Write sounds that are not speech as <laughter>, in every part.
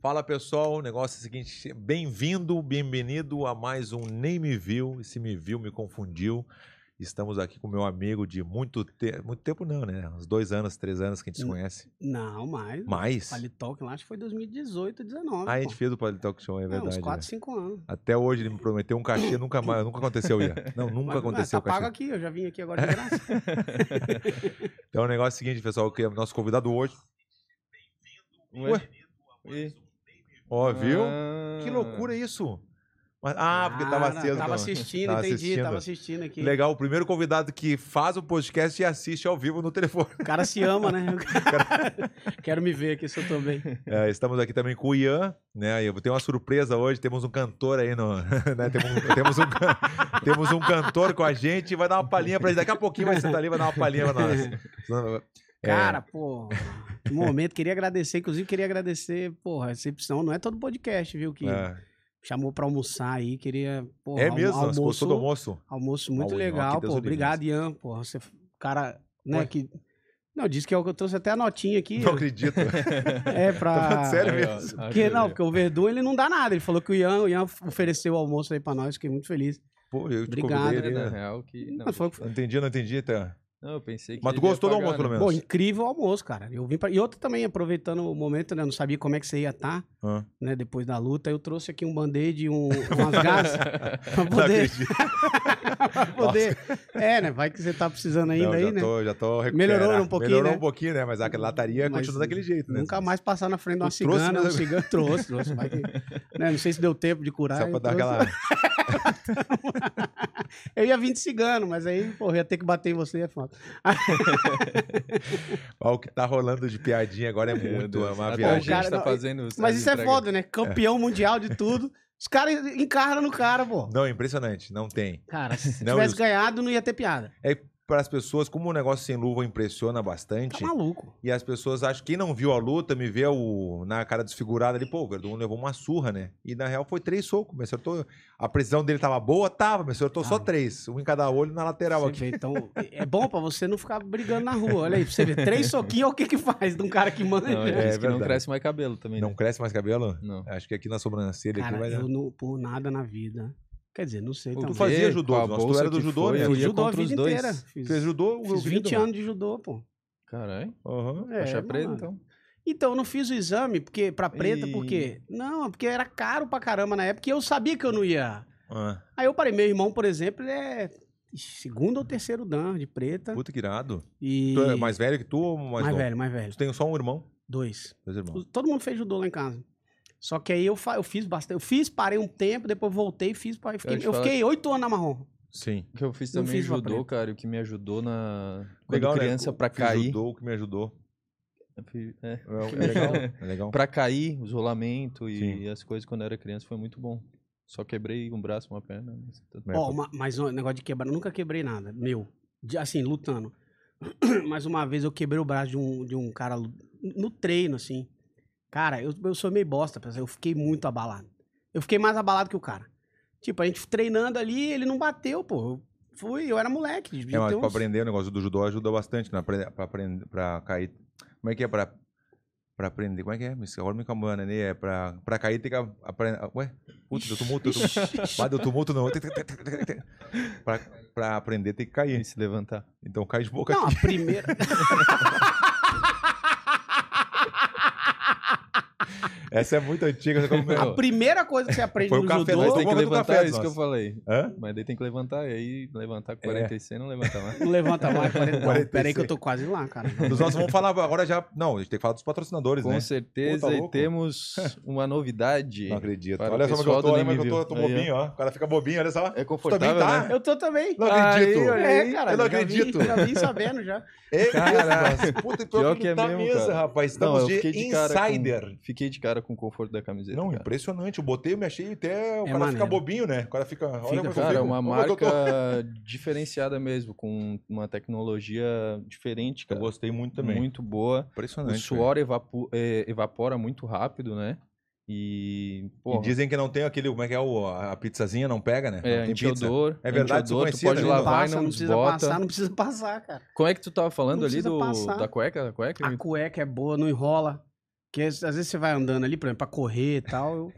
Fala pessoal, o negócio é o seguinte: bem-vindo, bem-vindo a mais um Nem Me Viu. E se me viu, me confundiu. Estamos aqui com meu amigo de muito tempo. Muito tempo não, né? Uns dois anos, três anos que a gente se Hum. conhece. Não, mais. Mais. Palitalk lá acho que foi 2018, 19. Ah, a gente pô. fez o Padre Talk Show, é É, verdade. uns 4, né? 5 anos. Até hoje ele me prometeu um cachê, nunca mais, nunca aconteceu, Ian. Não, nunca Mas, aconteceu ah, o tá pago cachê. aqui, eu já vim aqui agora de graça. Então o negócio é o seguinte, pessoal, que é o nosso convidado hoje. Ué? Ih. Ó, viu? Ah. Que loucura isso! Mas- <laughs> ah, porque tava Cara, aceso. Tava não. assistindo, Tava entendi, assistindo. tava assistindo aqui. Legal, o primeiro convidado que faz o podcast e assiste ao vivo no telefone. O cara se <laughs> ama, né? <laughs> Quero me ver aqui se eu tô bem. É, estamos aqui também com o Ian, né? Eu tenho uma surpresa hoje, temos um cantor aí no. <laughs> né, Temos, temos um, can- <laughs> temos um cantor com a gente, vai dar uma palhinha pra gente. Daqui a pouquinho vai sentar ali, vai dar uma palhinha pra <laughs> nós. <laughs> É, Cara, pô, que momento, queria agradecer, inclusive queria agradecer, porra, a recepção, não é todo podcast, viu, que é, chamou pra almoçar aí, queria, porra, é almo- mesmo, nós almoço, gostou do almoço. Almoço muito Ó, o Ian, que legal, Deus o livre. né? pô. Obrigado, Ian, pô. Você, cara, né, Ué? que... Não, disse que eu, eu trouxe até a notinha aqui. Não <laughs> acredito. É, <laughs> pra... falando sério? Aí, ó, mesmo. ó, Porque, que não, legal. porque o Verdun, ele não dá nada. Ele falou que o Ian, o Ian ofereceu o almoço aí pra nós, fiquei muito feliz. Pô, eu te Obrigado, convidei É, ali, na né? real que... Não, Mas foi o que Não entendi, não entendi, tá? não, eu pensei que... Mas tu ele ia gostou do pagar, almoço, pelo né? menos? Pô, incrível o almoço, cara. Eu vim pra... E outro também, aproveitando o momento, né? eu Não sabia como é que você ia estar, Hã? né? Depois da luta. Eu trouxe aqui um band-aid e <laughs> um, umas gases pra poder... <laughs> pra poder... É, né? Vai que você tá precisando ainda Não, aí, já né? tô, já tô Melhorou recuperado. um pouquinho, Melhorou né? um pouquinho, né? Mas a lataria Mas continua daquele jeito, né? Nunca mais passar na frente de uma Tu trouxe né, cigana, um mesmo? cigano trouxe, trouxe. <laughs> vai que- né, Não sei se deu tempo de curar. Só pra eu dar trouxe. aquela. Eu ia vir de cigano, mas aí, pô, eu ia ter que bater em você, é foda. <laughs> Ó, o que tá rolando de piadinha agora é muito. É uma Até viagem. a gente O cara- tá não, fazendo... Mas isso é entrega. foda, né? Campeão mundial de tudo. Os caras encarnam no cara, pô. Não, é impressionante, não tem. Cara, se Não, tivesse eu- ganhado, não ia ter piada. Para as pessoas, como o negócio sem luva impressiona Tá bastante, maluco. e as pessoas acham que quem não viu a luta me vê o, na cara desfigurada ali, pô, o Verdun levou uma surra, né? E na real foi três socos, me acertou. A precisão dele tava boa? Tava, me acertou só Tava. três, um em cada olho na lateral Você aqui. vê, então, é bom pra você não ficar brigando na rua. Olha aí, pra você ver, três soquinhos, o que que faz de um cara que manda? Não, ele É disse que não verdade. cresce mais cabelo também, né? Não cresce mais cabelo? Não. Acho que aqui na sobrancelha aqui Cara, vai dar. eu não por nada na vida. Quer dizer, não sei O também. Tu fazia judô, Com a nossa, tu bolsa era do que judô, foi, né? eu Fiz ia judô a contra os vida dois. inteira. Tu Fiz, fez judô? meu fiz 20 querido? anos de judô, pô. Caralho. Aham. É, Faixa preta, mano. então. Então, eu não fiz o exame, porque pra preta, Ih. por quê? Não, porque era caro pra caramba na época e eu sabia que eu não ia. Ah, Aí eu parei, meu irmão, por exemplo, ele é segundo ou terceiro dan de preta. puta que irado. E... Tu é mais velho que tu ou mais, mais novo? velho, mais velho. Tu tem só um irmão? Dois. Dois irmãos. Todo mundo fez judô lá em casa. Só que aí eu, fa- eu fiz bastante. Eu fiz, parei um tempo, depois voltei e fiz. parei- Fiquei... te Eu falar- fiquei oito anos na marrom. Sim. Que eu fiz Não também fiz uma judô, preta. cara, e o que me ajudou na... Quando Legal, né? criança, pra Fiz cair... Judô, o que me ajudou. eu fui- é. É, é <laughs> legal, é legal. Pra cair, o isolamento e Sim. as coisas quando eu era criança foi muito bom. Só quebrei um braço, uma perna. mas tudo- É, Ó, pô. uma- mas o negócio de quebrar, eu nunca quebrei nada, meu. De- assim, lutando. <clears throat> mas uma vez eu quebrei o braço de um, de um cara lu- no treino, assim. Cara, eu, eu sou meio bosta, pessoal. Eu fiquei muito abalado. Eu fiquei mais abalado que o cara. Tipo, a gente treinando ali, ele não bateu, pô. Eu fui, eu era moleque. devia É, mas ter pra uns- aprender o negócio do judô ajuda bastante, né? Pra, pra, aprender, pra cair. Como é que é? Pra, pra aprender. Como é que é? Me- Agora me calma, né? É pra, pra cair tem que aprender. Ué? Putz, deu tumulto, deu tumulto. Vai, deu tumulto, não. pra, pra aprender tem que E cair. se levantar. Então cai de boca Não, a aqui. primeira. <laughs> Essa é muito antiga. essa é <laughs> como- a primeira coisa que você aprende Foi o no café, judô. mas Mas tem que boca do levantar, café, é isso que eu nossa. falei. Hã? Mas daí tem que levantar, e aí levantar com 46 não levanta mais. Não <laughs> levanta mais, peraí, não, 46. peraí que eu tô quase lá, cara. Dos nossos, vamos falar agora já. Não, a gente tem que falar dos patrocinadores, <laughs> Com né? certeza, Pô, tá e louco? <laughs> temos uma novidade. Não acredito. Para o olha só como é pessoal eu tô, do olha como eu tô, eu tô Nimivio. Aí, ó. bobinho, ó. O cara fica bobinho, olha só. É também confortável, tá? né? Eu tô <laughs> também. Não acredito. Aí, olha aí. É, cara, eu não já vi- acredito. já vim sabendo já. É Caraca. mesmo, nossa. Puta, Pior que é tá mesmo, mesa, cara. rapaz. Não, Estamos eu de, fiquei de cara com- insider. Fiquei de cara com o conforto da camiseta. Não, cara. É impressionante. Eu botei, eu me achei até. O cara fica maneiro. bobinho, né? O cara fica. Olha Fica, como eu Cara, é fico. uma Olha como eu tô. marca diferenciada mesmo, com uma tecnologia diferente, Eu cara. gostei muito também. Muito boa. O Impressionante. suor evapo- eh, evapora muito rápido, né? E, velho. pô, E dizem que não tem aquele. Como é que é o, a pizzazinha? Não pega, né? é, não tem antiodor. É verdade, tu antiodor, tu conhecia, pode né? lavar passa, e não não precisa desbota. passar, não precisa passar, cara. Como é que tu tava falando Não ali precisa do, passar. <laughs> da cueca? Da cueca? A cueca é boa, não é enrola. Porque às às vezes você vai andando ali, por exemplo, pra correr e tal. <laughs> eu-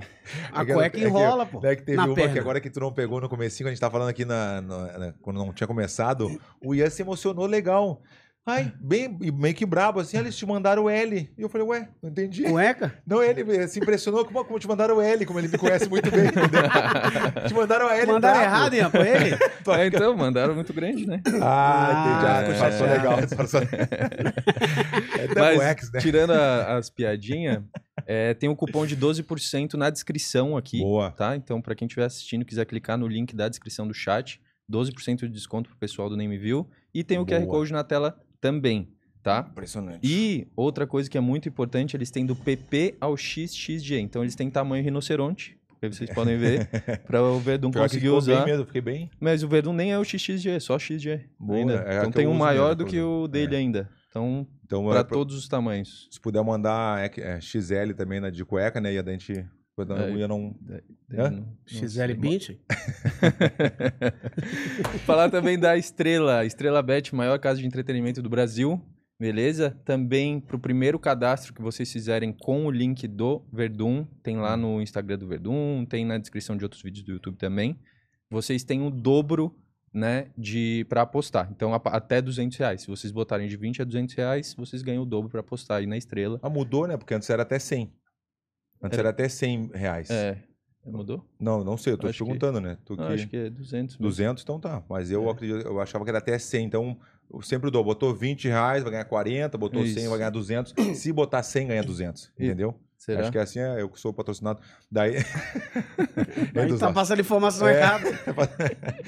A que- cueca é que- enrola, pô. Daí que teve na uma que perna. agora que tu não pegou no comecinho, a gente tava falando aqui na, na- na- quando não tinha começado, o Ian se emocionou legal. Ai, bem, e meio que brabo, assim, eles te mandaram o L. E eu falei, ué, não entendi. <laughs> Cueca? Não, ele se impressionou como, como te mandaram o L, como ele me conhece muito bem, entendeu? <laughs> te mandaram a L Mandaram brabo. errado, hein, pô? <laughs> Ele? É, então, mandaram muito grande, <laughs> né? Ah, entendi. Ah, Ah, passou é. legal. <laughs> Passou... É double Mas, X, né? tirando a- as piadinhas, é, tem um cupom de 12% na descrição aqui, Boa. tá? Então, pra quem estiver assistindo, quiser clicar no link da descrição do chat, 12% de desconto pro pessoal do Name View. E tem o QR Boa. Code na tela também, tá? Impressionante. E outra coisa que é muito importante, eles têm do PP ao XXG. Então, eles têm tamanho rinoceronte, porque vocês podem <laughs> ver, pra o Verdun Pior que conseguir ficou usar. Bem mesmo, fiquei bem. Mas o Verdun nem é o XXG, é só XG. Boa, ainda. é a então que eu tem um uso maior mesmo, do que inclusive. o dele ainda. Então, Então, para é, pro- todos os tamanhos. se puder mandar é, que- é, XL também na de cueca, né? E a gente. Depois da É. Ia não. Hã? Não- não sei. XL20? <laughs> Falar também da Estrela. Estrela Bet, maior casa de entretenimento do Brasil. Beleza? Também pro primeiro cadastro que vocês fizerem com o link do Verdun, tem lá no Instagram do Verdun, tem na descrição de outros vídeos do YouTube também. Vocês têm o dobro, né, de para apostar. Então a- até 200 reais. Se vocês botarem de 20 a 200 reais, vocês ganham o dobro para apostar aí na Estrela. Ah, mudou, né? Porque antes era até 100. Antes era, até 100 reais. É, mudou? Não, não sei, eu tô te Acho que- perguntando, né? Tu Não, que- acho que é 200. mesmo. 200, então tá. Mas É. eu acredito, eu achava que era até 100. Então, eu sempre dou. Botou 20 reais, vai ganhar 40. Botou 100, Isso. vai ganhar 200. Se botar 100, ganha 200. Entendeu? Será? Acho que é assim, é, eu que sou patrocinado. <laughs> Daí. Daí Aí dos tá lados. passando <laughs> informação É. errada.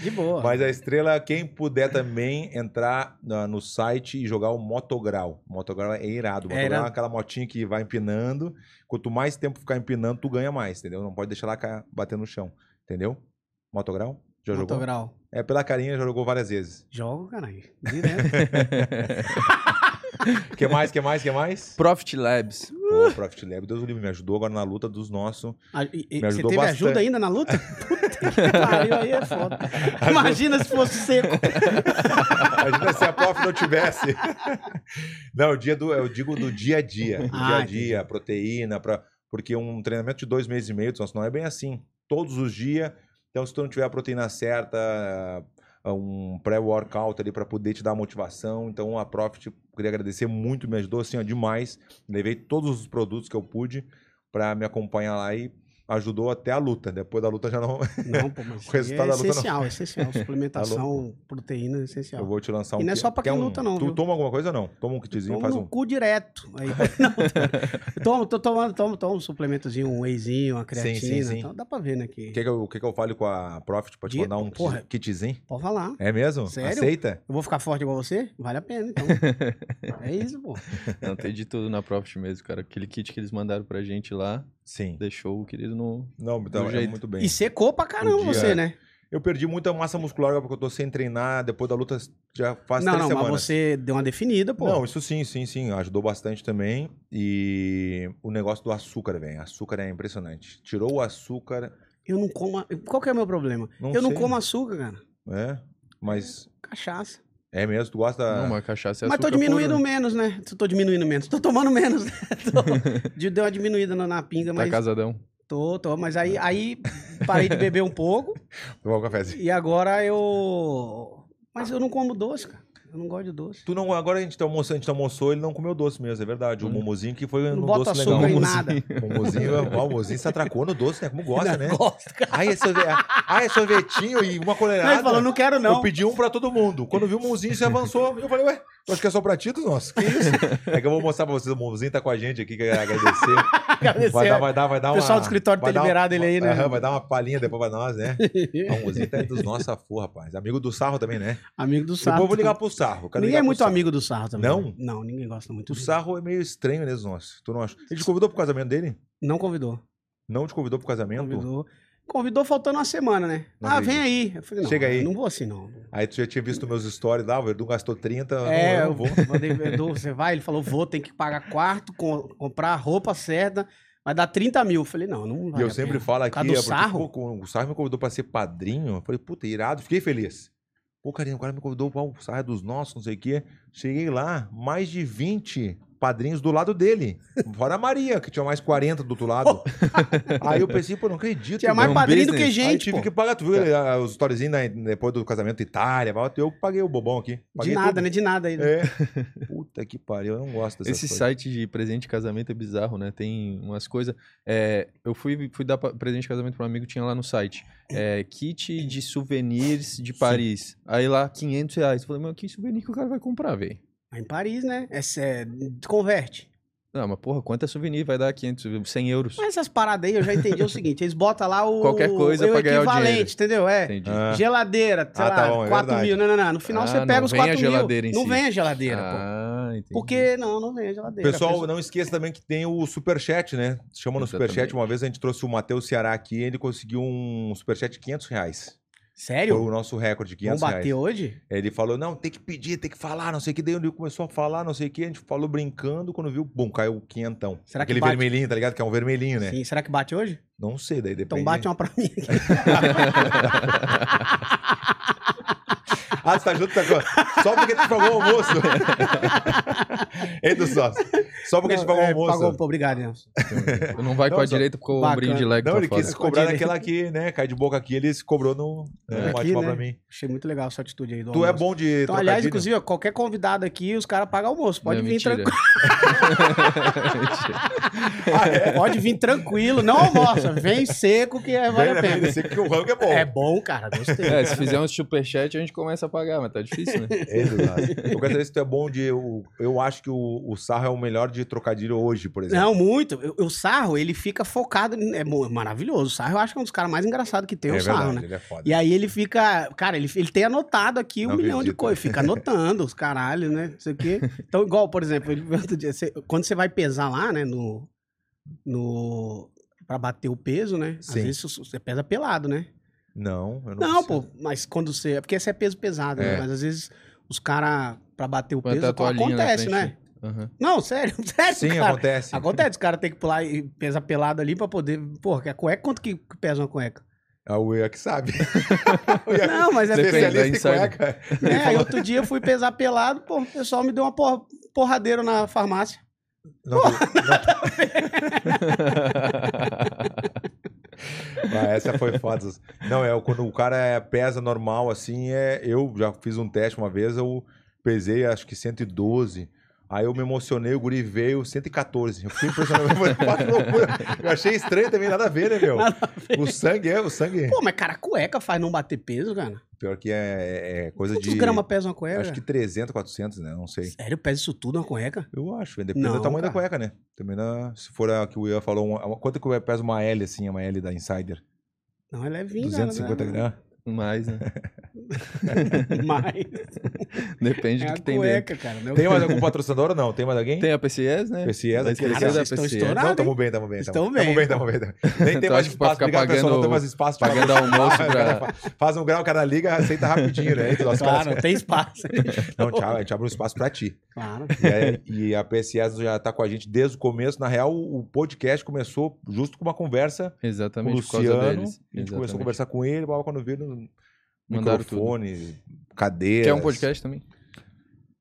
De boa. Mas a estrela, quem puder também entrar na- no site e jogar o Motograu. Motograu é irado. Motograu é, irado. aquela motinha que vai empinando. Quanto mais tempo ficar empinando, tu ganha mais, entendeu? Não pode deixar ela ca- bater no chão, entendeu? Motograu? Já jogou? Motograu. É, pela carinha já jogou várias vezes. Jogo, caralho. <laughs> Direto. é. que mais, que mais, que mais? <laughs> Profit Labs. <laughs> Pô, Profit Lab, Deus o livre, me ajudou agora na luta dos nossos. A- Ah, e- e- Me Você ajudou teve bastante. ajuda ainda <laughs> na luta? Puta que pariu, aí é foda. Imagina se <laughs> fosse seco. Imagina se a prof não tivesse. <laughs> Não, o dia do, eu digo do dia a dia. Do Ah, dia a dia, proteína, pra, porque um treinamento de dois meses e meio, nossa, não é bem assim. Todos os dias. Então, se tu não tiver a proteína certa, um pré-workout ali para poder te dar motivação. Então, a prof, te, queria agradecer muito, me ajudou assim, ó, demais. Levei todos os produtos que eu pude para me acompanhar lá e ajudou até a luta. Depois da luta já não. Não, pô, mas O resultado é da luta não. essencial, é essencial. Suplementação, proteína é essencial. Eu vou te lançar um E não é ki- só pra quer quem um- luta, não, Tu viu? toma alguma coisa ou não? Toma um kitzinho, Tomo faz no um. cu direto. <laughs> Aí, não, tomo, tô tomando, tomo, tomo um suplementozinho, um wheyzinho, uma Sim, sim, creatina. sim. Então dá pra ver, né? Que... Quer que eu, quer que eu fale com a Profit pra te Dia- mandar um porra. kit- kitzinho? Pode falar. É mesmo? Sério? Aceita? Eu vou ficar forte igual você? Vale a pena, <laughs> então. é isso, pô. Não, tem de tudo na Profit mesmo, cara. Aquele kit que eles mandaram pra gente lá, Sim. deixou o querido no... Não, então Do é jeito. muito bem. E secou pra caramba O dia- você, né? Eu perdi muita massa muscular agora porque eu tô sem treinar. Depois da luta já faz não, três não, semanas. mas você deu uma definida, pô. Não, isso sim, sim, sim. Ajudou bastante também. E o negócio do açúcar, velho. Açúcar é impressionante. Tirou o açúcar. Eu não como. a- Qual que é o meu problema? Não eu não sei. como açúcar, cara. É, mas. Cachaça. É mesmo, tu gosta. Não, uma cachaça é Mas tô açúcar diminuindo puro, né? menos, né? Tô diminuindo menos. Tô tomando <laughs> menos, né? Tô- de- Deu uma diminuída na, na pinga, Tá mas. casadão. Tô, tô. Mas aí, aí parei de beber um pouco. Tomar um cafezinho. E agora eu. Mas eu não como doce, cara. Eu não gosto de doce. Tu não, agora a gente tá almoçando, a gente almoçou, ele não comeu doce mesmo, é verdade. O Hum. mumuzinho que foi Eu um não boto doce açúcar legal. em Mumuzinho. nada. <laughs> O mozinho, o mozinho se atracou no doce, <laughs> né? Como gosta, né? Gosto, cara. Ai, é, sorve... Ai, é sorvetinho e uma colherada. Aí ele falou, não quero Eu não. pedi um pra todo mundo. Quando viu o mumuzinho, você avançou. Eu falei, ué, tu acha que é só pra ti, tu? Nossa, que <laughs> isso? É que eu vou mostrar pra vocês, o mumuzinho tá com a gente aqui, quero agradecer. Agradecer. Vai dar, vai dar, vai dar O uma... pessoal do escritório vai tá dar liberado ele aí, né? Aham, vai dar uma palhinha depois pra nós, <laughs> né? O é mumuzinho tá dos nossos safou, rapaz. Amigo do Sarro também, né? Amigo do Depois Sarro. eu vou ligar pro Sarro. eu quero ligar Ninguém é pro muito Sarro. amigo do Sarro também. né? Não? Não, ninguém gosta muito O dele. Sarro é meio estranho, né, nossos? Tu não acha? Ele te convidou pro casamento dele? Não convidou. Não te convidou pro casamento? Convidou. Convidou faltando uma semana, né? Não ah, acredito. vem aí. Eu falei, não, Chega aí. Não vou assim, não. Aí tu já tinha visto meus stories lá, o Verdun gastou 30, eu não- é, eu eu não vou. vou. <laughs> Mandei, Edu, você vai? Ele falou, vou, tem que pagar quarto, com- comprar a roupa certa, vai dar 30 mil. Eu falei, não, não vai. E eu sempre falo aqui, Por causa do é porque, sarro? pô, com- o Sarro me convidou pra ser padrinho. Eu falei, puta, irado, fiquei feliz. Pô, carinho, o cara me convidou pra um sarro é dos nossos, não sei o quê. Cheguei lá, mais de 20 padrinhos do lado dele. Fora a Maria, que tinha mais 40 do outro <laughs> lado. aí eu pensei, pô, não acredito. Tinha mais mano. um padrinho do que business. Aí gente, tive pô. É. que pagar. Tu viu eh, os storyzinhos da- depois do casamento Itália? Eu paguei o bobão aqui. De Paguei nada, tudo. né? De nada ainda. É. Puta que pariu, eu não gosto dessas Esse coisas. site de presente de casamento é bizarro, né? Tem umas coisas. é, eu fui, fui dar pa- presente de casamento para um amigo, tinha lá no site. é, kit de souvenirs de Paris. Aí lá, 500 reais. Eu falei, mas que souvenir que o cara vai comprar, velho? Em Paris, né? Essa é... Converte. Não, mas porra, quanto é souvenir? Vai dar 500, 100 euros. Mas essas paradas aí eu já entendi o seguinte: eles botam lá o. Qualquer coisa o pra ganhar o equivalente, entendeu? É. Entendi. Ah, Geladeira, sei Ah, lá, tá bom, é 4 verdade. mil. Não, não, não. No final Ah, você pega não os vem a 4 mil. geladeira em não si. vem a geladeira, é, pô. ah, entendi. Porque não, não vem a é geladeira. Pessoal, A pessoa- não esqueça também que tem o Superchat, né? Chama no Exatamente. Superchat. Uma vez a gente trouxe o Matheus Ceará aqui e ele conseguiu um Superchat de 500 reais. Foi Sério? o nosso recorde, 500 Vamos bater reais. hoje? Ele falou, não, tem que pedir, tem que falar, não sei o que. Daí ele começou a falar, não sei o que. A gente falou brincando, quando viu, bum, caiu o quinhentão. Será que Aquele bate? vermelhinho, tá ligado? Que é um vermelhinho, né? Sim, será que bate hoje? Não sei, daí depende. Então bate uma pra mim. Ah, você tá junto, tá com- Só porque tu pagou o <laughs> almoço. Ei, do sócio. Só porque a gente pagou o É, almoço. Pagou, pô, obrigado, Nelson. Tu não vai com Não, a só- direita porque o Bacana. ombrinho de leg Não, tá ele fora. quis cobrar Direito. naquela aqui, né? Cai de boca aqui, ele se cobrou no. É. um É. Pode Aqui, falar pra né? mim. Achei muito legal a sua atitude aí do Tu é almoço. bom de. Então, aliás, inclusive, ó, qualquer convidado aqui, os caras pagam almoço. Pode Não, é vir mentira. tranquilo. Mentira. <laughs> ah, <laughs> Pode vir tranquilo, não almoça. Vem seco que é- vale a Vem, pena. né? Sei que o rango é bom. É bom, cara. <laughs> Gostei. É, se fizer um superchat, a gente começa a pagar, mas tá difícil, né? É, Eduardo. Eu quero saber se tu é bom de. Eu, eu acho que o, o Sarra é o melhor de trocadilho hoje, por exemplo. Não, muito. Eu- O Sarro, ele fica focado. em- É mo- maravilhoso. O Sarro, eu acho que é um dos caras mais engraçados que tem, é o Sarro, né? ele é foda. E aí ele fica. Cara, ele, ele tem anotado aqui um Não milhão de acredito. coisas. Fica anotando os caralhos, né? Isso aqui. Então, igual, por exemplo, ele- <laughs> outro dia, você- quando você vai pesar lá, né? No. no pra bater o peso, né? Às Sim. vezes você pesa pelado, né? Não, eu não Não, preciso. pô, mas quando você. É porque esse é peso pesado, né? É. Mas às vezes os caras, pra bater o Põe até peso, a toalhinha na acontece, né? frente. Aham. <laughs> Não, sério, <laughs> sério, Sim, cara. acontece. Acontece, os caras têm que pular e pesa pelado ali pra poder. Porra, que a cueca, quanto que pesa uma cueca? Ah, o Ian que sabe. Não, mas é Depende, pesado. Especialista em insider. cueca. É, aí outro dia eu fui pesar pelado, pô, o pessoal me deu uma porra- porradeira na farmácia. Não, não. Ah, essa foi foda. Não, é quando o cara é- pesa normal, assim, é, eu já fiz um teste uma vez, eu pesei acho que 112. Aí eu me emocionei, o guri veio 114. Eu fiquei impressionado. <laughs> Eu falei, "Pô, que loucura." Eu achei estranho também, nada a ver, né, meu? Nada O sangue é, o sangue. Pô, mas cara, a cueca faz não bater peso, cara. Pior que é, é coisa Quantos é? de. gramas pesa uma cueca? Acho que 300, 400, né? Não sei. Sério, pesa isso tudo uma cueca? Eu acho, né? depende Não, do tamanho da cara. cueca, né? Também da, se for a que o Ian falou, uma, uma- quanto que o pesa uma L, assim, uma L da Insider? Não, é levinho, né? 250 gramas? Mais, né? Mas Depende é do a que tem um dentro. cueca, cara. Não é o- Tem mais algum patrocinador ou não? Tem mais alguém? Tem a PCS, né? PCS, Vai aquele esquecer cara. da Estão PCS. estourando. É, Não, um tamo bem, tamo bem. Tamo, Tamo Estão bem, bem, tamo bem. tamo bem. Nem tem <laughs> Então mais acho que pra espaço. ficar Obrigado, pessoal. <laughs> Não pagando- tem mais espaço. pra- Pagando almoço pra... Fa- Faz um grau, o cara liga, aceita rapidinho, né? Então, os caras- Claro, tem espaço. Não, tchau, a gente abre um espaço pra ti. Claro. E, aí- e a PSS já tá com a gente desde o começo. Na real, o podcast começou justo com uma conversa com o Exatamente, por causa Luciano. A deles. gente começou a Exatamente. conversar com ele, blá, blá, quando viram Mandaram tudo. microfones, cadeiras. Quer um podcast também?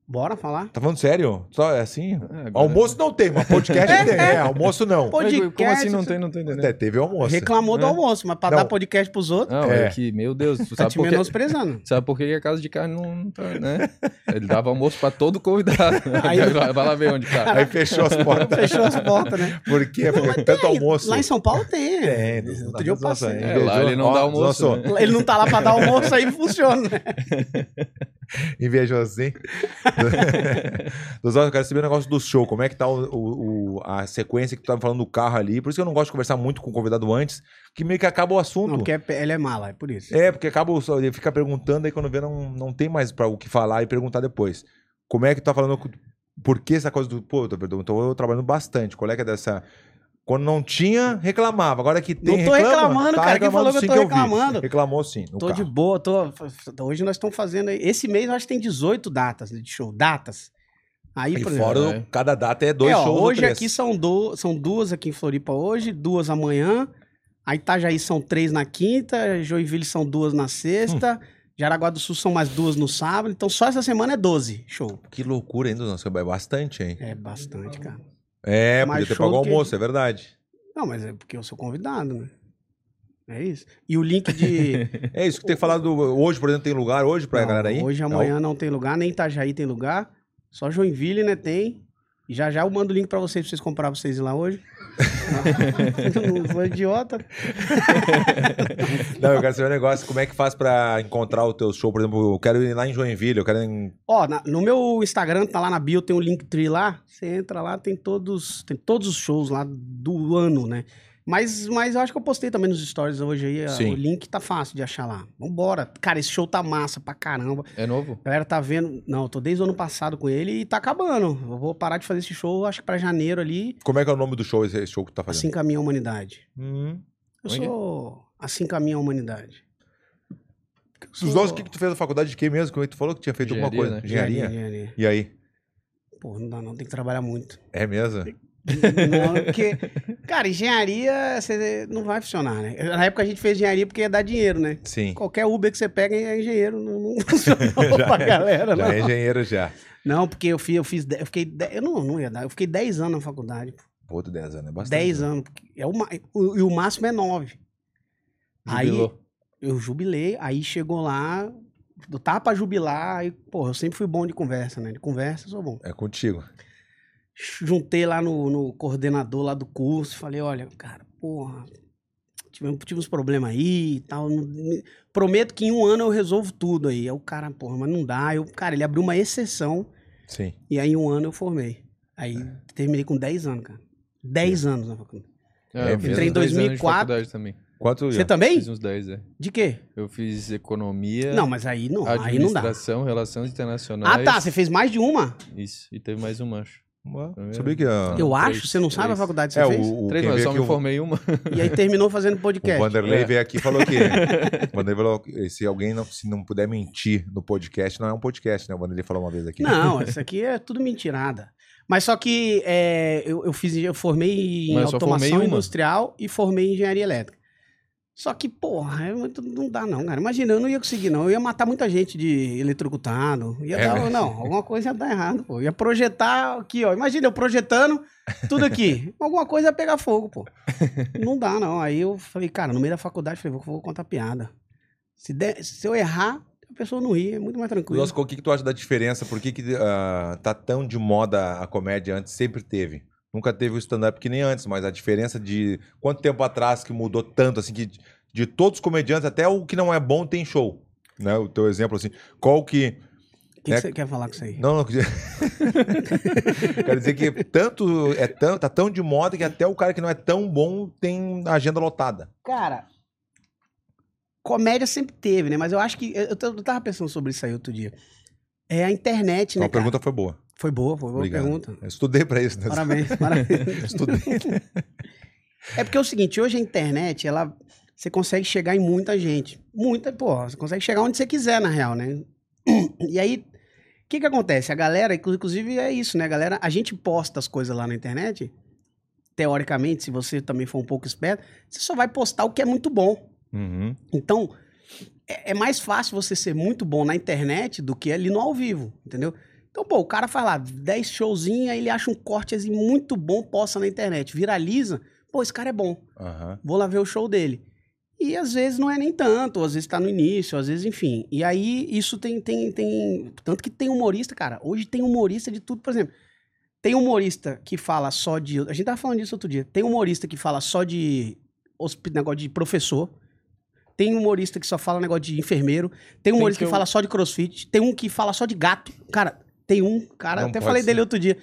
Bora falar? Tá falando sério? Só é assim? Ah, agora- Almoço não tem, mas <laughs> podcast tem. É, almoço não. Pô, Mas Como podcast, tá assim não tem, não tô entendendo. Até teve almoço. Reclamou do É. almoço, mas pra Não. dar podcast pros outros, Não, é. É. que, meu Deus, tu tá sabe te por, que, menosprezando. sabe por que a casa de carne não não tá, né? Ele dava almoço pra todo convidado. Aí- Agora <laughs> vai lá ver onde tá. Aí fechou as portas. Então, Fechou as portas, né? Por quê? Porque Mas tanto tem, almoço. Lá em São Paulo tem. Tem, tem. Outro dia eu Nossa, passei. É, lá ele não dá Ó, almoço, nossa, né? Ele não tá lá pra dar almoço, aí funciona. né? <laughs> Invejosinho. Dos olhos, eu quero saber o negócio do show. Como é que tá o- o- o- a sequência que tu tava falando do carro ali? Por isso que eu não gosto de conversar muito com o convidado antes, que meio que acaba o assunto. Não, porque é, ele é mala, é por isso. É, porque acaba o ele fica perguntando, aí quando vê, não, não tem mais pra o que falar e perguntar depois. Como é que tu tá falando? com- Por que essa coisa do. Pô, eu tô, então eu tô trabalhando bastante. Qual é que é dessa. Quando não tinha, reclamava. Agora que tem. Não tô reclama. reclamando, Tá cara. Quem falou que eu sim, tô ouvi. reclamando? Reclamou sim. no tô carro. de boa, tô. Hoje nós estamos fazendo aí. Esse mês eu acho que tem 18 datas de show. Datas. Aí, E por exemplo, fora, né? cada data é dois é, ó, shows. ou hoje três. aqui são, do, são duas aqui em Floripa hoje, duas Hum. amanhã. Aí Itajaí são três na quinta, Joinville são duas na sexta, Jaraguá do Sul são mais duas no sábado, então só essa semana é 12 show. Que loucura, hein, Dudão? Você vai bastante, hein? É bastante, cara. É, Mais podia ter show pago o do que- almoço, é verdade. Não, mas é porque eu sou convidado, né? É isso. E o link de. É isso que tem falado hoje, por exemplo, tem lugar hoje <laughs> pra Não, galera aí? É Hoje, amanhã não. tem lugar, nem Itajaí tem lugar. Só Joinville, né? Tem. E já já eu mando o link pra vocês, pra vocês comprar pra vocês ir lá <laughs> hoje. não sou idiota. Não, Não, eu quero saber um negócio, como é que faz pra encontrar o teu show? Por exemplo, eu quero ir lá em Joinville, eu quero... em- Ó, na- no meu Instagram, tá lá na bio, tem o Linktree lá. Você entra lá, tem todos, tem todos os shows lá do ano, né? Mas, mas eu acho que eu postei também nos stories hoje aí. a- Sim. O link tá fácil de achar lá. Vambora. Cara, esse show tá massa pra caramba. É novo? A galera tá vendo. Não, eu tô desde o ano passado com ele e tá acabando. Eu vou parar de fazer esse show, acho que pra janeiro ali. Como é que é o nome do show, esse esse show que tu tá fazendo? Assim caminha a humanidade. Hum. Eu Olha. sou. Assim caminha a humanidade. Eu Os nossos, o que, que tu fez na faculdade de quem mesmo? é Que tu falou que tinha feito alguma Engenharia, coisa. né? Engenharia. engenharia. E aí? Pô, não dá não, tem que trabalhar muito. <laughs> É mesmo? Não, porque, cara, engenharia você não vai funcionar, né? Na época a gente fez engenharia porque ia dar dinheiro, né? Sim. Qualquer Uber que você pega é engenheiro, não, não <laughs> funcionou pra galera, <laughs> não. Já é engenheiro já. Não, porque eu fiz, eu fiz, de- eu fiquei, de- eu não, não ia dar, eu fiquei 10 anos na faculdade, pô. Pô, tu 10 anos, é bastante. 10 anos, porque é o, ma- o- e o máximo é 9. Aí Jubilou. eu jubilei, aí chegou lá, eu tava pra jubilar, aí, porra, eu sempre fui bom de conversa, né? De conversa eu sou bom. É contigo. juntei lá no, no coordenador lá do curso, falei, olha, cara, porra, tivemos, tive uns problemas aí e tal. não- me- prometo que em um ano eu resolvo tudo aí. Aí o cara, porra, mas não dá. Eu, cara, ele abriu uma exceção Sim. e aí em um ano eu formei. Aí É. terminei com 10 anos, cara. 10 anos na faculdade. É, eu fiz entrei uns em 10 anos de 2004. faculdade também. Quanto Você já? também? Fiz uns 10, é. De quê? Eu fiz economia, Não, mas aí não, aí não dá. administração, relações internacionais. Ah, tá, você fez mais de uma? Isso, e teve mais um mancho. Ué, Primeiro. Sabia que... ah, eu três, acho, você não sabe a três. faculdade que é, você fez? o, o, Três, quem mas veio só aqui, me o, formei uma. E aí terminou fazendo o podcast. Vanderlei É. veio aqui e falou que... o Vanderlei falou que se alguém não, se não puder mentir no podcast, não é um podcast, né? O Vanderlei falou uma vez aqui. <laughs> Não, isso aqui é tudo mentirada. Mas só que é, eu, eu fiz, eu formei em Mas eu só automação formei uma. industrial e formei em engenharia elétrica. Só que, porra, é muito- não dá não, cara. Imagina, eu não ia conseguir não. Eu ia matar muita gente de eletrocutado. Ia É, dar- né? não, alguma coisa ia dar errado, pô. Ia projetar aqui, ó. Imagina eu projetando tudo aqui. alguma coisa ia pegar fogo, pô. Não dá não. Aí eu falei, cara, no meio da faculdade, eu falei, vou, vou contar piada. Se, der- se eu errar, a pessoa não ri, é muito mais tranquilo. Nossa, o que, que tu acha da diferença? Por que, que ah, tá tão de moda a comédia antes? Sempre teve. Nunca teve o stand-up que nem antes, mas a diferença de quanto tempo atrás que mudou tanto, assim, que de todos os comediantes, até o que não é bom tem show. Né? O teu exemplo, assim, qual que. O que que É- você quer falar com isso aí? Não, não. Quero dizer <laughs> que tanto, é tão, tá tão de moda que até o cara que não é tão bom tem a agenda lotada. Cara, comédia sempre teve, né? Mas eu acho que. Eu, eu t- eu tava pensando sobre isso aí outro dia. É a internet, Então né? a cara? pergunta foi boa. Foi boa, foi boa Obrigado. pergunta. Eu estudei pra isso, né? Parabéns, <laughs> parabéns. Estudei. É porque é o seguinte, hoje a internet, ela. Você consegue chegar em muita gente. Muita, porra, você consegue chegar onde você quiser, na real, né? <clears throat> E aí, o que que acontece? A galera, inclu- inclusive é isso, né? A galera, a gente posta as coisas lá na internet. Teoricamente, se você também for um pouco esperto, você só vai postar o que é muito bom. Uhum. Então, é, é mais fácil você ser muito bom na internet do que ali no ao vivo, entendeu? Então, pô, o cara faz lá 10 showzinhos, aí ele acha um corte assim, muito bom, posta na internet, viraliza. Pô, esse cara é bom, Aham. vou lá ver o show dele. E às vezes não é nem tanto, às vezes tá no início, às vezes enfim. E aí isso tem, tem, tem. Tanto que tem humorista, cara. Hoje tem humorista de tudo, por exemplo. Tem humorista que fala só de. A gente tava falando disso outro dia. Tem humorista que fala só de. hosp- Negócio de professor. Tem humorista que só fala negócio de enfermeiro. Tem humorista que, que eu- fala só de crossfit. Tem um que fala só de gato. Cara, tem um, cara, Não até pode falei ser. dele outro dia.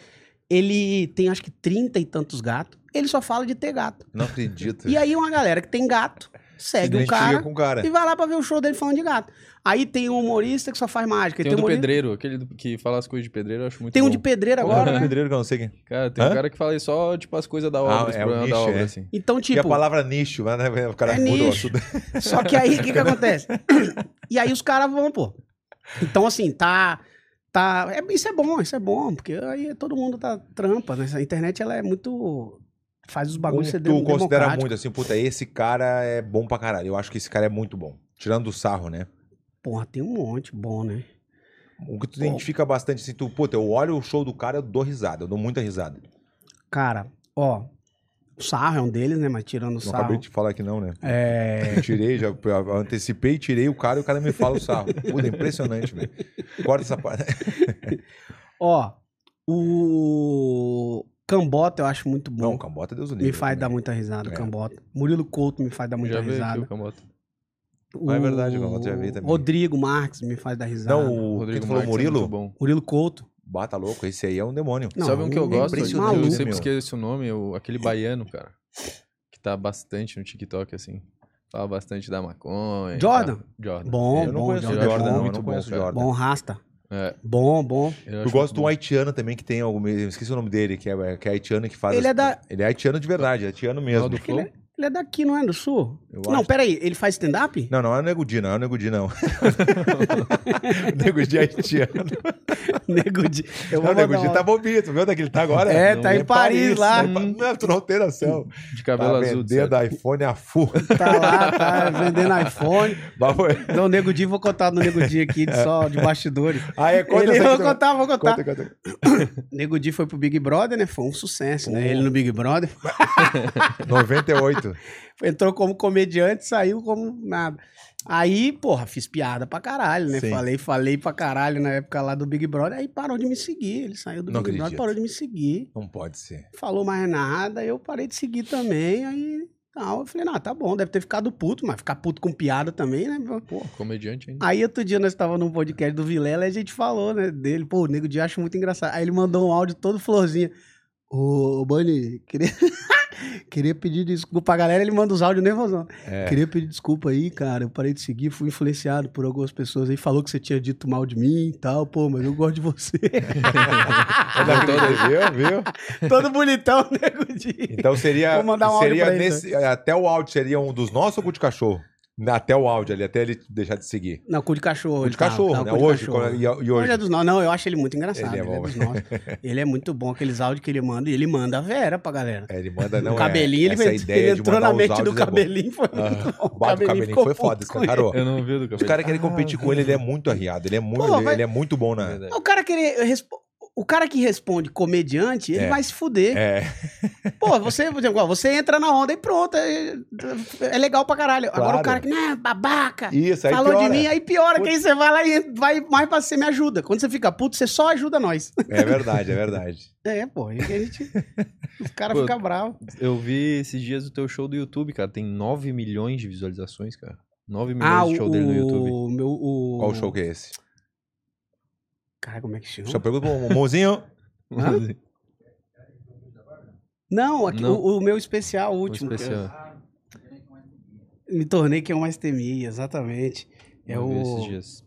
Ele tem acho que 30 e tantos gatos. Ele só fala de ter gato. Não acredito. E aí uma galera que tem gato É. Se segue o identifica cara com o cara. e vai lá pra ver o show dele falando de gato. Aí tem um humorista que só faz mágica. Tem, Tem, um tem, do humori- pedreiro, aquele do- que fala as coisas de pedreiro, eu acho muito tem um bom. de pedreiro Agora, agora, né? pedreiro que eu não sei quem. Cara, tem Hã? um cara que fala só, tipo, as coisas da Ah, obra, os é o problemas da nicho, obra, é. assim. Então, E a tipo, palavra nicho, mas né, <laughs> o cara É muda o nicho. assunto. <laughs> só que aí o que, que <laughs> acontece? e aí os caras vão, pô. Então, assim, tá. tá é- isso é bom, isso é bom, porque aí todo mundo tá trampa, né? A internet ela é muito. Faz os Como bagulhos ser Um tu dem- considera democrático. muito assim, puta, esse cara é bom pra caralho. Eu acho que esse cara é muito bom. Tirando o sarro, né? Porra, tem um monte bom, né? O que tu identifica bastante, assim, tu, puta, eu olho o show do cara, eu dou risada, eu dou muita risada. Cara, ó, o sarro é um deles, né? Mas tirando o Não sarro. acabei de falar que não, né? É. Tirei, já já antecipei, tirei o cara e o cara me fala o sarro. Puta, é impressionante, velho. Corta essa parte. <laughs> Ó, o Cambota eu acho muito bom. Não, É um Cambota Deus o livre. me faz dar também. muita risada, É. Cambota. Murilo Couto me faz dar muita Já veio aqui o risada. Cambota. O... Ah, é verdade, o Cambota já veio também. Rodrigo Marques me faz dar risada. Não, o Rodrigo Rodrigo falou Marques é muito Murilo? bom. Murilo Couto. Bata louco, esse aí é um demônio. Não, Sabe um que eu é gosto? impressionante, Eu né, sempre meu? esqueço o nome, o- aquele baiano, cara. Que tá bastante no TikTok, assim. Fala bastante da maconha. Jordan? tá- Jordan. Bom, eu não bom, conheço o Jordan, é Jordan, não, eu muito não bom, conheço o cara. Jordan. Bom, Rasta. É, Bom, bom. Eu acho gosto de um muito haitiano também que tem algum. eu Esqueci o nome dele, que é, que é haitiano que faz. Ele as- é da- Ele é haitiano de verdade, é haitiano bom. mesmo. Ronaldo Flow? Ele Ele é daqui, não é? Do Sul? Eu não, acho. peraí, ele faz stand-up? Não, não é o Negudi, não é o Negudi, não. o Negudi é haitiano. <laughs> Nego de... Eu Não, vou o mandar Negudi uma- tá bonito, viu onde é que ele tá agora? É, Não, tá é em Paris, lá. tá em Pa- Não, tu não tem noção. é De <laughs> cabelo tá azul. vendendo certo? iPhone a full. <laughs> Tá lá, tá vendendo iPhone. Vamos- Não, Nego Di, vou contar do Nego Di aqui, de- só de bastidores. Ah, é, conta Ele, essa vou aqui também. contar, vou contar. Conta, conta. Nego Di foi pro Big Brother, né? Foi um sucesso, né? Ele no Big Brother. <laughs> 98. Entrou como comediante, saiu como nada. Aí, porra, fiz piada pra caralho, né? Sim. Falei, falei pra caralho na época lá do Big Brother. Aí parou de me seguir. Ele saiu do Não Big Brother, acredito. parou de me seguir. Não pode ser. Falou mais nada, eu parei de seguir também. Aí, tal, eu falei, não, tá bom, deve ter ficado puto, mas ficar puto com piada também, né? Pô, Um comediante ainda. Aí outro dia nós estávamos num podcast do Vilela e a gente falou, né, dele. Pô, o Nego Di acho muito engraçado. Aí ele mandou um áudio todo florzinha. Ô, ô Bani, queria... <laughs> queria pedir desculpa pra galera. Ele manda os áudios nervosão. É. Queria pedir desculpa aí, cara. Eu parei de seguir, fui influenciado por algumas pessoas aí. Falou que você tinha dito mal de mim e tal. Pô, mas eu gosto <laughs> de você. Ah, Olha então aqui, viu, viu? todo bonitão, né, Nego Di. Então seria, Vou mandar um áudio seria pra ele, nesse, até o áudio seria um dos nossos ou cu de cachorro? Até o áudio ali, até ele deixar de seguir. Não, cu de cachorro. Cu ele de tava, cachorro, tava né? cu de Hoje, cachorro. quando- e, e hoje. Hoje é dos nossos. Não, eu acho ele muito engraçado. Ele Ele é é, bom. dos nossos. ele é muito bom, aqueles áudios que ele manda. E ele manda a Vera pra galera. É, ele manda não o cabelinho, é, ele, essa fez- ideia ele de entrou mandar na os mente do áudios é boa. cabelinho. Foi muito Ah, bom. o bar do cabelinho ficou foi puto foda, com escancarou. Eu não vi do Ah, cabelo. Os caras querem competir com ele, ele é muito arriado. Ele é muito. Pô, ele, vai- ele é muito bom na. ele. O cara, que ele respo- o cara que responde comediante, ele É. vai se fuder. É, Pô, você, por exemplo, ó, você entra na onda e pronto. É, é legal pra caralho. Agora Claro. o cara que, né, babaca. isso, aí Falou piora. de mim, aí piora, que aí você vai lá e vai mais pra você me ajuda. Quando você fica puto, você só ajuda nós. <laughs> É verdade, é verdade. É, pô, aí que a gente. Os caras Pô, ficam bravos. Eu vi esses dias o teu show do YouTube, cara. Tem 9 milhões de visualizações, cara. 9 milhões Ah, de show dele <laughs> no YouTube. o meu. O... Qual show que é esse? Cara, como é que chama? Só pergunta pro Mozinho. Hã? Não, aqui- Não. O, o meu especial, o Um último. que especial. eu- me tornei que é uma estemia, exatamente. É Eu vi esses o. dias.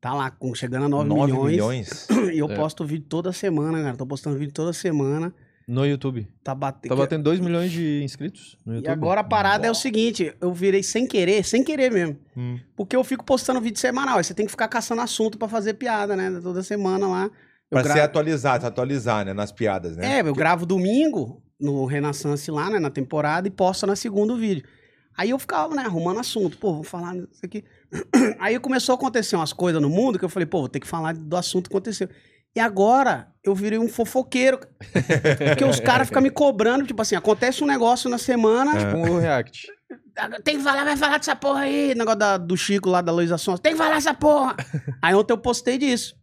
Tá lá, com, chegando a 9, 9 milhões. milhões. <laughs> E eu É. posto vídeo toda semana, cara. Tô postando vídeo toda semana. No YouTube. Tá batendo. Tá batendo 2 milhões de inscritos no E YouTube. agora a parada é o seguinte: eu virei sem querer, sem querer mesmo. Hum. Porque eu fico postando vídeo semanal. Aí você tem que ficar caçando assunto pra fazer piada, né? Toda semana lá. Eu Pra se gravo... atualizar, se atualizar, né? Nas piadas, né? É, eu gravo domingo no Renaissance lá, né? Na temporada e posto na segunda o vídeo. Aí eu ficava, né, arrumando assunto. Pô, vou falar isso aqui. <clears throat> Aí começou a acontecer umas coisas no mundo que eu falei, pô, vou ter que falar do assunto que aconteceu. E agora eu virei um fofoqueiro. <laughs> Porque os caras ficam me cobrando, tipo assim, acontece um negócio na semana, É. tipo, "Ah, Com o React. <laughs> tem que falar, vai falar dessa porra aí. Negócio da- do Chico lá, da Luísa Sonsa. Tem que falar <laughs> essa porra. aí ontem eu postei disso.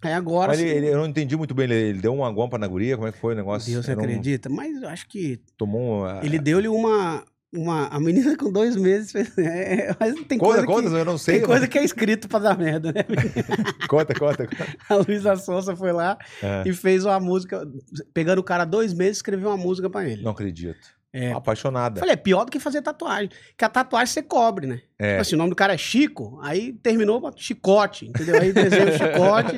Aí agora. Mas ele, assim, ele- eu não entendi muito bem. Ele, ele deu uma guampa na guria? Como é que foi o negócio? Deus, você Eu não- acredita? Mas eu acho que. Tomou uma. Ele deu-lhe uma, uma. A menina com dois meses fez. <laughs> É, mas tem Conta, coisa. conta, que... eu não sei. Tem coisa que é escrito pra dar merda, né? <laughs> Conta, conta, conta. A Luísa Sonsa foi lá É. e fez uma música. Pegando o cara dois meses, escreveu uma música pra ele. Não acredito. É. Apaixonada. Falei, é pior do que fazer tatuagem. Que a tatuagem você cobre, né? É. Tipo assim, o nome do cara é Chico, aí terminou pra chicote, entendeu? Aí desenho <laughs> chicote.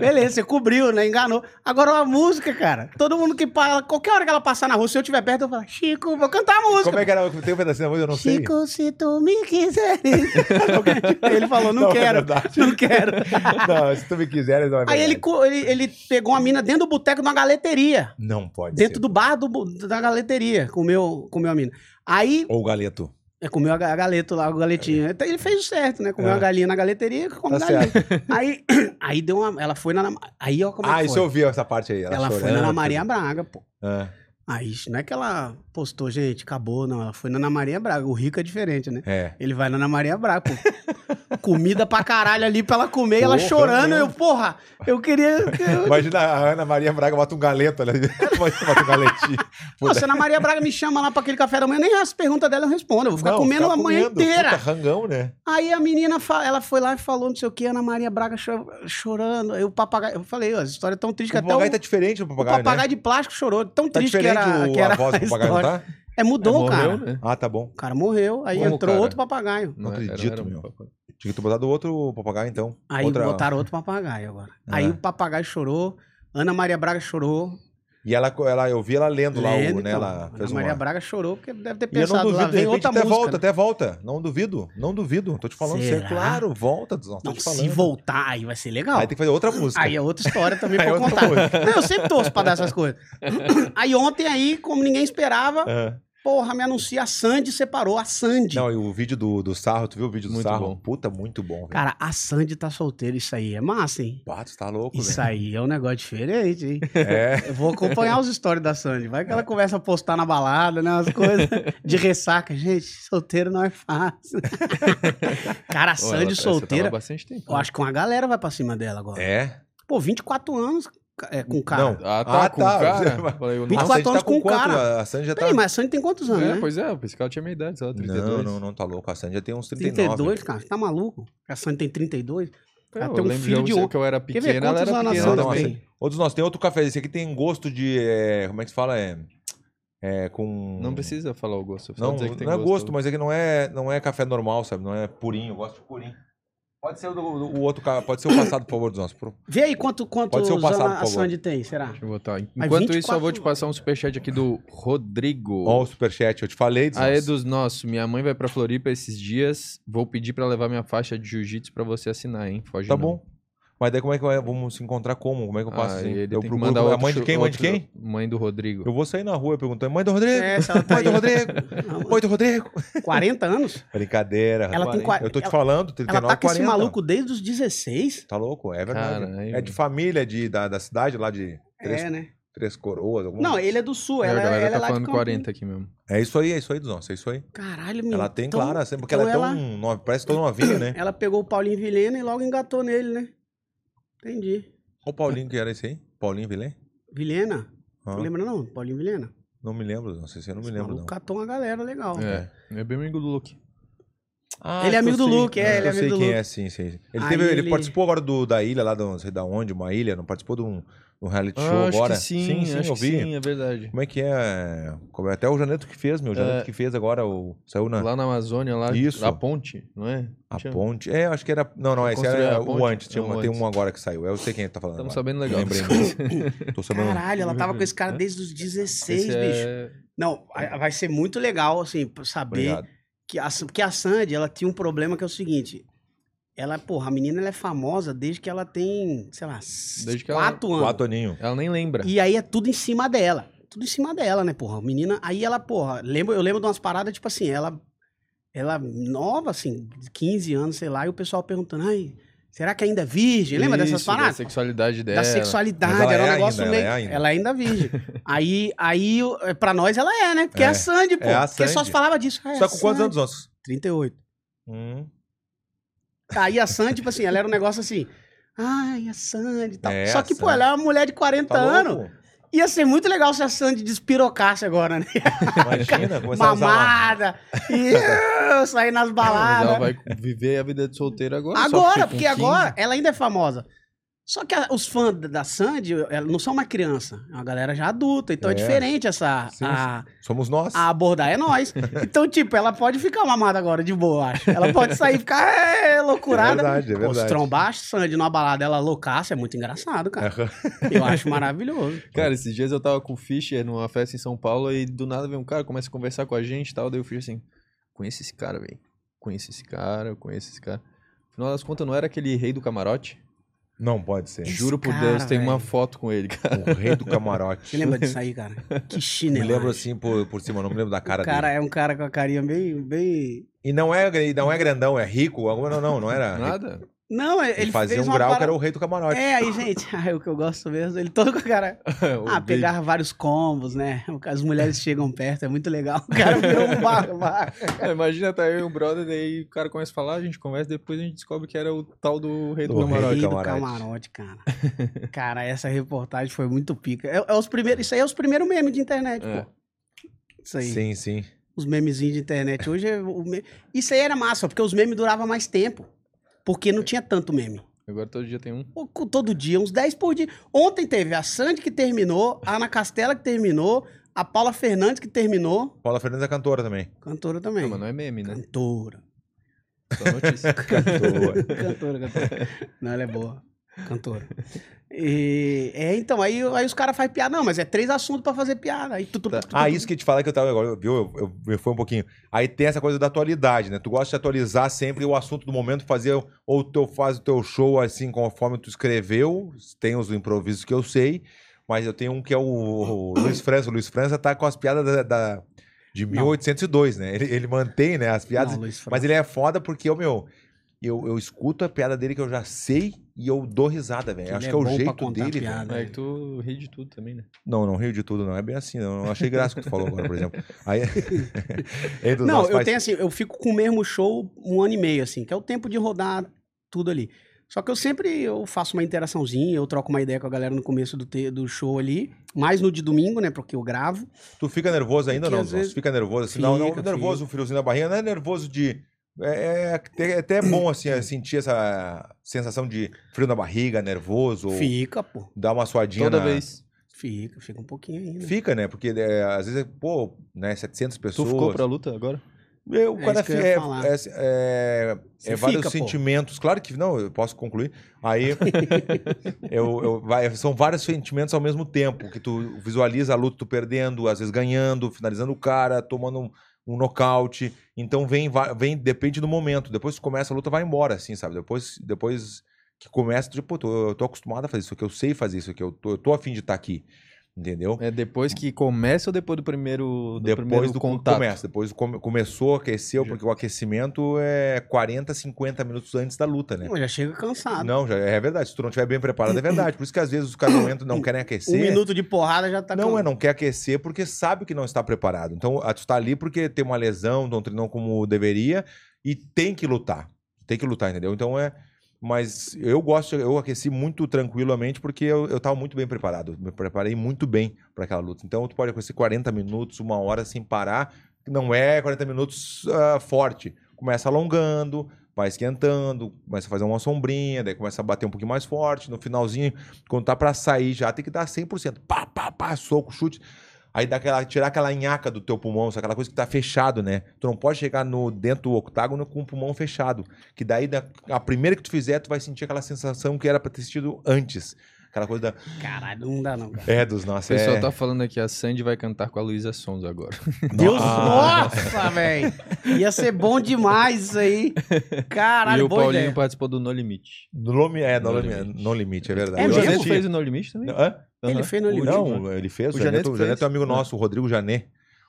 Beleza, você cobriu, né? Enganou. Agora uma música, cara. Todo mundo que para, qualquer hora que ela passar na rua, se eu estiver perto, eu falo, Chico, vou cantar a música. Como é que era? Tem um pedacinho da música, eu não sei. Chico, se tu me <laughs> quiseres. tipo, ele falou, não, Não, é quero. verdade. <laughs> não quero. Não, se tu me quiseres, não é Aí verdade. ele, co- ele, ele pegou uma mina dentro do boteco de uma galeteria. Não pode Dentro ser. do bar do bu- da galeteria, com o meu, com o meu mina. Aí Ou o galeto. É, comeu a ga- a galeto lá, o galetinho. Então, Ele fez o certo, né? Comeu É. a galinha na galeteria e comeu Tá galinha. Aí, <clears throat> aí deu uma. Ela foi na. Ana- Aí, ó, como é Ah, que isso foi. eu vi essa parte aí. Ela, Ela, foi na tá chorando, Ana Maria Braga, pô. É. Aí não é que ela postou, gente, acabou, não. Ela foi na Ana Maria Braga. O rico é diferente, né? É. Ele vai na Ana Maria Braga, pô. Comida pra caralho ali pra ela comer, e ela Porra, chorando. meu. Eu, porra, eu queria. <laughs> eu- Imagina a Ana Maria Braga bota um galeto ali. <laughs> Imagina bota um galetinho. Pô, se a Ana Maria Braga me chama lá pra aquele café da manhã, nem as perguntas dela eu respondo. Eu vou ficar comendo a manhã inteira. Puta, rangão, né? Aí a menina, fa- ela foi lá e falou não sei o que, Ana Maria Braga cho- chorando. Aí o papagaio, eu falei, ó, as histórias tão O tristes que até o, papagaio tá diferente do o papagaio, papagaio, né? de plástico chorou. Tão Tá triste que diferente era, o- que era a voz do papagaio, não história. tá? É, mudou, cara. né? Ah, tá bom. O cara morreu, aí Como, entrou cara? outro papagaio. Não era- acredito, era um meu. papo- Tinha que ter botado outro papagaio, então. Aí Outra- botaram outro papagaio agora. É. Aí o papagaio chorou, Ana Maria Braga chorou. E ela, ela, eu vi ela lendo lá, Lendo, o, né? então, Ela Ana fez uma... Maria Braga chorou porque deve ter E eu não pensado, lá duvido, de vem repente outra até música. volta, tá né? até volta. Não duvido, não duvido. Tô te falando, sério. Será? claro, volta. Não, tô Não, te falando. se voltar, aí vai ser legal. Aí tem que fazer outra música. Aí é outra história também Aí pra é eu outra contar. <laughs> música. Não, eu sempre torço pra dar <laughs> essas coisas. Aí ontem aí, como ninguém esperava, É. porra, me anuncia, a Sandy separou, a Sandy. Não, e o vídeo do, do Sarro, tu viu o vídeo do Muito Sarro? bom. Puta, muito bom, velho. Cara, a Sandy tá solteira, isso aí é massa, hein? Pá, tu tá louco, Isso velho. aí é um negócio diferente, hein? É. Eu vou acompanhar os stories da Sandy. Vai que ela começa a postar na balada, né? As coisas de ressaca. Gente, solteiro não <laughs> é fácil. Cara, a Pô, ela- Sandy essa tava há solteira, bastante tempo. né? eu acho que uma galera vai pra cima dela agora. É. Pô, 24 anos ca- é, com o cara. Não, Ah, tá, Ah, com tá. o cara. Falei, eu não- A 24 Sandy anos tá com com um quanto? cara. A Sandy já tá... Peraí, mas a Sandy tem quantos anos, É, né? Pois é, o ela tinha minha idade, sei lá, 32. Não, não, não tá louco. A Sandy já tem uns 39. 32, cara. Você tá maluco? A Sandy tem 32. Eu, Ela É, eu tem um lembro filho de, de eu- um. que eu era Quer pequena, ver ela quantos era anos a pequena Não, Sandy não, também. tem? Outros nós tem outro café. Esse aqui tem gosto de... é, como é que se fala? É, é com... Não precisa falar o gosto. só Não, dizer que tem não é gosto, mas é que não é, não é café normal, sabe? Não é purinho, eu gosto de purinho. Pode ser o, do- o outro cara, pode ser o passado, por favor, dos <coughs> nossos. Pro- Vê aí quanto, quantos Pode ser o anos passado, por a favor. Sandy tem, será? Deixa eu botar. Enquanto isso, eu vou te 24 passar um superchat aqui do Rodrigo. Ó, o superchat, eu te falei dos Aê nossos. dos nossos, minha mãe vai pra Floripa esses dias. Vou pedir pra levar minha faixa de jiu-jitsu pra você assinar, hein? Foge Tá não. bom. Mas daí como é que vai- vamos se encontrar como? Como é que eu passo? Ah, assim? e ele eu tem que procuro mandar a outro mãe de chu- quem? Mãe de outro- quem? Mãe do Rodrigo. Eu vou sair na rua perguntando, mãe do Rodrigo, É, se ela tá mãe do aí. Rodrigo, mãe do Rodrigo. 40 anos? Brincadeira. Ela tem rapaz. 40. Eu tô te falando, 39, Ela tá com esse 40. maluco desde os 16? Tá louco, é verdade. Caralho, é de família de, da, da cidade lá de Três, É, né? Três Coroas. Algum... Não, ele é do sul. É, Ela, a galera ela tá é lá de falando Campinas. 40 aqui mesmo. É isso aí, é isso aí dos nossos, é isso aí. Caralho, meu. Ela tem Então, clara, sempre, porque então ela é tão nova, parece tão novinha, <coughs> né? Ela pegou o Paulinho Vilhena e logo engatou nele, né? Entendi. Olha o Paulinho que era esse aí. Paulinho Vilém? Vilhena? Ah, Não lembra não? Paulinho Vilhena? não me lembro, não sei se eu não me Esse lembro. maluco é- Não. Catou uma galera legal. É. É bem amigo do Luke. Ah, Ele é acho que amigo eu do sei. Luke, é, Acho ele que é eu sei amigo do quem Luke. é, sim, sim. Ele, Aí teve, ele... ele- participou agora do, da ilha lá, do, não sei da onde, uma ilha, não participou de um, de um reality Ah, show acho agora? que sim, acho eu que vi. sim, é verdade. Como é que é? Como é? Até o Janeto que fez, meu. O Janeto É. que fez agora, o... saiu na Lá na Amazônia, lá Ah. Isso. a ponte, não é? a Tinha- ponte. É, eu acho que era. Não, não, esse Construir era a o ponte? antes. Tinha É, uma- o tem antes. um agora que saiu. Eu sei quem tá falando. Estamos agora. sabendo legal. Lembrei Esse <laughs> Tô sabendo. Caralho, ela tava com esse cara desde os 16, bicho. é- Não, a- vai ser muito legal, assim, pra saber Obrigado. que a, porque a Sandy, ela tinha um problema que é o seguinte. Ela, porra, a menina ela é famosa desde que ela tem, sei lá, Desde que ela- quatro anos. Quatro aninhos. Ela nem lembra. E aí é tudo em cima dela. Tudo em cima dela, né, porra? A menina. Aí ela, porra, lembro, eu lembro de umas paradas, tipo assim, ela. Ela nova, assim, 15 anos, sei lá, e o pessoal perguntando, ai, será que ainda é virgem? Lembra dessas Isso, paradas? Da sexualidade da dela. É, Mas ela sexualidade, era é um negócio ainda, meio. ela Ela é é ainda. <laughs> ainda, virgem. aí, aí, o- é, pra nós ela é, né? Porque é, É. a Sandy, pô. É a Porque só Sandy. se falava disso. "Ah, é Só a tá com quantos Sandy." anos nossos? 38. Hum. Aí a Sandy, tipo assim, ela era um negócio assim. Ai, a Sandy e tal. É, Só a que, Sandy. pô, Tá ela é uma mulher de 40 anos. louco? Ia ser muito legal se a Sandy despirocasse agora, né? <laughs> Imagina, começar a usar <laughs> Mamada. E eu sair nas Mas ela baladas. vai viver a vida de solteira um agora. só Agora, com porque 15. agora ela ainda é famosa. Só que a- os fãs da- da Sandy ela não são uma criança. É uma galera já adulta. Então é, É. diferente essa. Sim, a, uma- Somos nós. a abordar é nós. Então, tipo, ela pode ficar mamada agora, de boa, eu acho. Ela pode sair e ficar é, loucurada. É verdade, é Pô, se verdade. trombar a Sandy numa balada, ela loucaça, é muito engraçado, cara. Eu acho maravilhoso. Cara, esses dias eu tava com o Fischer numa festa em São Paulo e do nada vem um cara, começa a conversar com a gente e tal. Daí o Fischer assim: conheço esse cara, velho. Conheço esse cara, conheço esse cara. Afinal das contas, não era aquele rei do camarote? Não pode ser. Juro por cara, Deus, tem uma velho. foto com ele, cara. O rei do camarote. <laughs> Você lembra disso aí, cara? Que Me chinelo. lembro assim por, por cima, não me lembro da cara, O cara dele. é um cara com a carinha bem. bem... E não é, e não é grandão, é rico. alguma- Não, não, não era. rico. Nada? Não, ele, Ele fazia fez um uma grau que parada- era o rei do camarote. É, aí, gente, <laughs> aí, o que eu gosto mesmo, ele todo com a cara. <laughs> O ah, beijo. pegar vários combos, né? As mulheres chegam perto, é muito legal. O cara virou um barbar. É, <laughs> imagina, tá eu e um brother, daí o cara começa a falar, a gente conversa, depois a gente descobre que era o tal do rei do, Do rei. Rei camarote. do camarote. camarote, cara. <laughs> Cara, essa reportagem foi muito pica. É, é os primeiros, isso aí é os primeiros memes de internet, É. pô. Isso aí. Sim, sim. Os memezinhos de internet. Hoje é o me- Isso aí era massa, porque os memes duravam mais tempo. Porque não tinha tanto meme. Agora todo dia tem um. Pô, co- Todo dia, uns 10 por dia. Ontem teve a Sandy que terminou, a Ana Castela que terminou, a Paula Fernandes que terminou. Paula Fernandes é cantora também. Cantora também. Não, mas não é meme, né? Cantora. Só <laughs> notícia. Cantora. <laughs> Cantora, cantora. Não, ela é boa. Cantora. E- é, então, aí, aí os caras fazem piada. Não, mas é três assuntos pra fazer piada. Aí tu, tu, tu, tu, Ah, isso que eu te falar que eu tava agora, viu? Eu, eu, eu fui um pouquinho. Aí tem essa coisa da atualidade, né? Tu gosta de atualizar sempre o assunto do momento, fazer ou tu faz o teu show assim conforme tu escreveu. Tem os improvisos que eu sei, mas eu tenho um que é o, o <coughs> Luiz França. O Luiz França tá com as piadas da, da- de 1802, né? Ele, ele mantém, né, as piadas. Não, Luiz França. mas ele é foda porque eu, meu, eu, eu escuto a piada dele que eu já sei e eu dou risada, velho. Ele Acho é que é o bom pra jeito contar dele, né? piada. né? velho. É que tu ri de tudo também, né? Não, não rio de tudo, não. É bem assim, não. Eu achei graça o que tu falou agora, por exemplo. <laughs> Aí, <laughs> Entre os Não, nossos eu pais- tenho assim, eu fico com o mesmo show um ano e meio, assim, que é o tempo de rodar tudo ali. Só que eu sempre eu faço uma interaçãozinha, eu troco uma ideia com a galera no começo do, te- do show ali, mais no de domingo, né, porque eu gravo. Tu fica nervoso ainda ou Porque não, às Zonzo? vezes- Fica nervoso assim? não, não, Fica, nervoso, um friozinho na barriga. Não é nervoso de... É, é até, é até bom, assim, é sentir essa sensação de frio na barriga, nervoso. Ou Fica, pô. dar uma suadinha Toda na- vez. Fica, fica um pouquinho ainda. Fica, né? Porque é, às vezes, é, pô, né? 700 Tu pessoas. ficou pra luta agora? Meu, o É cara isso que eu ia fica- é, falar. é, é, Você é vários fica, pô. sentimentos. Claro que não, eu posso concluir. <laughs> Aí eu, eu- vai- são vários sentimentos ao mesmo tempo que tu visualiza a luta tu perdendo, às vezes ganhando, finalizando o cara, tomando um, um nocaute. Então vem, va- vem depende do momento. Depois que começa a luta vai embora assim, sabe? Depois depois que começa, tipo, pô, tô- eu tô acostumado a fazer isso aqui, eu sei fazer isso aqui, eu tô, eu tô afim de estar aqui. Entendeu? É depois que começa ou depois do primeiro, do Depois primeiro do contato? começo, depois come- começou, aqueceu, Já. porque o aquecimento é 40, 50 minutos antes da luta, né? Pô, já chega cansado. Não, já é verdade. Se tu não estiver bem preparado, é verdade. Por isso que às vezes os caras não entram, não querem um aquecer. minuto de porrada já tá não, com- é não quer aquecer porque sabe que não está preparado. Então, a- tu tá ali porque tem uma lesão, não treinou como deveria e tem que lutar. Tem que lutar, entendeu? Então é. Mas eu gosto, eu aqueci muito tranquilamente porque eu, eu tava muito bem preparado. Me preparei muito bem para aquela luta. Então tu pode aquecer 40 minutos, uma hora sem parar. Não é 40 minutos ah, forte. Começa alongando, vai esquentando, começa a fazer uma sombrinha, daí começa a bater um pouquinho mais forte. No finalzinho, quando tá pra sair já, tem que dar 100%. Pá, pá, pá, soco, chute. Aí dá aquela, tirar aquela nhaca do teu pulmão, sabe? aquela coisa que tá fechado, né? Tu não pode chegar no, dentro do octágono com o pulmão fechado. Que daí, da, a primeira que tu fizer, tu vai sentir aquela sensação que era pra ter sentido antes. Aquela coisa da... Caralho, não dá não, cara. É, dos O nossos. pessoal é... tá falando aqui, a Sandy vai cantar com a Luísa Sons agora. Deus, Ah. nossa, velho. Ia ser bom demais isso aí. e Caralho, o boa Paulinho ideia. participou do No Limite. No limite, é, no, No limite. limite. no limite, é verdade. É Eu o mesmo? Janeto assisti. fez o No Limite também? Então né? Hã? Ele Aham. fez no O limite. último. Não, ele fez. O O Janeto Janeto, o Janeto fez. é amigo nosso, o Rodrigo Janet.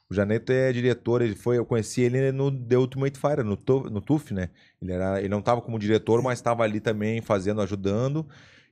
O Janeto é diretor, ele foi, eu conheci ele no The Ultimate Fire, no, Tu- no TUF, né? Ele, era, ele não estava como diretor, mas estava ali também fazendo, ajudando.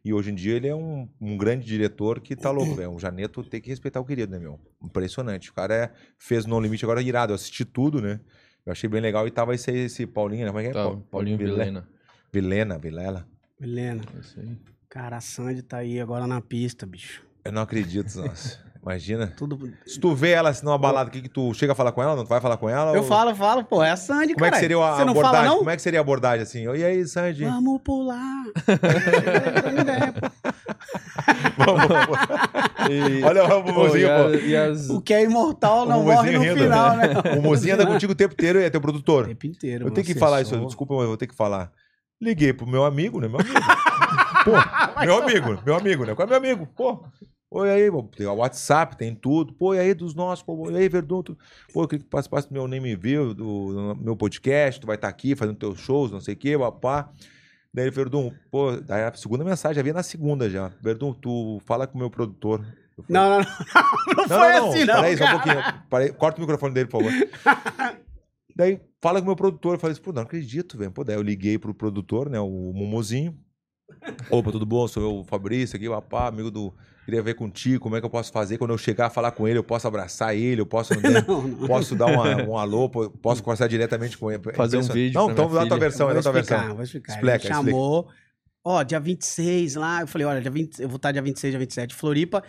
E hoje em dia ele é um, um grande diretor que tá louco, velho. O Janeto tem que respeitar o querido, né, meu? Impressionante. O cara é- fez No Limite agora é irado. Eu assisti tudo, né? Eu achei bem legal. E tava esse, esse Paulinho, né? Como é que é? Tá, Pau- Paulinho Vile- Vilena. Vilena, Vilela. Helena. É Isso aí. Cara, a Sandy tá aí agora na pista, bicho. Eu não acredito, nossa. Imagina. Tudo. Se tu vê ela assim numa balada, o que, que tu chega a falar com ela? Não tu vai falar com ela? Eu ou- falo, falo, pô, é a Sandy, Como é cara. que seria a Você não abordagem? fala, não? Ah. Como é que seria a abordagem assim? E aí, Sandy? <laughs> Vamos pular. E- Olha o Pô, e Mumuzinho, a- pô. e as- o que é imortal não O morre no Mumuzinho rindo, final, né? O Mumuzinho anda contigo o tempo inteiro e é teu O produtor. tempo inteiro. Eu mano, tenho que você é falar só- isso, desculpa, mas eu vou ter que falar. Liguei pro meu amigo, né? Meu amigo. Pô, meu amigo, meu amigo, né? Qual é meu amigo? Pô. Oi aí, pô, tem o WhatsApp, tem tudo. Pô, e aí dos nossos, pô, e aí, Verdun, tu- pô, eu queria que tu participasse do tá meu Nem Me Viu, do, do meu podcast, tu vai estar aqui fazendo teus shows, não sei o quê, papá. Daí ele, Verdun, pô, daí a segunda mensagem, já vinha na segunda já. Verdun, tu fala com o meu produtor. Eu falei, Não, <laughs> não, não. Não foi assim, não. Peraí, só um cara. pouquinho. Parei, corta o microfone dele, por favor. <laughs> daí fala com o meu produtor. Eu falei assim, pô, não acredito, velho. Pô, daí eu liguei pro produtor, né, o Momozinho. Opa, tudo bom? Sou eu, o Fabrício aqui, papá, amigo do... Queria ver contigo, como é que eu posso fazer? Quando eu chegar a falar com ele, eu posso abraçar ele, eu posso... <laughs> Não, não. Posso dar uma- um alô, po- posso conversar diretamente com ele. É Fazer um Impressionante. vídeo Não, pra então minha dá a tua filha. versão, Eu aí, vou dá a tua explicar, versão. Vou explicar. Explica, ele me explica. chamou. Ó, dia 26 lá, eu falei, olha, dia 20, eu vou estar dia 26, dia 27, Floripa.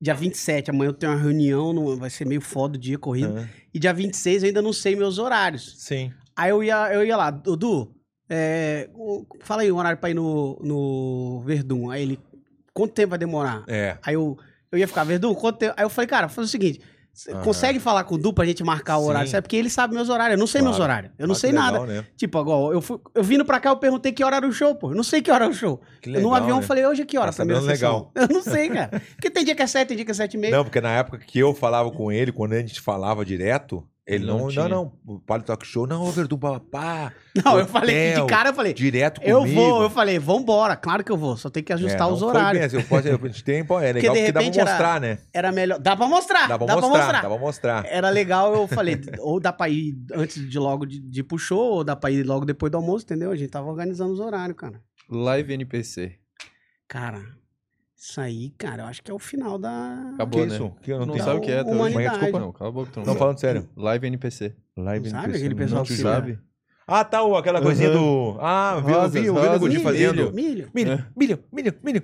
Dia 27, amanhã eu tenho uma reunião, não- vai ser meio foda o dia corrido. Aham. E dia 26 eu ainda não sei meus horários. Sim. Aí eu ia, eu ia lá, Dudu, é, o- fala aí um horário pra ir no, no Verdun. Aí ele, quanto tempo vai demorar? É. Aí eu, eu ia ficar, Verdun, quanto tempo? Aí eu falei, cara, faz o seguinte, você Aham. consegue falar com o Du pra gente marcar o Sim. horário? Sabe? Porque ele sabe meus horários, eu não sei Claro. meus horários, eu Ah, não que sei legal, nada. né? Tipo, agora, eu, fui, eu vindo pra cá, eu perguntei que hora era o show, pô. Eu não sei que hora era o show. Que no legal, avião né? eu falei, hoje que hora? Tá a primeira sabendo sessão? Eu não sei, cara. Porque tem dia que é sete, tem dia que é sete e meia. Não, porque na época que eu falava com ele, quando a gente falava direto, ele Não não. tinha. Não, não. O Palio Talk Show, não, Verdun, papá. Não, eu falei, que de cara eu falei, Direto Tipo, comigo. É, eu vou, eu falei, vambora, claro que eu vou, só tem que ajustar não os foi horários. bem assim, eu posso, eu- a gente tem, pô, é legal de porque dá pra repente era- mostrar, né? Era melhor, dá pra mostrar, Dá pra mostrar, dá pra mostrar. Era legal, eu falei, ou dá pra ir antes de logo de, de ir pro show, ou dá pra ir logo depois do almoço, entendeu? A gente tava organizando os horários, cara. Live NPC. Cara, isso aí, cara, eu acho que é o final da... Acabou, Que né? isso? Que eu não, Não Tu tenho. dá sabe o que é, até hoje? humanidade. Desculpa, Não, cala a boca, tu não Não, sabe. falando sério. Live NPC. Live Sabe NPC, aquele não pessoal Não, te tu que- juro. sabe? Ah, tá, o- aquela coisinha do. Ah, vi, eu vi, eu vi Rosas, É. o Guti rosas, fazendo. Milho. Milho, milho, milho, milho.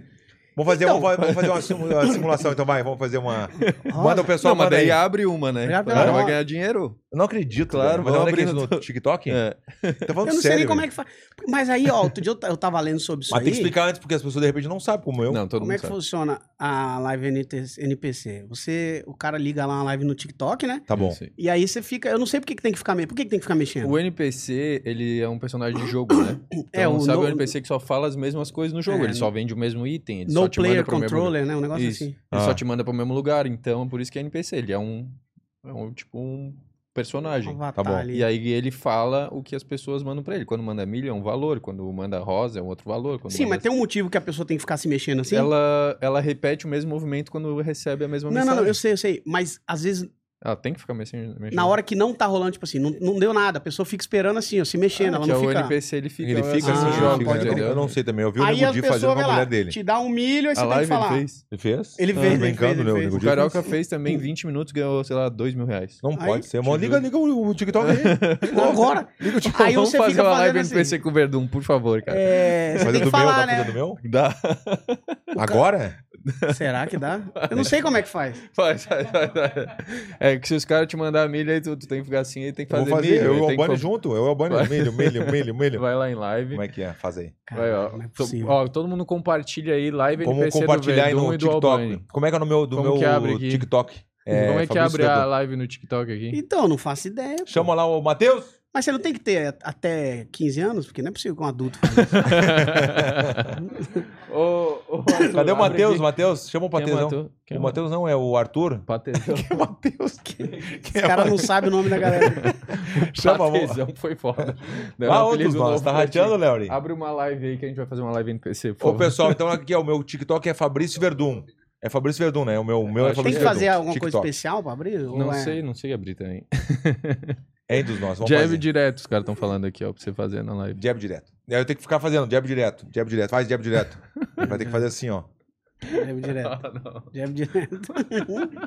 Vamos fazer, Então. vamos, vamos fazer uma simu- uma simulação, então vai, vamos fazer uma. Manda o pessoal, não, mas manda aí. daí abre uma, né? Já O abre cara uma. vai ganhar dinheiro. Eu Não acredito, Claro, claro. Mas vamos olha que abrir isso no TikTok? É. Tá falando Eu não sei sério, nem como velho. é que faz. Mas aí, ó, outro dia eu, ta- eu tava lendo sobre isso Mas aí. tem que explicar antes, porque as pessoas de repente não sabem como eu. Não, todo Como é mundo que sabe. funciona a live NT NPC? Você, o cara liga lá uma live no TikTok, né? Tá bom. Isso aí. E aí você fica, eu não sei por que que tem que ficar, me- por que que tem que ficar mexendo? O NPC, ele é um personagem de jogo, <coughs> né? Então, É, o sabe no- o NPC que só fala as mesmas coisas no jogo. É, ele só vende o mesmo item. Ele só no te manda player pro mesmo lugar. controller, né? Um negócio Isso. assim. Ele só Ah. te manda pro mesmo lugar. Então, por isso que é NPC. Ele é um, é um tipo um Um personagem. avatar Tá bom. ali. E aí ele fala o que as pessoas mandam pra ele. Quando manda milho é um valor, quando manda rosa é um outro valor. Quando Sim, manda- mas tem um motivo que a pessoa tem que ficar se mexendo assim? Ela, ela repete o mesmo movimento quando recebe a mesma Não, mensagem. não, não, eu sei, eu sei. Mas às vezes, Ela tem que ficar mexendo. mexendo. na hora que não tá rolando, tipo assim, não, não deu nada, a pessoa fica esperando assim, ó, se mexendo, Ah, ela que não é fica... o NPC, ele fica, Ele fica assim, assim, Ah, ele joga, fica, pode né? entendeu? Eu não sei também. Eu vi o Aí Nego a Di pessoa fazendo com vai a lá, mulher dele. te dá um milho, aí você tem A que live ele falar. fez. Ele fez? Ele Ah, vez, ele brincando, fez, ele né, o fez. Nego O Di Carioca fez também 20 minutos, ganhou, sei lá, 2 mil reais. Não Aí, pode ser. Mano, te liga, juro. liga o o TikTok aí. <laughs> Agora. Liga o TikTok. Aí tipo, Vamos você fazer fica uma live fazendo assim. NPC com o Verdun, por favor, cara. É, você Fazer tem do que meu, falar, dá pra né? fazer do meu? Dá. <laughs> Agora? Será que dá? Eu não sei como é que faz. Faz, faz, faz, faz. É que se os caras te mandar milho, aí tu, tu tem que ficar assim, aí tem que Eu fazer, vou fazer. milho. Eu aí e o tem que Albani fa- junto. Eu e o Vai. Albani. Milho, milho, milho, milho. Vai lá em live. Como é que é? Faz aí. Vai, ó. Caralho, não é Tô- possível. ó, todo mundo compartilha aí, live Como NPC compartilhar aí do Verdun no e do Albani. TikTok. Como é que é no meu, do Como que abre meu aqui? TikTok? Como é que Fabrício abre a Verdun. live no TikTok aqui? Então, não faço ideia. pô. Chama lá o Matheus. Mas você não tem que ter até 15 anos, porque não é possível que um adulto faça <laughs> isso. <laughs> Ô, ô, Cadê o abre Matheus? aqui. Matheus, chama o Quem Matheus. não. matou? Quem O um matou? Matheus não é o <laughs> Arthur. Patezão. Matheus, é Os caras não sabem o nome da galera. um <laughs> Chama a é um mão. Patezão foi foda. Não, é Ah, apelido outros nós. novo Tá pra ti. rateando, Léo? Ah, Abre uma live aí que a gente vai fazer uma live NPC, por Ô, favor. pessoal, então aqui é o meu TikTok é Fabrício Verdun. É Fabrício Verdun, né? O meu, o meu é Acho Tem Fabrício que Verdun. fazer alguma coisa TikTok. especial pra abrir? Ou Não é- sei, não sei abrir também. É entre os nós. Vamos Jab fazer. direto, os caras estão falando aqui, ó, pra você fazer na live. Jab direto. E aí Eu tenho que ficar fazendo jab direto, jab direto. Faz jab direto. Ele Vai ter que fazer assim, ó. Jab direto. Ah, <laughs> não. Jab direto. <laughs>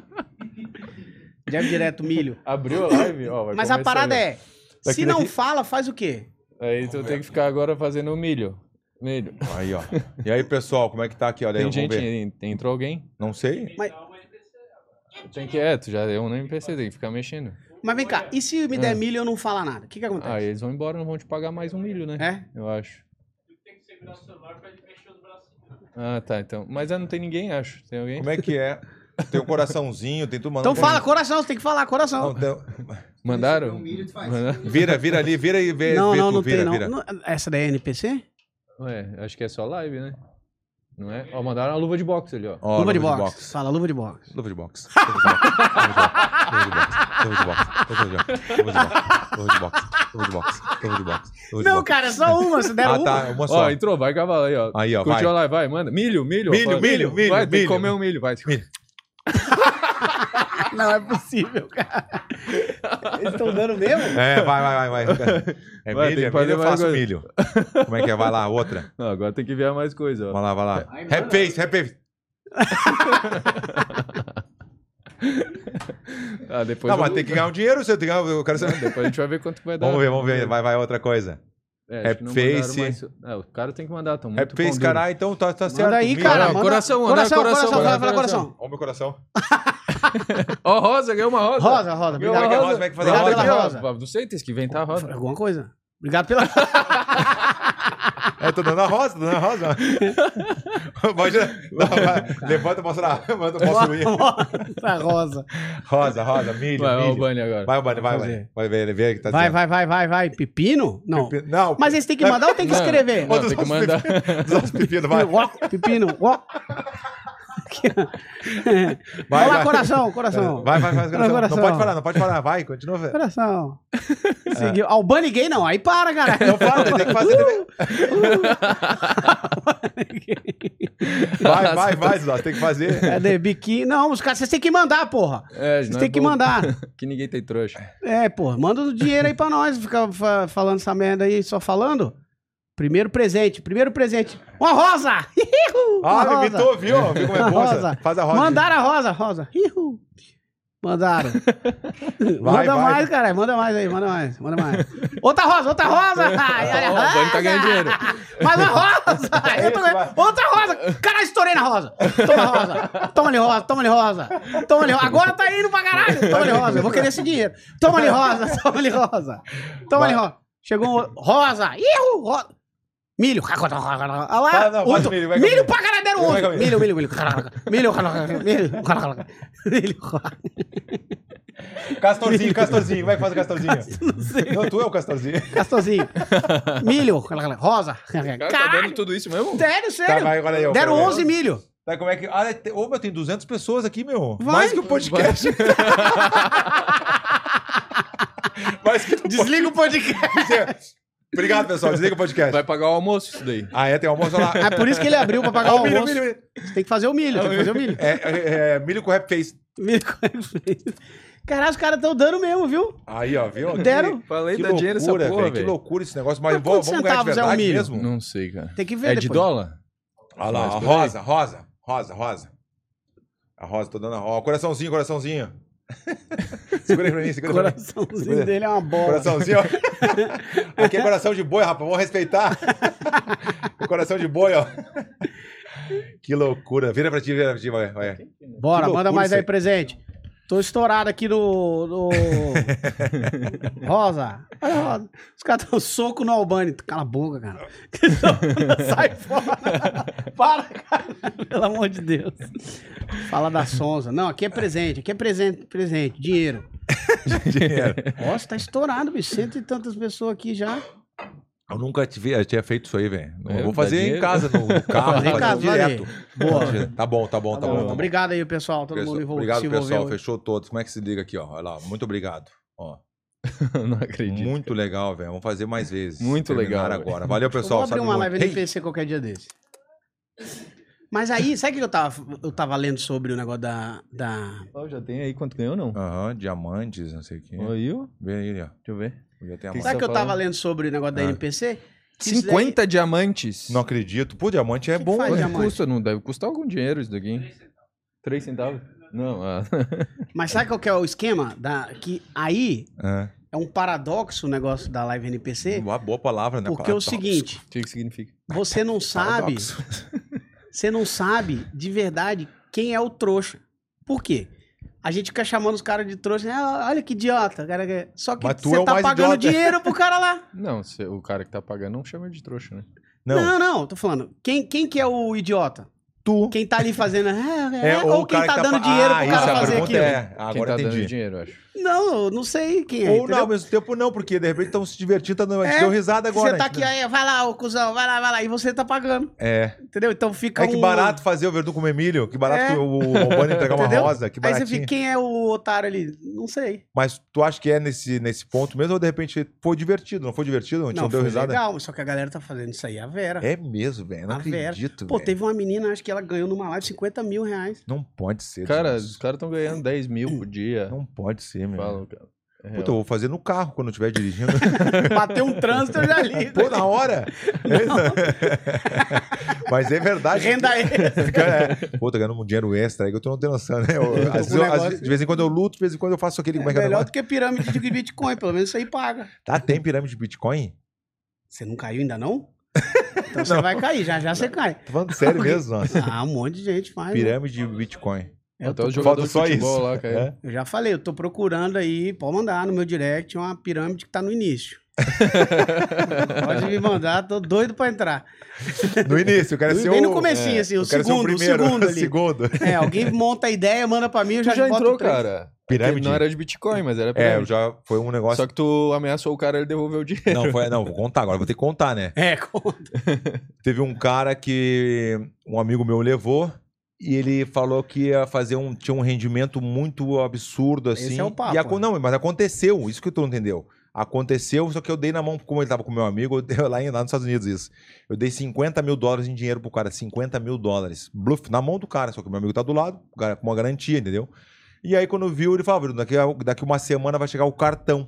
Jab direto, milho. Abriu a live, ó, vai Mas a parada é, se Daqui, não daqui. fala, faz o quê? é... Aí tu tem que ficar agora fazendo o milho. Milho. Aí, ó. E aí, pessoal, como é que tá aqui? Olha aí, Tem vamos gente, ver. en- entrou alguém? Não sei. Mas, Tem que, é, tu já deu um NPC, tem que ficar mexendo. mas vem cá, e se me der É. milho e eu não falar nada? O que que acontece? Ah, eles vão embora, não vão te pagar mais um milho, né? É? Eu acho. Ah, tá, então. Mas ah, não tem ninguém, acho. Tem alguém? Como é que é? Tem um coraçãozinho, tem tudo. mas Então não tem- fala coração, você tem que falar Não, coração. tem- Mandaram? Manda- Vira, vira ali, vira e vê. Não, vê não, tu, não vira, tem, não. vira. Não- Essa daí é NPC? Ué, acho que é só live, né? Não é? Ó, mandaram a luva de boxe ali, ó. Ó, luva de boxe. Fala, luva de boxe. Luva de boxe. Luva de boxe. Luva de boxe. Luva de boxe. Eu vou de boxe. Eu vou de boxe. Eu vou de boxe. Eu vou de boxe. Eu vou de boxe. Eu vou de boxe. Eu vou de Não, boxe. cara, é só uma, você deram Ah, uma. tá. Uma Ó, então- só. entrou, vai cavalo aí, ó. Aí, ó, Curtiu vai. a live, vai, manda. Milho, milho. Milho, ó, fala, milho, milho, Vai, tem que milho. comer um milho, vai. Não é possível, cara. Eles estão dando mesmo? É, vai, vai, vai. <laughs> vai. É Vai, milho, tem que é fazer milho, eu mais faço coisa. milho. Como é que é? Vai lá, outra. Não, agora tem que ver mais coisa, ó. Vai lá, vai lá. Rap face, rap face. Ah, depois, Não, eu- mas tem que ganhar um dinheiro, você tem que ganhar... Eu quero <laughs> saber. depois a gente vai ver quanto vai dar. Vamos ver, vamos ver. Vai, vai, outra coisa. É, acho que não Happy mandaram Face. mais- É, o cara tem que mandar, então. Rap face, caralho, então tá, tá certo. <laughs> Manda aí, milho. cara. Não, manda- coração, manda coração, coração, coração, manda vai falar coração. coração. Ó o meu coração. Ó, rosa, ganhou uma rosa. Rosa, rosa, Ganhou Como é uma que é obrigado. rosa? Como é que faz a Obrigado rosa? pela Aqui, ó, rosa. Não sei, tem que inventar a rosa. Alguma coisa? <laughs> Obrigado pela. É, tô dando a rosa, tô dando a <laughs> rosa. Imagina, <laughs> não, vai, levanta e mostra lá. Manda, <laughs> mostra o i. Rosa, rosa. Tá Rosa, rosa, milho, Vai, ó, o milho. Bunny agora. Vai, Bani, vai, vai. fazer. Vai ver, vê o que tá Vai, dizendo. vai, vai, vai, vai. Pepino? Não. Não, Mas eles têm que mandar ou tem que Não, escrever? não, tem que mandar. <laughs> dos nossos pepinos, <laughs> vai. Ó, Pepino, ó. Vai, Vai lá, vai. coração, coração. Vai, vai, vai, Vai, coração. Não coração. pode parar, não pode parar. Vai, continua. velho. <laughs> Coração. Seguiu. Ah, o Bunny Gay não, aí para, cara. Não <laughs> para, tem que fazer também. Vai, vai, vai, Zó, tem que fazer. Cadê? Biquinho. Não, os caras, vocês têm que mandar, porra. <laughs> É, Vocês não é têm que bom, <laughs> mandar. Que ninguém tem trouxa. É, porra, manda o dinheiro aí pra nós. Fica fa- falando essa merda aí, só falando. Primeiro presente, primeiro presente. Uma rosa! <laughs> Ihu! Uma Ah, me imitou, viu? Viu como é bom? Rosa. essa- Faz a rosa. Mandaram a rosa, rosa. Ihu! Mandaram. <laughs> Vai, manda vai. mais, cara. Manda mais aí, manda mais, manda mais. Outra rosa, <laughs> outra rosa! Ai, olha a Ó, o Bunny tá rosa! ganhando dinheiro. Mais <laughs> uma rosa! Eu tô Isso, ganhando- vai. Outra rosa! Caralho, estourei na rosa! Toma rosa! Toma-lhe rosa, toma-lhe rosa! Toma-lhe rosa! Agora tá indo pra caralho! Toma-lhe rosa, eu vou querer esse dinheiro! Toma-lhe rosa, toma-lhe rosa! Toma-lhe rosa! Chegou um outro. rosa! Ih, rosa! Milho! Olha lá! Ah, não, faz oito. milho, vai com milho milho. pra caralho deram Vai com outro! Milho, milho. milho, milho! Milho, milho! Milho, Castorzinho, Castorzinho, vai, faz o Castorzinho. <laughs> não sei. Não, tu é o Castorzinho. Castorzinho. Milho. Rosa. Cara, tá dando Caralho. tudo isso mesmo? Sério, sério. Tá, vai, agora aí, eu Deram quero ver. 11 milho. Tá, como é que. Ah, tem- ô, meu, tem 200 pessoas aqui, meu. Vai. Mais que o podcast. <laughs> Mais que o Desliga o podcast. podcast. Obrigado, pessoal. Desliga o podcast. Vai pagar o almoço isso daí. Ah, é, tem almoço lá. É por isso que ele abriu pra pagar Ó, o milho, almoço. milho, milho. Você tem que fazer o milho, tem que fazer o milho. É, é, é, milho com rap face. Milho com efeito. Caralho, os caras estão dando mesmo, viu? Aí, ó, viu? Que- Deram. Falei Que da dinheiro essa loucura, porra, velho. Que velho. loucura esse negócio. Mas, Mas vamos quantos vamos ganhar de centavos é um verdade milho? mesmo? Não sei, cara. Tem que ver É de depois. dólar? <laughs> Olha lá, Mas, ó, peraí. rosa, rosa, rosa, rosa. A rosa, tô dando a rosa. Ó, Coraçãozinho, coraçãozinho. <laughs> segura aí pra mim, segura aí pra mim. Coraçãozinho dele é uma bola. <laughs> Coraçãozinho. ó. Aqui é coração de boi, rapaz. Vamos respeitar. É coração de boi, ó. Que loucura. Vira pra ti, vira pra ti, vai. vai. Bora, Que manda loucura mais isso aí aí. presente. Tô estourado aqui <laughs> no. no... Rosa. Olha a Rosa. Os caras dão soco no Albani. Cala a boca, cara. <laughs> Sai fora. Para, cara. Pelo amor de Deus. Fala da Sonza. Não, aqui é presente. Aqui é presente, presente. Dinheiro. Dinheiro. Nossa, tá estourado, bicho. Cento e tantas pessoas aqui já. Eu nunca tive, eu tinha feito isso aí, velho. Não, É, eu vou dá fazer em dinheiro. casa, <laughs> no, no carro, Fazer em fazer casa, Ah, é direto. Boa. Tá bom, tá bom, tá, bom, tá bom. Obrigado aí, pessoal. Todo mundo envolvido. Obrigado, se pessoal. envolveu. Fechou todos. Como é que se liga aqui, ó? Olha lá. Muito obrigado. Ó, não acredito. muito legal, velho. Vamos fazer mais vezes. Muito Terminaram legal, agora. Valeu, Eu vou pessoal. abrir Sabe uma muito. live Ei, de PC qualquer dia desse. Mas aí, sabe o que eu tava, eu tava lendo sobre o negócio da. da... Ó, já tem aí quanto ganhou, não? Aham, diamantes, não sei o quê. Aí, ó. Vem aí, ó. Deixa eu ver. Já tem a Que mão. Sabe tá o que eu tava falando? lendo sobre o negócio da Ah. NPC? Que isso daí- 50 diamantes. Não acredito. Pô, diamante é Que que bom, faz né? diamante? Quanto custa? Não deve custar algum dinheiro isso daqui, hein? 3 centavos. Não, ah. <laughs> Mas sabe qual que é o esquema? Da... Que aí É. é um paradoxo o negócio da live NPC. Uma boa palavra, né? Porque é o Paradoxo. seguinte, o que que significa? você não sabe. Paradoxo. Você não sabe de verdade quem é o trouxa. Por quê? A gente fica chamando os caras de trouxa, ah, olha que idiota. cara que é-" Só que Mas tu você é o tá mais pagando idiota. dinheiro pro cara lá. Não, se- o cara que tá pagando não chama de trouxa, né? <laughs> Não, Não, não, tô falando. Quem, quem que é o idiota? tu. Quem tá ali fazendo. "Ah, É, o ou quem cara tá que dando pa- dinheiro Ah, pro isso, cara a fazer pergunta aquilo. É, Quem agora tá eu dando entendi. dinheiro, eu acho. Não, eu não sei quem é. Ou não, entendeu? ao mesmo tempo não, porque de repente estão se divertindo, tá dando, a gente É, deu risada agora. né? Você tá a gente aqui, aí, vai lá, ô cuzão, vai lá, vai lá. E você tá pagando, não- É. entendeu? Então fica É que um- barato fazer o Verdun com o Emílio, que barato É. que o o Albano entregar uma Entendeu? rosa, que Aí baratinho. você fica, quem é o otário ali? Não sei. Mas tu acha que é nesse, nesse ponto mesmo ou de repente foi divertido? Não foi divertido? A gente não, deu foi risada? legal, mas só que a galera tá fazendo isso aí, a Vera. É mesmo, velho. Não A Vera. acredito, Pô, velho. teve uma menina, acho que ela ganhou numa live 50 mil reais. Não pode ser. Cara, Deus. os caras estão ganhando 10 mil por dia. Não pode ser, meu. Falam, cara. É real. Puta, eu vou fazer no carro quando eu estiver dirigindo. Bateu um trânsito, eu já li. <laughs> Pô, na hora. <laughs> Mas é verdade. Renda extra. <laughs> Cara, é. Pô, tô ganhando um dinheiro extra aí que eu tô não tendo noção, né? Eu- tô às com vezes eu- um negócio- às vezes- de vez em quando eu luto, de vez em quando eu faço aquele. Como é que é o melhor negócio? do que pirâmide de Bitcoin, pelo menos isso aí paga. Tá, tem pirâmide de Bitcoin? Você não caiu ainda <laughs> não? Então você vai cair, já já você cai. Tô falando sério mesmo, nossa. Ah, um monte de gente faz. né? Pirâmide de Bitcoin. É, Eu, Até tô- o Falta jogador de só futebol isso. lá, cara. É? eu já falei, eu tô procurando aí, pode mandar no meu direct uma pirâmide que tá <laughs> no início. Pode me mandar, tô doido pra entrar. No início, eu quero ser o. é, Bem no comecinho, assim, o eu quero ser segundo, o, primeiro, <laughs> segundo ali. segundo. É, alguém monta a ideia, manda pra mim, eu já Tu já boto entrou, três. cara. Pirâmide? Não era de Bitcoin, mas É, era eu pirâmide. já foi um negócio. Só que tu ameaçou o cara, ele devolveu o dinheiro. Não, foi, não, vou contar agora, vou ter que contar, né? É, <laughs> conta. Teve um cara que um amigo meu levou e ele falou que ia fazer um tinha um rendimento muito absurdo assim. Esse é o papo, E acon- né? não, mas aconteceu, isso que tu não entendeu. Aconteceu, só que eu dei na mão, como ele tava com meu amigo, eu dei <laughs> lá, em- lá nos Estados Unidos isso. Eu dei 50 mil dólares em dinheiro pro cara, 50 mil dólares. Bluff, na mão do cara, só que meu amigo tá do lado, o cara com uma garantia, entendeu? E aí quando viu, ele falou, "Verdun, daqui, a- daqui uma semana vai chegar o cartão.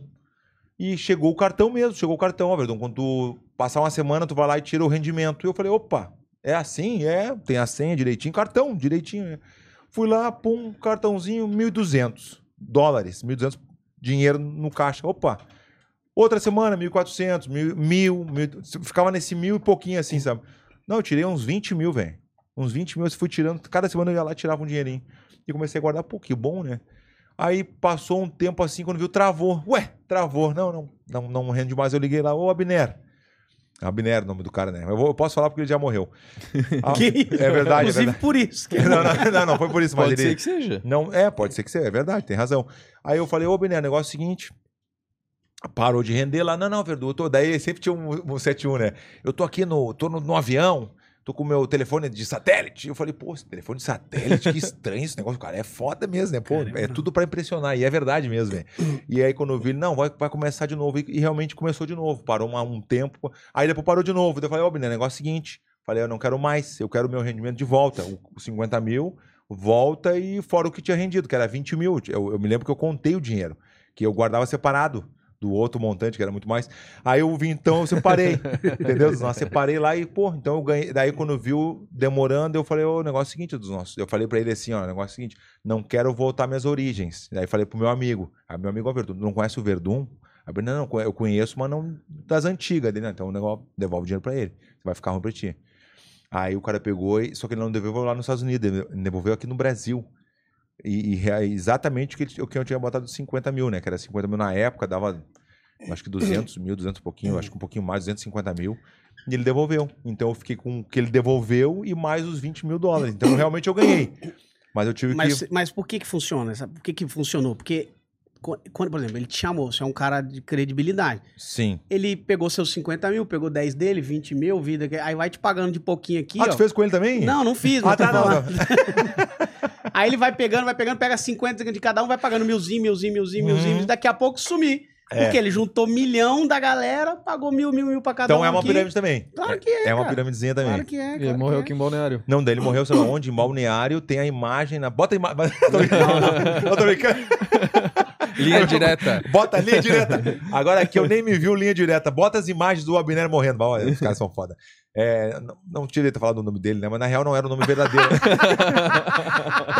E chegou o cartão mesmo, chegou o cartão, ó, Verdun, quando tu passar uma semana, tu vai lá e tira o rendimento. E eu falei, opa, é assim? É, tem a senha direitinho, cartão direitinho. né? Fui lá, pum, cartãozinho, 1.200 dólares, 1.200 dinheiro no caixa. Opa, outra semana, 1.400, 1.000, 1.000, 1.000, ficava nesse mil e pouquinho assim, sabe? Não, eu tirei uns 20 mil, velho. Uns 20 mil, eu fui tirando, cada semana eu ia lá e tirava um dinheirinho. E comecei a guardar, pô, que bom, né? Aí passou um tempo assim, quando viu, travou. Ué, travou. Não, não, não, não rende mais. Eu liguei lá, ô Abner. Abner, é o nome do cara, né? Eu, vou- eu posso falar porque ele já morreu. Ah, É verdade, é Inclusive verdade. por isso. que- Não, não, não, não, foi por isso, mas Pode ele. ser que seja. Não, é, pode ser que seja, é verdade, tem razão. Aí eu falei, ô Bené, o negócio é o seguinte. Parou de render lá, não, não, Verdu, eu tô. Daí sempre tinha um, um 71, né? Eu tô aqui no. tô no, no avião, tô com o meu telefone de satélite. Eu falei, pô, esse telefone de satélite, que estranho esse negócio, cara. É foda mesmo, né? Pô, Caramba. é tudo pra impressionar. E é verdade mesmo, velho. E aí quando eu vi, não, vai, vai começar de novo. E, e realmente começou de novo. Parou uma- um tempo. Aí depois parou de novo. Daí eu falei, ô Bené, o negócio é o seguinte. Falei, eu não quero mais, eu quero o meu rendimento de volta. o- Os 50 mil volta e fora o que tinha rendido, que era 20 mil. Eu, eu me lembro que eu contei o dinheiro, que eu guardava separado do outro montante, que era muito mais. Aí eu vi, então, eu separei, entendeu? Nós separei lá e, pô, então eu ganhei. Daí quando viu demorando, eu falei, ô, o negócio é o seguinte dos nossos. Eu falei pra ele assim, ó, o negócio é o seguinte, não quero voltar às minhas origens. Daí falei pro meu amigo, ah, meu amigo é o Verdun, não conhece o Verdun? Aí ele, não, não, eu conheço, mas não das antigas. Dele, não, então o negócio, devolve o dinheiro pra ele, vai ficar ruim pra ti. Aí o cara pegou, e- só que ele não devolveu lá nos Estados Unidos, ele devolveu aqui no Brasil. E, e rea- exatamente o que, ele- o que eu tinha botado 50 mil, né? Que era 50 mil na época, dava acho que 200 mil, 200 e pouquinho, acho que um pouquinho mais, 250 mil. E ele devolveu. Então eu fiquei com o que ele devolveu e mais os 20 mil dólares. Então realmente eu ganhei. Mas eu tive Mas, que. mas por que que funciona? essa- Por que que funcionou? Porque, co- quando, por exemplo, ele te chamou, você é um cara de credibilidade. Sim. Ele pegou seus 50 mil, pegou 10 dele, 20 mil, vida. que- Aí vai te pagando de pouquinho aqui. ah, ó. tu fez com ele também? Não, não fiz. Ah, mas tô tá, não, falando. não. <laughs> Aí ele vai pegando, vai pegando, pega 50 de cada um, vai pagando milzinho, milzinho, milzinho, milzinho. Uhum. É. e Daqui a pouco sumir. Porque ele juntou milhão da galera, pagou mil, mil, mil pra cada um. Então é uma aqui. pirâmide também. Claro que é. É uma cara. pirâmidezinha também. Claro que é. Ele claro morreu que aqui <laughs> em Balneário. Não, daí ele morreu, sei lá onde, em balneário, tem a imagem na. Bota a <laughs> imagem. tô brincando. Eu tô brincando. Linha direta. Bota a linha direta. Agora aqui eu nem me vi o linha direta. Bota as imagens do Abner morrendo. Mas, Olha, os caras são foda. É, não, não tirei ter falado o nome dele, né? Mas na real não era o nome <laughs> verdadeiro.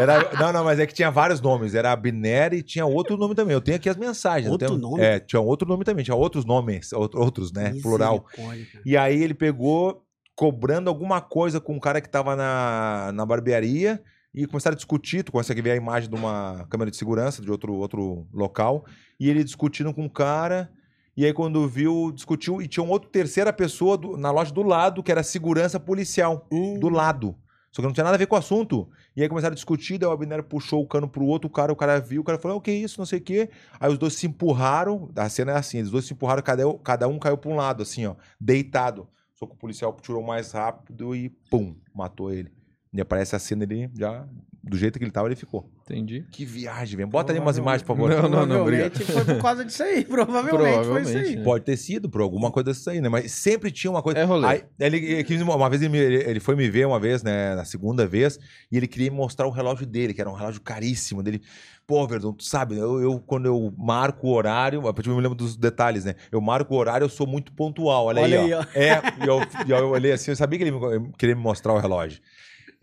Era- não, não, mas é que tinha vários nomes. Era Abner e tinha outro nome também. Eu tenho aqui as mensagens. eu Outro então. tenho- nome? É, tinha outro nome também. Tinha outros nomes, out- outros, né? Plural. Misericórdia, cara. E aí ele pegou, cobrando alguma coisa com um cara que tava na, na barbearia e começaram a discutir. Tu consegue ver a imagem de uma câmera de segurança de outro, outro local. E ele discutindo com o cara. E aí, quando viu, discutiu. um E tinha uma outra terceira pessoa do- na loja do lado, que era segurança policial. Hum. Do lado. Só que não tinha nada a ver com o assunto. E aí começaram a discutir, daí o Abner puxou o cano pro outro cara, o cara viu, o cara falou, "Ah, o que é isso, não sei o quê. Aí os dois se empurraram, a cena é assim, os dois se empurraram, cada, um- cada um caiu pra um lado, assim, ó, deitado. Só que o policial tirou mais rápido e pum, matou ele. E aparece a cena ele já, do jeito que ele tava, ele ficou. Entendi. Que viagem, velho. Bota ali umas imagens, por favor. Não, não, não, obrigado. Provavelmente foi por causa disso aí. <laughs> Provavelmente, foi isso aí. Provavelmente, né? Pode ter sido por alguma coisa disso aí, né? Mas sempre tinha uma coisa. É rolê. Aí, ele, ele quis- uma vez ele, me- ele- ele foi me ver uma vez, né? Na segunda vez, e ele queria me mostrar o relógio dele, que era um relógio caríssimo dele. Pô, Verdão, tu sabe, eu, eu, quando eu marco o horário, a partir eu me lembro dos detalhes, né? Eu marco o horário, eu sou muito pontual. Olha, Olha aí, aí, ó. ó. É, e eu, e eu olhei assim, eu sabia que ele me- queria me mostrar o relógio.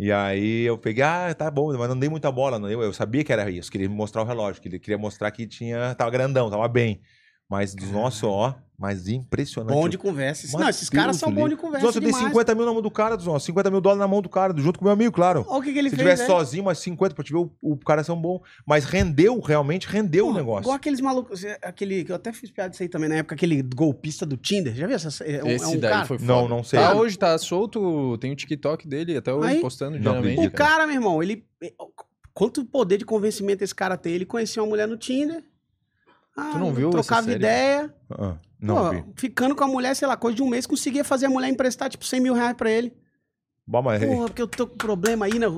E aí eu peguei, ah, tá bom, mas não dei muita bola, não. Eu, eu sabia que era isso, queria me mostrar o relógio, que ele queria mostrar que tinha, tava grandão, tava bem. Mas dos nossos, ó, mas impressionante. Bom de conversa. Não, esses Mateus caras são Felipe. bons de conversa. Nossa, eu dei demais. 50 mil na mão do cara, dos nossos, 50 mil dólares na mão do cara, junto com meu amigo, claro. Olha o que, que ele Se fez. tivesse né? sozinho, mais 50, pra te ver, o, o cara são bom. Mas rendeu, realmente rendeu Porra, o um negócio. Igual aqueles malucos. é, Aquele, que eu até fiz piada disso aí também na época, aquele golpista do Tinder. Já viu essa? É, um- é Esse um daí cara. foi foda. Não, não sei. Ah, Tá hoje, tá solto, tem o TikTok dele até hoje Aí- postando Não geralmente. O cara, meu irmão, ele. é, Quanto poder de convencimento esse cara tem? Ele conheceu uma mulher no Tinder. Ah, Tu não viu essa Trocava série? ideia. Ah, não, pô, vi. ficando com a mulher, sei lá, coisa de um mês, conseguia fazer a mulher emprestar, tipo, 100 mil reais pra ele. Bom, É. mas o Porra, porque eu tô com problema aí, né? Eu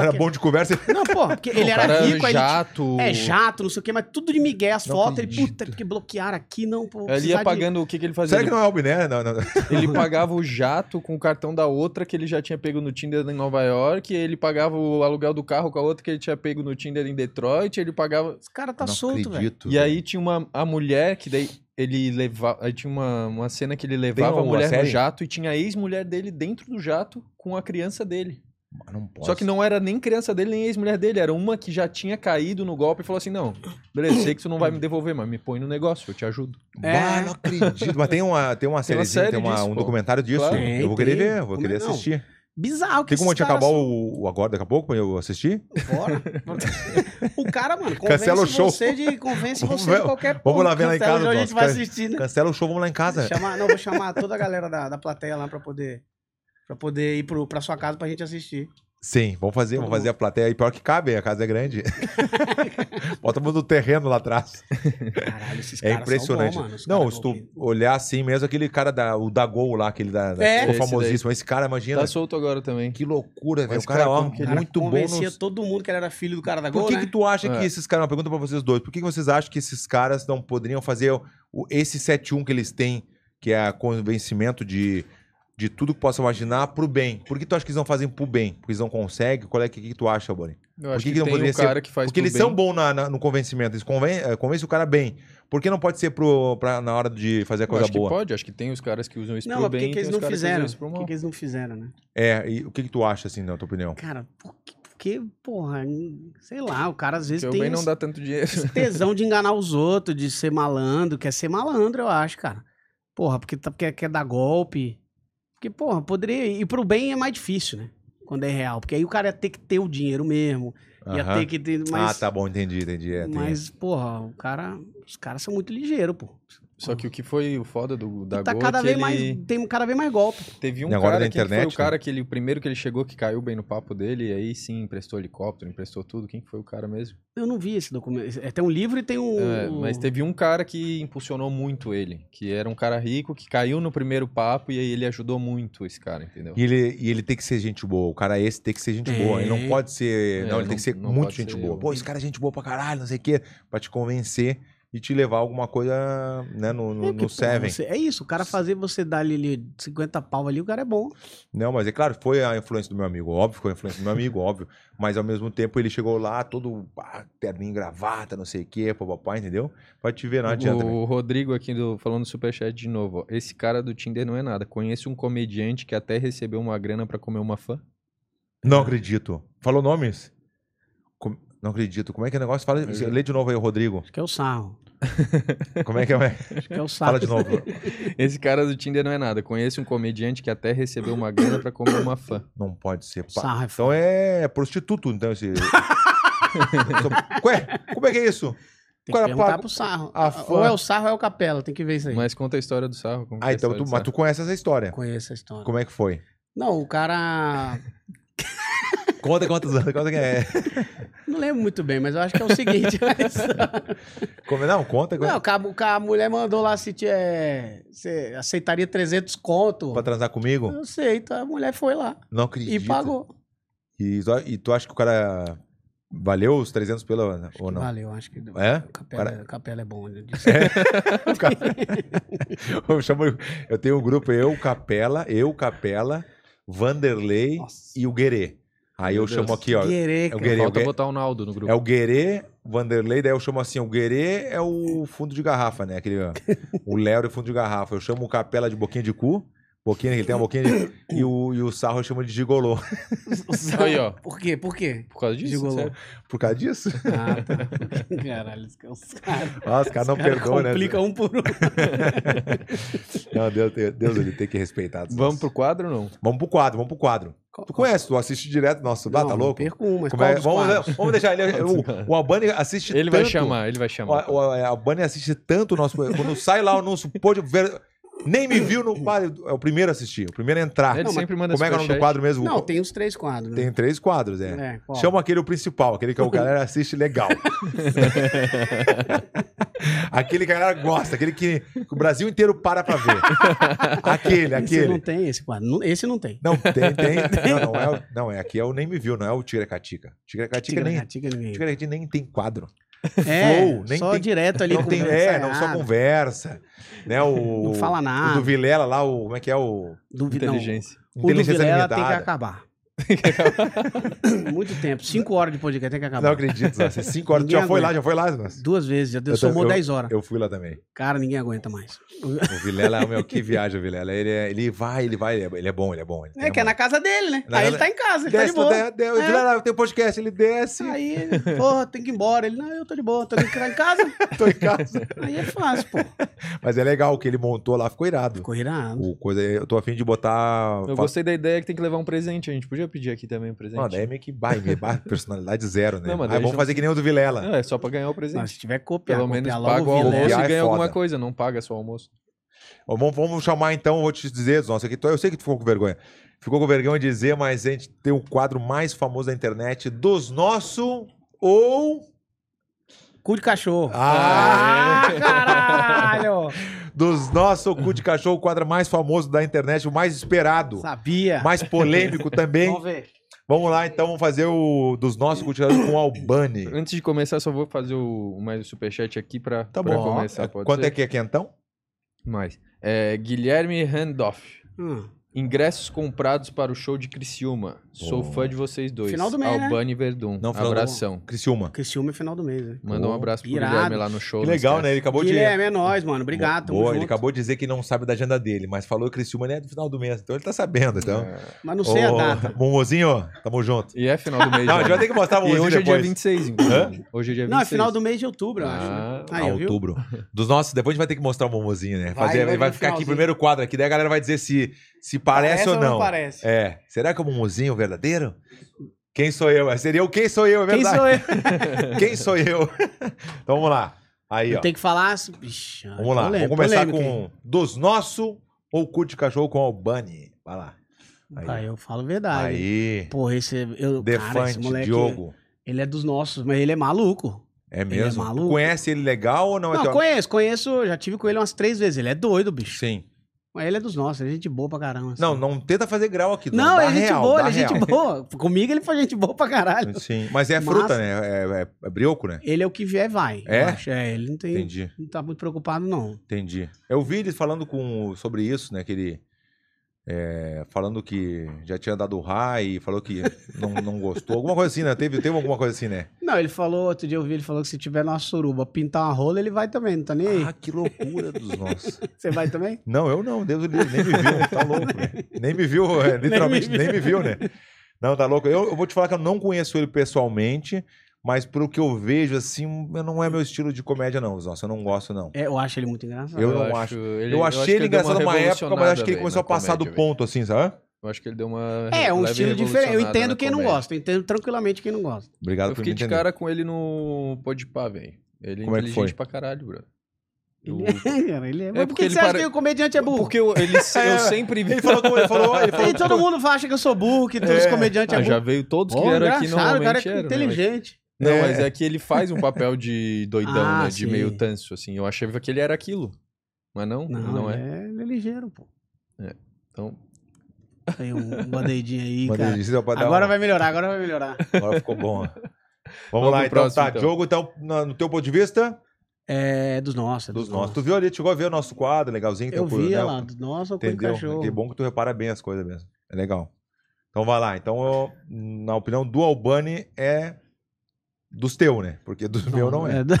cara era que- bom de conversa. <laughs> Não, porra, porque ele O era cara é rico, aí ele jato. É jato, não sei o quê, mas tudo de migué, as Não fotos. Ele, acredito. puta, porque bloquearam aqui, não. Pô, Ele precisar ia de- pagando o que, que ele fazia? Será que não é o Biné? Não, não, não. Ele pagava o jato com o cartão da outra que ele já tinha pego no Tinder em Nova York, ele pagava o aluguel do carro com a outra que ele tinha pego no Tinder em Detroit, ele pagava. Esse cara tá não solto, velho. acredito. E aí tinha uma a mulher que daí ele levava. Aí tinha uma, uma cena que ele levava uma a mulher no série? jato e tinha a ex-mulher dele dentro do jato com a criança dele. Mas Não posso. Só que não era nem criança dele, nem ex-mulher dele. Era uma que já tinha caído no golpe e falou assim: não, beleza, sei que tu não vai me devolver, mas me põe no negócio, eu te ajudo. É. Ah, não acredito. Mas tem uma, tem uma Tem série, tem, uma série uma- disso, um pô. documentário disso. Claro. Tem, eu vou querer tem. ver, vou Como querer é não? assistir. Bizarro que Tem como a esses gente acabar caras o, o agora, daqui a pouco, pra eu assistir? são fora. <laughs> o cara, mano, convence Cancela o show. você de convence Vamos você ver- de qualquer vamos lá ver lá em Cancela o casa, jogo, A nossa, gente vai cara. assistir, né? Cancela o show, vamos lá em casa. Chamar, não, vou chamar toda a galera da, da plateia lá pra poder, pra poder ir pro, pra sua casa pra gente assistir. Sim, vamos fazer, vamos Todo fazer a plateia. E pior que cabe, a casa é <laughs> grande. Bota todo o terreno lá atrás. Caralho, esses É caras impressionante. são bons, mano. os não, caras se do- tu olhar assim mesmo, aquele cara da, o da Gol lá, aquele da, da É. ficou Esse daí. famosíssimo. Esse cara, imagina. Tá solto agora também. Que loucura, velho. Mas, O cara, cara, ó, como que O cara muito bom. convencia nos- todo mundo que ele era filho do cara da Por Gol, que, né? que tu acha que É. esses caras, uma pergunta pra vocês dois, por que, que vocês acham que esses caras não poderiam fazer o- o- esse 7-1 que eles têm, que é convencimento de, de tudo que possa imaginar, pro bem? Por que tu acha que eles não fazem pro bem? Porque eles não conseguem? Qual é que, que tu acha, Borin? Eu que acho que, que não tem poderia um ser- cara que faz Porque pro eles bem. são bons na- na- no convencimento, eles conven, eh, convencem o cara bem. Por que não pode ser pro, pra- na hora de fazer a Eu coisa acho boa? que pode, acho que tem os caras que usam isso Não, pro mas por bem que, que e eles tem não os caras que usam fizeram? isso pro Por mal. que, que eles não fizeram, né? É, e o que, que tu acha, assim, na tua opinião? Cara, por que- porque, porra, n- sei lá, o cara às vezes Porque o tem bem não esse- dá tanto dinheiro. <laughs> esse tesão de enganar os outros, de ser malandro, quer ser malandro, eu acho, cara. Porra, porque tá- quer, quer dar golpe. Porque, porra, poderia. E pro bem é mais difícil, né? Quando é real. Porque aí o cara ia ter que ter o dinheiro mesmo. Ia Aham. ter que ter. Mas, Ah, tá bom, entendi, entendi. É, tem- mas porra, o cara. Os caras são muito ligeiros, pô. Só que o que foi o foda do da E tá Gol cada é que vez ele... mais. Tem cada vez mais golpe. Teve um E agora cara da quem que internet, foi né? o cara que ele, o primeiro que ele chegou, que caiu bem no papo dele, e aí sim, emprestou helicóptero, emprestou tudo. Quem que foi o cara mesmo? Eu não vi esse documento. É, Tem um livro e tem um. É, Tipo, mas teve um cara que impulsionou muito ele, que era um cara rico, que caiu no primeiro papo e aí ele ajudou muito esse cara, entendeu? E ele, e ele tem que ser gente boa. O cara esse tem que ser gente Tem. boa. Ele não pode ser. É, não, ele não- tem que ser não muito pode gente ser- boa. Pô, esse cara é gente boa pra caralho, não sei o quê. Pra te convencer e te levar alguma coisa, né, no, no, É, no porque, pô, Seven. você- é isso, o cara fazer você dar ali, ali 50 pau ali, o cara é bom. Não, mas é claro, foi a influência do meu amigo, óbvio, foi a influência do meu amigo, óbvio. Mas ao mesmo tempo ele chegou lá todo ah, terninho, gravata, não sei o quê, papapá, entendeu? Pra te ver, não adianta. né? velho. O Rodrigo aqui do, falando no Superchat de novo. ó. Esse cara do Tinder não é nada. Conheço um comediante que até recebeu uma grana pra comer uma fã. <laughs> Não acredito. Falou nomes? Com- Não acredito. Como é que é o negócio? Fala, Eu já- lê de novo aí, Rodrigo. Acho que é o sarro. Como é que é? Acho que é o sarro. <laughs> Fala de novo. Esse cara do Tinder não é nada. Conheço um comediante que até recebeu uma grana pra comer <laughs> uma fã. Não pode ser. pá. Sarro é Então foda. é prostituto, então, <laughs> esse. Então, Ué, como é que é isso? Tem cara que perguntar paga- pro sarro. a fã- Ou é o sarro ou é o capela, tem que ver isso aí. Mas conta a história do sarro. como que Ah, é a então, história tu, do é mas tu conhece essa história. Conheço a história. Como é que foi? Não, o cara. Conta quantos anos, conta quem é. <laughs> Não lembro muito bem, mas eu acho que é <laughs> o seguinte. Como, é? não, conta não, quanto- que a, que a mulher mandou lá se tinha, você aceitaria 300 conto. pra transar comigo. Eu sei, então a mulher foi lá Não acredito. e pagou. E, só- e tu acha que o cara valeu os 300 pela ou não? Valeu, acho que. É? Capela, Cara- capela é bom. né, disso. <laughs> O cara- <laughs> eu, chamo- eu tenho um grupo, eu, Capela, eu, Capela, Vanderlei Nossa. e o Guerê. Aí Meu eu chamo Deus. aqui, ó. é Guerê, o cara. Guerê, Falta Guerê- botar o Naldo no grupo. É o Guerê, Vanderlei, daí eu chamo assim, o Guerê é o fundo de garrafa, né? <laughs> Aquele, ó, o Léo é o fundo de garrafa. Eu chamo o Capela de boquinha de cu, boquinha, ele tem uma <laughs> boquinha de... E o, e o Sarro eu chamo de gigolô. <laughs> <laughs> Aí, ó. Por quê? Por quê? Por causa disso? Gigolô. sério. Por causa <laughs> disso? Ah, tá. Caralho, os caras. os caras- Ah, os caras não os caras perdoam, né? Complica um por um. Não, Deus, Deus ele tem que respeitar. Vamos pro quadro ou não? Vamos pro quadro, vamos pro quadro. Tu conhece, tu assiste direto nosso, ah, Não, tá não louco? Perco um, mas Como qual é? dos Vamos, quatro? vamos deixar ele. <laughs> O, o Albani assiste Ele tanto. vai chamar, ele vai chamar. O, o Albani assiste tanto o nosso. Quando sai lá o nosso pôde ver. Nem me viu no quadro. É o primeiro a assistir, o primeiro a entrar. Ele Não, mas sempre manda Como é que é o nome do superchat. quadro mesmo? Não, tem os três quadros. né? Tem três quadros, é. É, qual? Chama aquele o principal, aquele que é o galera assiste <laughs> legal. aquele que a galera gosta, aquele que o Brasil inteiro para pra ver. aquele, Esse não aquele. tem esse quadro. Não- Esse não tem. Não, tem, <laughs> tem. Não, não é, o- não, é aqui é o Nem Me Viu, não é o Tigrecatica. Tigrecatica nem, Tica, tica, Tigrecatica nem tem quadro. É, Flow, nem só tem- direto ali. Não tem, conversa é, não só errada, conversa. Né, o, Não fala o nada. do Vilela lá, o, como é que é o... Duvi- não. Inteligência. O do Inteligência Vilela tem que Limitada. <laughs> acabar. Muito tempo. Cinco horas de podcast tem que Não acabar. acredito, Zanz, cinco horas. Tu Ninguém já foi lá, aguenta. já foi lá, Zanz? Duas vezes, já deu, Eu tô- somou eu- 10 horas. Eu fui lá também. Cara, ninguém aguenta mais. O Vilela, meu, que viagem o Vilela. Ele, é- ele vai, ele vai, ele é, ele é bom, ele é bom. Ele É que é na casa dele, né? Na aí casa- ele tá em casa, ele Desce, tá de boa. de, de, o É. Vilela, tem um podcast, ele desce, Aí, porra, tem que ir embora. Ele, não, eu tô de boa, tô ficar <laughs> em casa. <laughs> tô em casa. Aí é fácil, pô. Mas é legal o que ele montou lá, ficou irado. Ficou irado. O coisa, eu tô afim de botar... Eu gostei da ideia que tem que levar um presente. A gente podia pedir aqui também um presente. Não, daí é meio que vai, meio vai, personalidade zero, né? Não, mas Aí daí vamos já- fazer que nem o do Vilela. Não, é só pra ganhar o Não, presente. se tiver que copiar, Pelo menos copiar logo paga o o né? almoço Vilela. Vilela e é ganha alguma foda. coisa. Não paga só o almoço. Ó, Vamos, vamos chamar então, vou te dizer, nossa, que tu- eu sei que tu ficou com vergonha. Ficou com vergonha de dizer, mas a gente tem o quadro mais famoso da internet dos nosso ou Cu de cachorro. Ah, Ah, <laughs> caralho! dos nosso cu de cachorro, o quadro mais famoso da internet, o mais esperado, Sabia. mais polêmico também. <laughs> Vamos ver. Vamos lá, então, vamos fazer o dos nossos cu de cachorro com o Albani. Antes de começar, só vou fazer o, mais o superchat aqui pra, Tá pra bom. começar. Pode Quanto ser? é que é quentão? Mais. É, Guilherme Handoff. Hum, Ingressos comprados para o show de Criciúma. Sou fã de vocês dois. Final do mês, né? Albani e Verdun. Não, final do- Abração. Criciúma. Criciúma é final do mês, né? Manda um Pô, abraço pro irado. Guilherme lá no show. Que não legal, esquece. né? Ele acabou de... Guilherme, é nóis, mano. Obrigado, tamo Boa, ele junto. acabou de dizer que não sabe da agenda dele, mas falou que Criciúma ele é do final do mês, então ele tá sabendo, então. É. Mas não sei Ô, <laughs> a data. Mumuzinho, tamo junto. E é final <laughs> do mês. Não, a já, gente né? vai ter que mostrar o <laughs> E Mumuzinho hoje é dia depois. 26, inclusive. Hoje é dia 26. Não, é final do mês de outubro, eu acho. né? Ah, Aí, Ah, viu? outubro. Dos nossos, depois a gente vai ter que mostrar o Mumuzinho, né? Vai, Fazer, vai ele vai no ficar aqui, finalzinho. primeiro quadro aqui, daí a galera vai dizer se, se parece, ou não. parece. É. Será que é o Mumuzinho verdadeiro? Quem sou eu? Seria o quem sou eu, é Quem verdade. sou eu? Quem sou <laughs> eu? então vamos lá. <laughs> Aí, ó. Eu tenho que falar. Ixi, Vamos lá. Vamos polêmico, começar polêmico, hein? com dos nossos ou curte cachorro com Albani. Vai lá. Aí. Ah, eu falo a verdade. Aí. Porra, esse. Eu, cara, esse Defante, moleque. Diogo. Ele é dos nossos, mas ele é maluco. É é mesmo? maluco. Conhece ele legal ou não é Não, teu conheço, conheço. Já tive com ele umas três vezes. Ele é doido, bicho. Sim. Mas ele é dos nossos, ele é gente boa pra caramba. assim. Não, não tenta fazer grau aqui. Não, dá ele é gente real, boa, dá ele é gente real. boa. Comigo ele foi gente boa pra caralho. Sim, mas é Massa. fruta, né? É, é- é brioco, né? Ele é o que vier, vai. eu É? acho. É, ele não tem. Entendi, Não tá muito preocupado, não. entendi. Eu vi ele falando com, sobre isso, né? Que ele... é, falando que já tinha dado raio e falou que não, não gostou. Alguma coisa assim, né? Teve, teve alguma coisa assim, né? Não, ele falou, outro dia eu vi, ele falou que se tiver na suruba pintar uma rola, ele vai também, não tá nem aí. Ah, que loucura dos nossos. <laughs> Você vai também? Não, eu não, Deus o livre, nem me viu, tá louco. né? Nem me viu, é, literalmente, nem me, viu, né? Não, tá louco. Eu, eu vou te falar que eu não conheço ele pessoalmente, mas pelo que eu vejo, assim, não é meu estilo de comédia, não, Nossa, eu não gosto, não. É, eu acho ele muito engraçado. Eu não acho. eu achei ele engraçado numa época, mas acho que ele começou a passar do ponto, assim, sabe? Eu acho que ele deu uma. É, um leve estilo diferente. Eu revolucionada entendo na quem não comédia. gosta, eu entendo tranquilamente quem não gosta. Obrigado Eu por me fiquei de entender. cara com ele no Podpah, velho. Ele é Como é que foi? inteligente pra caralho, bro. do- <laughs> Cara, ele é... Mas por que porque que ele você acha pare- que o comediante é burro? Porque eu, ele, <laughs> eu sempre vi. Ele falou, com- ele falou, ele falou. E todo mundo acha que eu sou burro, que todos os comediantes é <laughs> Ah, burro. já veio todos que Pô, vieram aqui engraçado, o cara normalmente. é eram, né? inteligente. Não, É. mas é que ele faz um papel de doidão, Ah, né? De sim. meio tanso, assim. Eu achava que ele era aquilo. Mas não, não, Não, é. é... ele é ligeiro, pô. É, Então, Tem um <laughs> band-aidinho aí, Mas cara. ele disse, ó, pra dar Agora um- vai melhorar, agora vai melhorar. Agora ficou bom. <laughs> ó. Vamos, Vamos lá, pro então, próximo, tá. então. Diogo, então, na- no teu ponto de Tá vista, É dos nossos, é dos nossos. Tu viu ali, chegou a ver o nosso quadro, legalzinho. que Eu tem o- vi né, ela, o- lá, dos nossos, eu cuido do Entendeu? Que cachorro. bom que tu repara bem as coisas mesmo. É legal. Então vai lá. Então, eu- na opinião do Albani, é dos teus, né? Porque dos meus não é. do-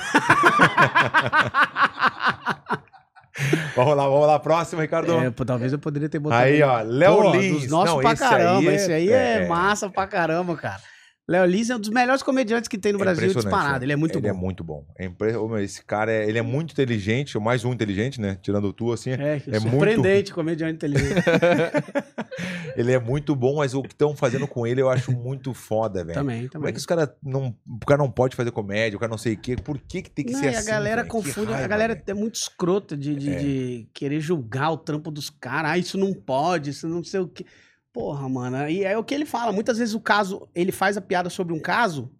Vamos lá, vamos lá. Próximo, Ricardo. É, pô, talvez eu poderia ter botado. aí, ó. Léo Pô, Lins. Dos nossos pra caramba. esse aí é, massa massa pra caramba, cara. Léo Lins é um dos melhores comediantes que tem no Brasil, disparado. Ele é muito ele bom. é muito bom. É impre- Ô, meu, Esse cara, é... ele é muito inteligente. o Mais um inteligente, né? Tirando tu, assim. É, é surpreendente, comediante inteligente. Ele é muito bom, mas o que estão fazendo com ele eu acho muito foda, velho. também, Como <laughs> é também. que os caras não. O cara não pode fazer comédia, o cara não sei o quê. Por que, que tem que Não, ser e a assim? galera velho? Que confunde, a raiva, galera velho. é muito escrota de, de, É. de querer julgar o trampo dos caras. Ah, isso não pode, isso não sei o quê. Porra, mano. E é o que ele fala. Muitas vezes o caso, ele faz a piada sobre um caso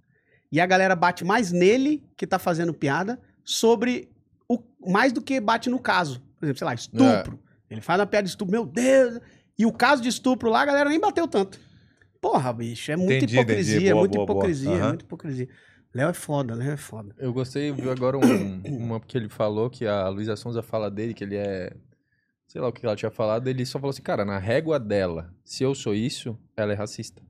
e a galera bate mais nele, que tá fazendo piada, sobre o mais do que bate no caso. Por exemplo, sei lá, estupro. É. Ele faz uma piada de estupro, meu Deus. E o caso de estupro lá, a galera nem bateu tanto. Porra, bicho, é muita Entendi, entendi. Boa, hipocrisia, é muita boa, boa. hipocrisia, é Aham. muita hipocrisia. Léo é foda, Léo é foda. eu gostei, viu agora um- uma que ele falou, que a Luísa Sonza fala dele, que ele é. Sei lá o que ela tinha falado, ele só falou assim, cara, na régua dela, se eu sou isso, ela é racista.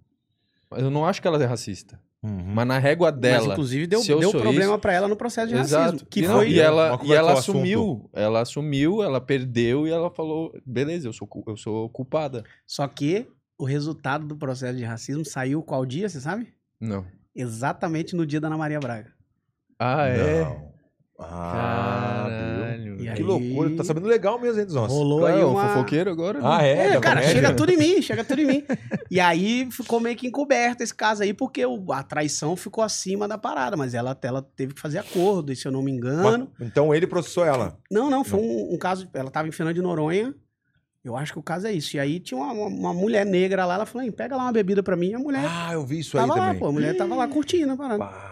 Mas eu não acho que ela é racista. Uhum. Mas na régua Mas, dela. inclusive, deu, se eu deu sou problema isso- pra ela no processo de racismo. Que e, não, foi. e é ela, Uma e ela conversa, um assunto. assumiu. Ela assumiu, ela perdeu e ela falou: beleza, eu sou, cu- eu sou culpada. Só que o resultado do processo de racismo saiu qual dia, você sabe? Não. Exatamente no dia da Ana Maria Braga. Ah, é? Não. Ah, viu? E Que aí- loucura, tá sabendo legal mesmo, hein, dos nossos. Rolou Claro, aí é um uma... fofoqueiro agora? né? Ah, é? É, Da cara, comédia? chega tudo em mim, chega tudo em mim. E aí ficou meio que encoberto esse caso aí, porque o- a traição ficou acima da parada, mas ela, ela teve que fazer acordo, e se eu não me Mas- engano. Então ele processou ela. Não, não, foi Um, um caso. Ela tava em Fernando de Noronha. Eu acho que o caso é isso. E aí tinha uma, uma- uma mulher negra lá, ela falou: "Hein, pega lá uma bebida pra mim. E a mulher Ah, eu vi isso aí Né? tava lá, também. pô. A mulher tava lá curtindo a parada. Pá.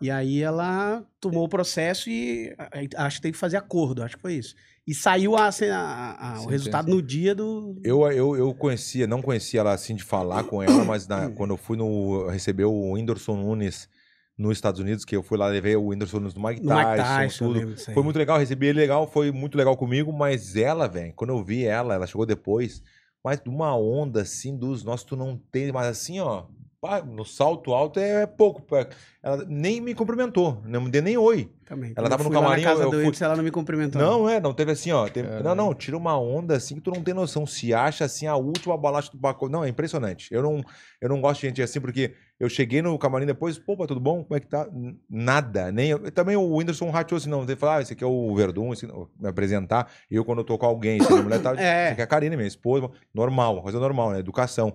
E aí ela tomou o processo e aí, acho que teve que fazer acordo, acho que foi isso. E saiu a, assim, a- a- o Sentença. resultado no dia do. Eu, eu, eu conhecia, não conhecia ela assim de falar com ela, mas <coughs> na- quando eu fui no receber o Whindersson Nunes nos Estados Unidos, que eu fui lá levei o Whindersson Nunes do Mike No Tyson, Mike Tyson, eu tudo. lembro disso aí. Foi muito legal, recebi ele legal, foi muito legal comigo, mas ela, velho, quando eu vi ela, ela chegou depois, mas uma onda assim dos nossos, tu não tem, mas assim, ó, pá, no salto alto é pouco. pá. Ela nem me cumprimentou, não me deu nem oi. Também. Ela Quando tava eu no fui lá camarim, Na casa eu do fui- Edson, ela não me cumprimentou. Não, é, não teve assim, ó. teve- Caralho. Não, não, tira uma onda assim que tu não tem noção. Se acha assim a última bolacha do pacote. Não, é impressionante. Eu não, eu não gosto de gente assim, porque eu cheguei no camarim depois, pô, pá, tudo bom? Como é que tá? N- Nada. Nem eu- Também o Whindersson rateou assim, não. Ele falou, ah, esse aqui é o Verdun, esse- me apresentar. E eu, quando eu tô com alguém, se a mulher <coughs> tá. É. Essa aqui é a Karine, minha esposa. Normal, uma coisa normal, né? Educação.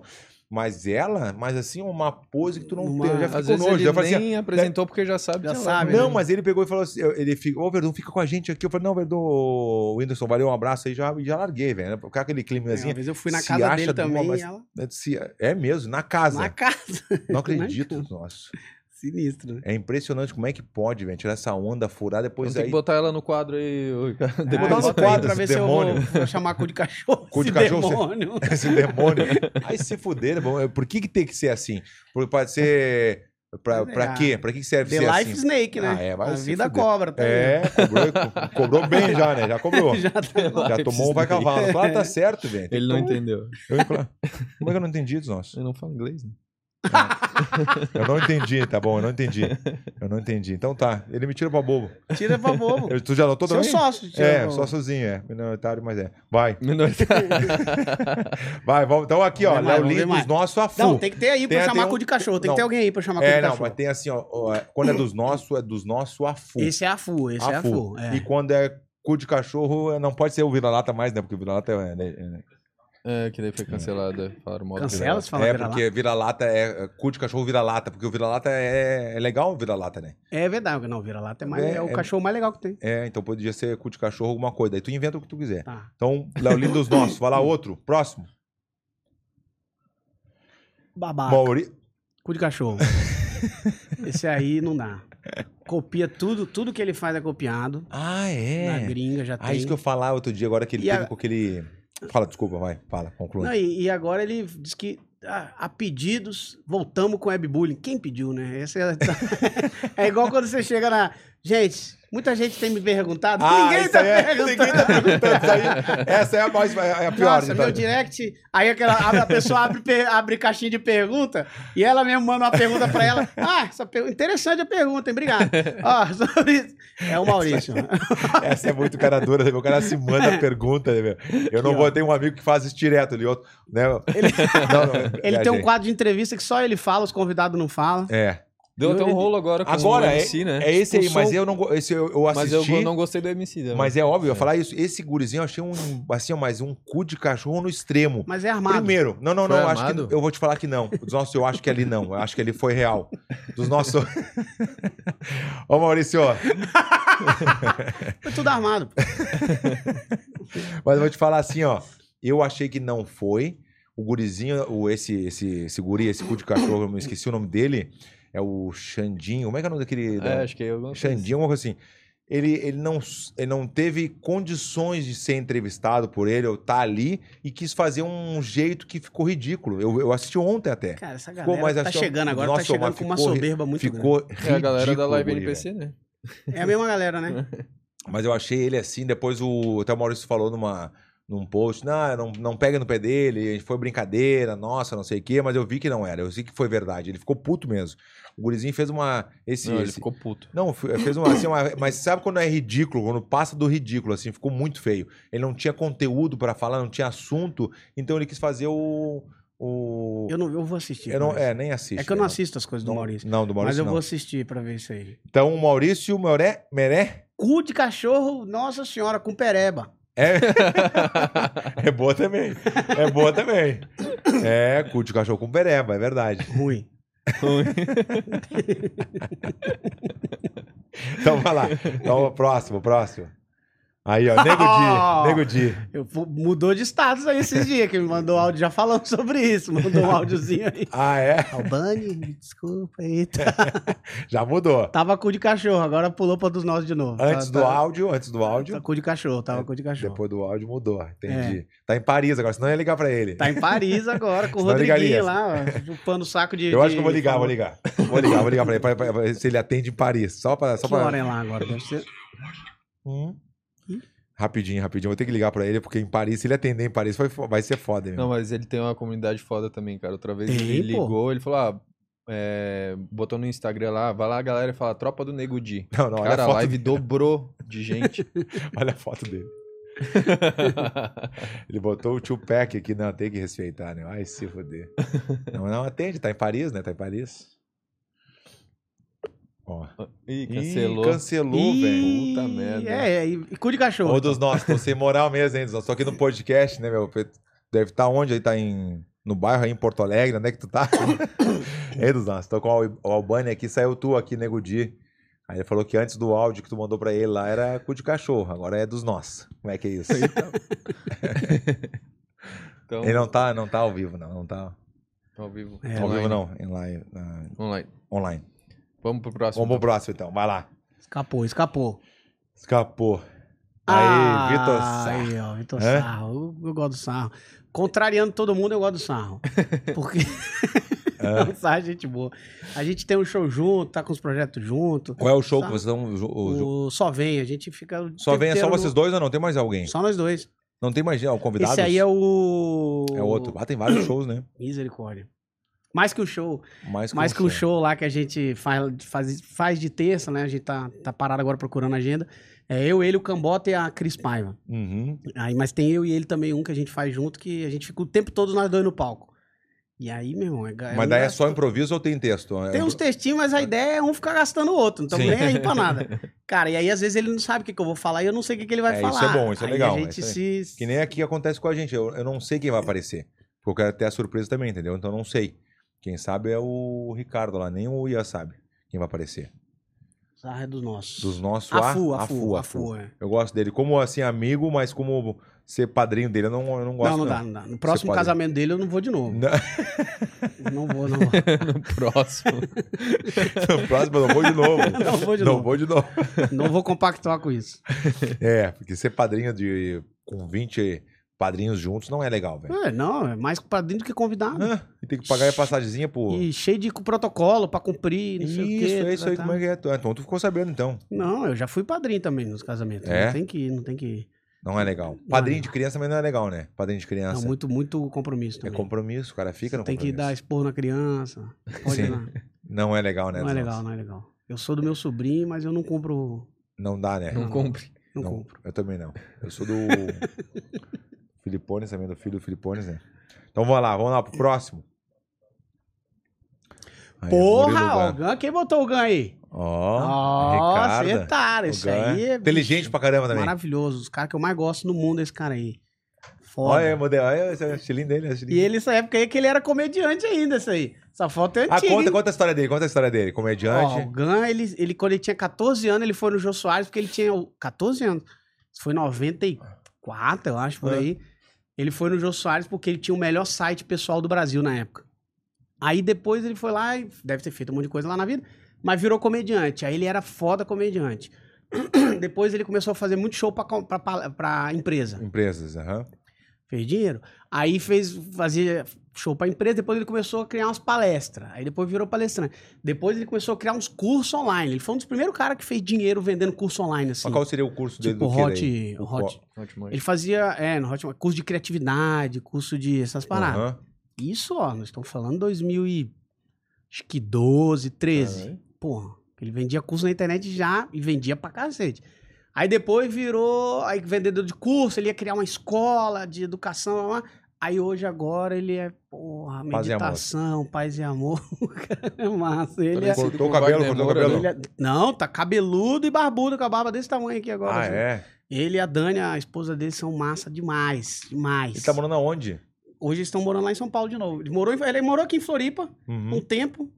Mas ela, mas assim, uma pose que tu não Uma- tem. Eu já Às fico vezes nojo. Eu ele falei assim, nem apresentou porque já sabe. Já sei lá, sabe, né? não, mas ele pegou e falou assim: eu- ele fica, ô Verdun, fica com a gente aqui. Eu falei, não, Verdun, ô, Whindersson, valeu, um abraço aí, já, já larguei, velho. né? Ficar aquele clima É, assim. Uma vez eu fui na se casa acha dele de uma, também, mas- e ela. né, se- É mesmo, na casa. Na casa. <laughs> Não acredito, nossa. Sinistro, né? É impressionante como é que pode, velho, tirar essa onda, furar, depois Vamos ter aí. que botar ela no quadro aí. <laughs> ô, Ricardo. que Depois botar Ah, no bota aí quadro pra esse ver se eu vou, demônio. vou chamar cu de cachorro. <laughs> Cu de esse cachorro, você- demônio. <laughs> Esse demônio. Aí se fuder, bom, por que, que tem que ser assim? Por, pode ser. Pra, Mas é, pra quê? Pra que que serve <laughs> The ser Life assim? Snake, né? Ah, é, vai a se vida fuder. cobra, tá? É, cobrou, cobrou bem já, né? Já cobrou. <laughs> Já tá lá. Já tomou um vai cavalo. Claro, tá certo, velho. Ele não entendeu. Eu- Como é que eu não entendi isso, nossa? Eu não falo inglês, né? Eu não entendi, tá bom, eu não entendi. Eu não entendi. Então tá, ele me tira pra bobo. Tira pra bobo. Eu- tu já anotou Seu também? sócio, tira pra É, bobo. sóciozinho, é. Minoritário, mas é. Vai, Minoritário. vai, vamos. Então aqui, ó, Vamos ver mais, Léo vamos ver Lins, mais. nosso a Não, full. tem que ter aí Tem- pra chamar tem um- cu de cachorro. Tem Não. que tá ter alguém aí pra chamar cu É, de não, mas cachorro. tem assim, ó, ó, é, quando é dos nossos, é dos nossos a full. Esse é a FU, esse é a FU. é. E quando é cu de cachorro, é, não pode ser o vira-lata mais, né? Porque o vira-lata é, é- é- É, que daí foi cancelada. Falaram moda Cancela se falar é, vira-lata. porque vira-lata é. é, Curte cachorro vira-lata, porque o vira-lata é, é legal, o vira-lata, né? É verdade, não, vira-lata é, mais- É, é o é- cachorro mais legal que tem. É, então podia ser curte cachorro, alguma coisa. Aí tu inventa o que tu quiser. Tá. Então, Léo Lindo dos nossos. <coughs> Vai lá, outro. Próximo. Babaca. Mauri... Cu de <laughs> cachorro. Esse aí não dá. Copia tudo, tudo que ele faz é copiado. Ah, Na é. gringa já Ah, tem. isso que eu falar outro dia, agora que ele E teve a- com aquele. Fala, desculpa, vai. Fala, conclui. Não, e, e agora ele diz que ah, a, pedidos, voltamos com webbullying. Quem pediu, né? Essa é, <laughs> é igual quando você chega na. Gente, muita gente tem me perguntado. ninguém isso tá aí é- perguntando. ninguém tá perguntando isso aí. Essa é a, mais, é a pior. Nossa, então. meu direct. Aí aquela, abre- a pessoa abre, pe- abre caixinha de pergunta e ela mesmo manda uma pergunta pra ela. Ah, essa per- interessante a pergunta, hein? <laughs> Obrigado. Ó, sobre isso. É o Maurício. Essa é muito cara dura, né, meu? O cara se manda pergunta, né, meu? Eu não Aqui, vou ó. ter um amigo que faz isso direto, ele outro. Né? Não, não, é, Ele tem um viajei. quadro de entrevista que só ele fala, os convidados não falam. É. Deu até um rolo agora com Agora, o é, MC, né? é esse aí, mas Expulsou- eu não go- esse eu, eu Mas assisti. eu Mas, go- não gostei do né? MC também. é óbvio, eu ia falar isso. Esse gurizinho eu achei um, assim, ó, mais um cu de cachorro no extremo. Mas é armado. Primeiro, não, não, Foi não, acho armado? que eu vou te falar que não. Dos nossos, eu acho que é ali não. Eu acho que ele foi real. Dos nossos. <laughs> Ô, Maurício, ó, Foi tudo armado. <laughs> pô. Mas eu vou te falar assim, ó. Eu achei que não foi. O gurizinho, o, esse, esse, esse guri, esse cu de cachorro, eu me esqueci o nome dele. É o Xandinho. Como é que é o nome daquele. É, da- acho que eu não Xandinho, alguma coisa assim. Ele, ele, não, s- ele não teve condições de ser entrevistado por ele ou tá ali e quis fazer um jeito que ficou ridículo. Eu, eu assisti ontem até. Cara, essa Ficou, galera mas tá achou- chegando agora, um Nossa, tá chegando mas com uma ficou- soberba muito grande. Ficou É a galera da ridículo, live guri, NPC, né? É a mesma galera, né? Mas eu achei ele assim, depois o. Até o Maurício falou numa, num post, não, não, não pega no pé dele, foi brincadeira, nossa, não sei o quê, mas eu vi que não era, eu sei que foi verdade. Ele ficou puto mesmo. O gurizinho fez uma. Esse, Não, ele esse- ficou <laughs> puto. <laughs> não, fe- fez uma, assim, uma- Mas sabe quando é ridículo? Quando passa do ridículo, assim, ficou muito feio. Ele não tinha conteúdo pra falar, não tinha assunto, então ele quis fazer o. o... Eu, não, eu vou assistir. eu não- Maurício. é, nem assiste. é que eu não né? assisto as coisas do Não- Maurício. Não, do Mas Maurício eu não. vou assistir pra ver isso aí. Então, o Maurício Moré, Meré Cu de cachorro, nossa senhora, com pereba. é... <laughs> É boa também. É boa também. É, cu de cachorro com pereba, é verdade. Ruim. Então vai lá. Então, próximo, próximo. Aí, ó. Nego Di. Nego <laughs> Di. Eu, fu- mudou de status aí esses dias, que me mandou um áudio já falando <laughs> sobre isso. Mandou um áudiozinho aí. Ah, é? Albani, me desculpa aí. Já mudou. Tava cu de cachorro, agora pulou pra dos nossos de novo. Antes Tá- do tá- áudio, antes do Tá áudio. cu de cachorro, tava cu de cachorro. Depois do áudio mudou, entendi. Tá em Paris agora, senão eu ia ligar pra ele. Tá em Paris agora, com o <laughs> Senão eu ligaria. Rodriguinho lá, ó, chupando o saco de. Eu acho que eu vou de- ligar, vou ligar. Vou ligar, vou ligar pra ele, pra, pra- pra ver se ele atende em Paris. Só pra. Só Que pra... hora é lá agora? Deve ser. Hum. Rapidinho, rapidinho. Vou ter que ligar pra ele, porque em Paris, se ele atender em Paris, foi fo- vai ser foda, meu. Não, mas ele tem uma comunidade foda também, cara. Outra vez Tem, ele pô. ligou, ele falou, ah, é, botou no Instagram lá, vai lá, galera, e fala, tropa do Nego Di. Não, não, olha Cara, a a foto live dobrou de gente. Olha a foto dele. Ele botou o Tupac aqui, não, tem que respeitar, né? Ai, se fuder. Não, não atende, tá em Paris, né? Tá em Paris. Ó. Ih, Ih, cancelou. cancelou, velho. Ih, Puta merda. É, e, e cu de Ou cachorro. dos nossos, tô sem moral mesmo, hein? dos nossos. Tô aqui no podcast, né, meu? Deve estar onde aí? Tá em... No bairro aí em Porto Alegre, onde é que tu tá? Ei, dos nossos, tô com o Al- o Albani aqui, saiu tu aqui, Nego Di. Aí ele falou que antes do áudio que tu mandou pra ele lá era cu de cachorro, agora é dos nossos. Como é que é isso? Então, Ele não tá, não tá ao vivo, não. Não tá ao vivo. É, ao online. vivo, não. Em live, na- Online. online. Vamos pro próximo. Vamos pro próximo, então. Vai lá. Escapou, escapou. Escapou. Aí, Ah, Vitor Sá. Aí, ó, Vitor Hã? Sarro. Eu, eu gosto do Sarro. Contrariando todo mundo, eu gosto do <laughs> Sarro. Porque. <laughs> o Sarro é gente boa. A gente tem um show junto, tá com os projetos junto. Qual é o show que Sá. vocês estão... o- o- O Só Vem, a gente fica. o Só tempo vem é só inteiro no- vocês dois ou não? Tem mais alguém? Só nós dois. Não tem mais um convidado? Esse aí é o. É outro. Ah, tem <clears throat> vários shows, né? Misericórdia. Mais que o show. Mais que, Mais um que o show lá que a gente faz, faz, faz de terça, né? A gente tá, tá parado agora procurando agenda. É eu, ele, o Cambota e a Cris Paiva. Uhum. Aí, mas tem eu e ele também, um que a gente faz junto, que a gente fica o tempo todo nós dois no palco. E aí, meu irmão, é ga- Mas um daí é gasto- só improviso ou tem texto? É, Tem uns textinhos, mas a ideia é um ficar gastando o outro. Não tô Sim. nem aí <laughs> pra nada. Cara, e aí às vezes ele não sabe o que, que eu vou falar e eu não sei o que, que ele vai É, isso falar. é bom, isso é Aí legal, A gente isso se... Que nem aqui acontece com a gente. Eu, eu não sei quem vai aparecer. Porque eu quero ter a surpresa também, entendeu? Então eu não sei. Quem sabe é o Ricardo lá, nem o Ian sabe quem vai aparecer. Sarra é dos nossos. Dos nossos, a, Afu, a afu, Fu, a Fu. afu. é. Eu gosto dele como assim, amigo, mas como ser padrinho dele, eu não, eu não gosto. não, não, dá, não dá. No Você próximo pode- casamento dele eu não vou de novo. Não. <laughs> Não vou, não. <laughs> No próximo. No <laughs> próximo eu não vou de novo. <laughs> Não vou de Não novo. vou de novo. Não vou compactuar com isso. É, porque ser padrinho de com 20 padrinhos juntos não é legal, velho. É, não, é mais pra dentro do que convidado. Ah, e tem que pagar a passagemzinha pro. E cheio de protocolo pra cumprir, não Isso, sei o quê. é isso aí, tá, como é que é? Ah, Então tu ficou sabendo, então. Não, eu já fui padrinho também nos casamentos. É? Não tem que ir, não tem que ir. Não é legal. é Padrinho de legal. criança também não é legal, né? Padrinho de Não, criança. muito, muito compromisso é também. compromisso, o cara fica Você no tem que compromisso. dar esporro na criança. Pode Sim, não. Não é legal, né? Não é Deus? legal, não é legal. Eu sou do meu sobrinho, mas eu não compro. Não dá, né? Não compre. Não, Não, compro. Eu também não. Eu <laughs> sou do. Filipones também, do filho do Filipones, né? Então vamos lá, vamos lá pro próximo. Aí, é Murilo Porra, ó, o Gan. Gan, quem botou o Gan aí? Ó, Ó, Ricarda. acertaram. O Isso Gan aí é Inteligente pra caramba também. maravilhoso. Os caras que eu mais gosto no mundo é esse cara aí. Foda. Olha, é modelo, olha esse estilinho dele. esse E estilinho. ele, nessa época aí, que ele era comediante ainda, isso aí. Essa foto é Ah, antiga. conta, hein? conta a história dele, conta a história dele. Ó, Comediante. o Gan, ele, ele, quando ele tinha 14 anos, ele foi no Jô Soares, porque ele tinha o- 14 anos. Isso foi em 94, eu acho, por Ah. aí. Ele foi no Jô Soares porque ele tinha o melhor site pessoal do Brasil na época. Aí depois ele foi lá e deve ter feito um monte de coisa lá na vida, mas virou comediante. Aí ele era foda comediante. <clears throat> depois ele começou a fazer muito show pra, com- pra, pal- pra empresa. Empresas, aham. Fez dinheiro. Aí fez, fazia show pra empresa, depois ele começou a criar umas palestras. Aí depois virou palestrante. Depois ele começou a criar uns cursos online. Ele foi um dos primeiros caras que fez dinheiro vendendo curso online, assim. Mas Qual seria o curso dele tipo do que daí? hot, O hot. Ótimo. Ele fazia, é, no Hotmart, curso de criatividade, curso de essas paradas. Aham. Isso, ó, nós estamos falando 2012, 13. Caralho. Porra, ele vendia curso na internet já e vendia pra cacete. Aí depois virou aí vendedor de curso, ele ia criar uma escola de educação. Lá, lá. Aí hoje, agora, ele é, porra, Paz e amor. meditação, paz e amor. <laughs> O cara é massa. Ele é, Parece Cortou com o cabelo, cortou Wagner o Moura, cabelo. né? ele é- Não, tá cabeludo e barbudo, com a barba desse tamanho aqui agora. Ah, assim. é? Ele e a Dani, a esposa dele, são massa demais, demais. Ele tá morando aonde? Hoje eles estão morando lá em São Paulo de novo. Ele morou, em- ele morou aqui em Floripa um Uhum. tempo,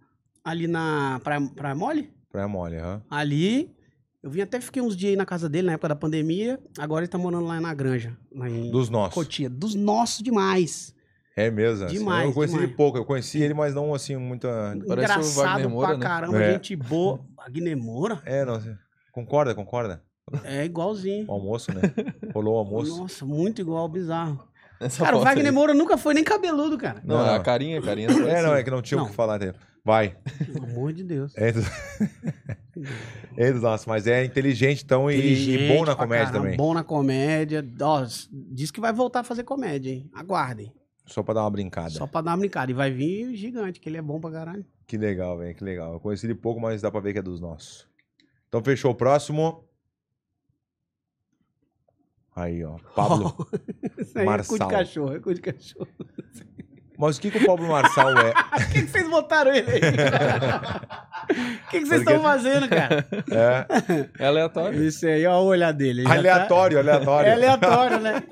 ali na Praia, Praia Mole. Praia Mole, aham. Ali, eu vim até fiquei uns dias aí na casa dele na época da pandemia. Agora ele tá morando lá na granja, lá em Dos nossos. Cotia. Dos nossos demais. É mesmo. assim. Demais, eu conheci ele demais. pouco, eu conheci ele, mas não assim, muita. Parece o Wagner Engraçado Moura, pra né? caramba, É. gente boa. Wagner Moura? É, não sei. Concorda, concorda? É igualzinho. O almoço, né? Rolou o almoço. Nossa, muito igual, bizarro. <laughs> é- Essa Cara, o foto aí. Wagner Moura nunca foi nem cabeludo, cara. Não, Não. a carinha, <laughs> a carinha. assim. É, parece- não, é que não tinha o que Não. falar dele. Vai. <laughs> Pelo amor de Deus. É dos... é dos nossos, mas é inteligente, então, e- e, Inteligente bom na pra comédia caramba, também. Bom na comédia. Ó, diz que vai voltar a fazer comédia, hein? Aguardem. Só pra dar uma brincada. Só pra dar uma brincada. E vai vir gigante, que ele é bom pra caralho. Que legal, velho, que legal. Eu conheci ele pouco, mas dá pra ver que é dos nossos. Então, fechou o próximo. Aí, ó. <laughs> Pablo. Isso aí é cu Marçal. de cachorro, é cu de cachorro. Mas o que, que o Pablo Marçal é? Por que, que vocês botaram ele <laughs> aí? O que, que vocês Porque- estão fazendo, cara? <laughs> É É aleatório. Isso aí, olha o olhar dele. ele já tá- aleatório, aleatório. É aleatório, né?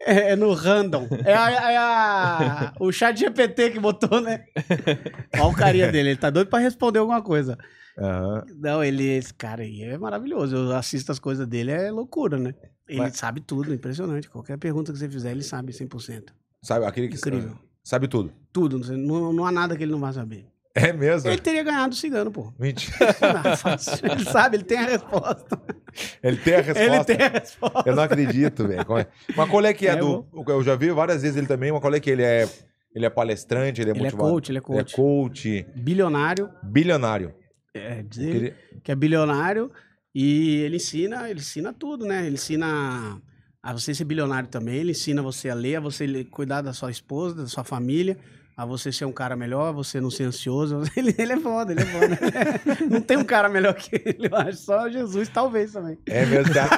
É, é no random. É, a, é a- o chat GPT que botou, né? Olha o carinha dele, ele tá doido pra responder alguma coisa. Aham. Não, ele, esse cara aí é maravilhoso. Eu assisto as coisas dele, é loucura, né? Ele Mas- sabe tudo, é impressionante. Qualquer pergunta que você fizer, ele sabe 100%. Sabe, aquele que Incrível. sabe tudo. Tudo, não sei- não, não há nada que ele não vá saber. <laughs> É mesmo? Ele teria ganhado o cigano, pô. <laughs> Mentira. Não, é fácil. Ele sabe, ele tem a resposta. Ele tem a resposta. <laughs> Ele tem a resposta. Eu não acredito, velho. Como é- Mas qual é que é, É, do. Eu já vi várias vezes ele também, mas qual é que ele é? Ele é palestrante, ele é Ele é motivado. coach, ele é coach. coach, Bilionário, bilionário. é, dizer Ele- que é bilionário e ele ensina, ele ensina tudo, né? Ele ensina a você ser bilionário também, ele ensina você a ler, a você le- cuidar da sua esposa, da sua família, a você ser um cara melhor, a você não ser ansioso. <laughs> Ele, ele é foda, ele é foda. <laughs> não tem um cara melhor que ele, eu acho. Só Jesus, talvez também. É mesmo. <laughs> tá?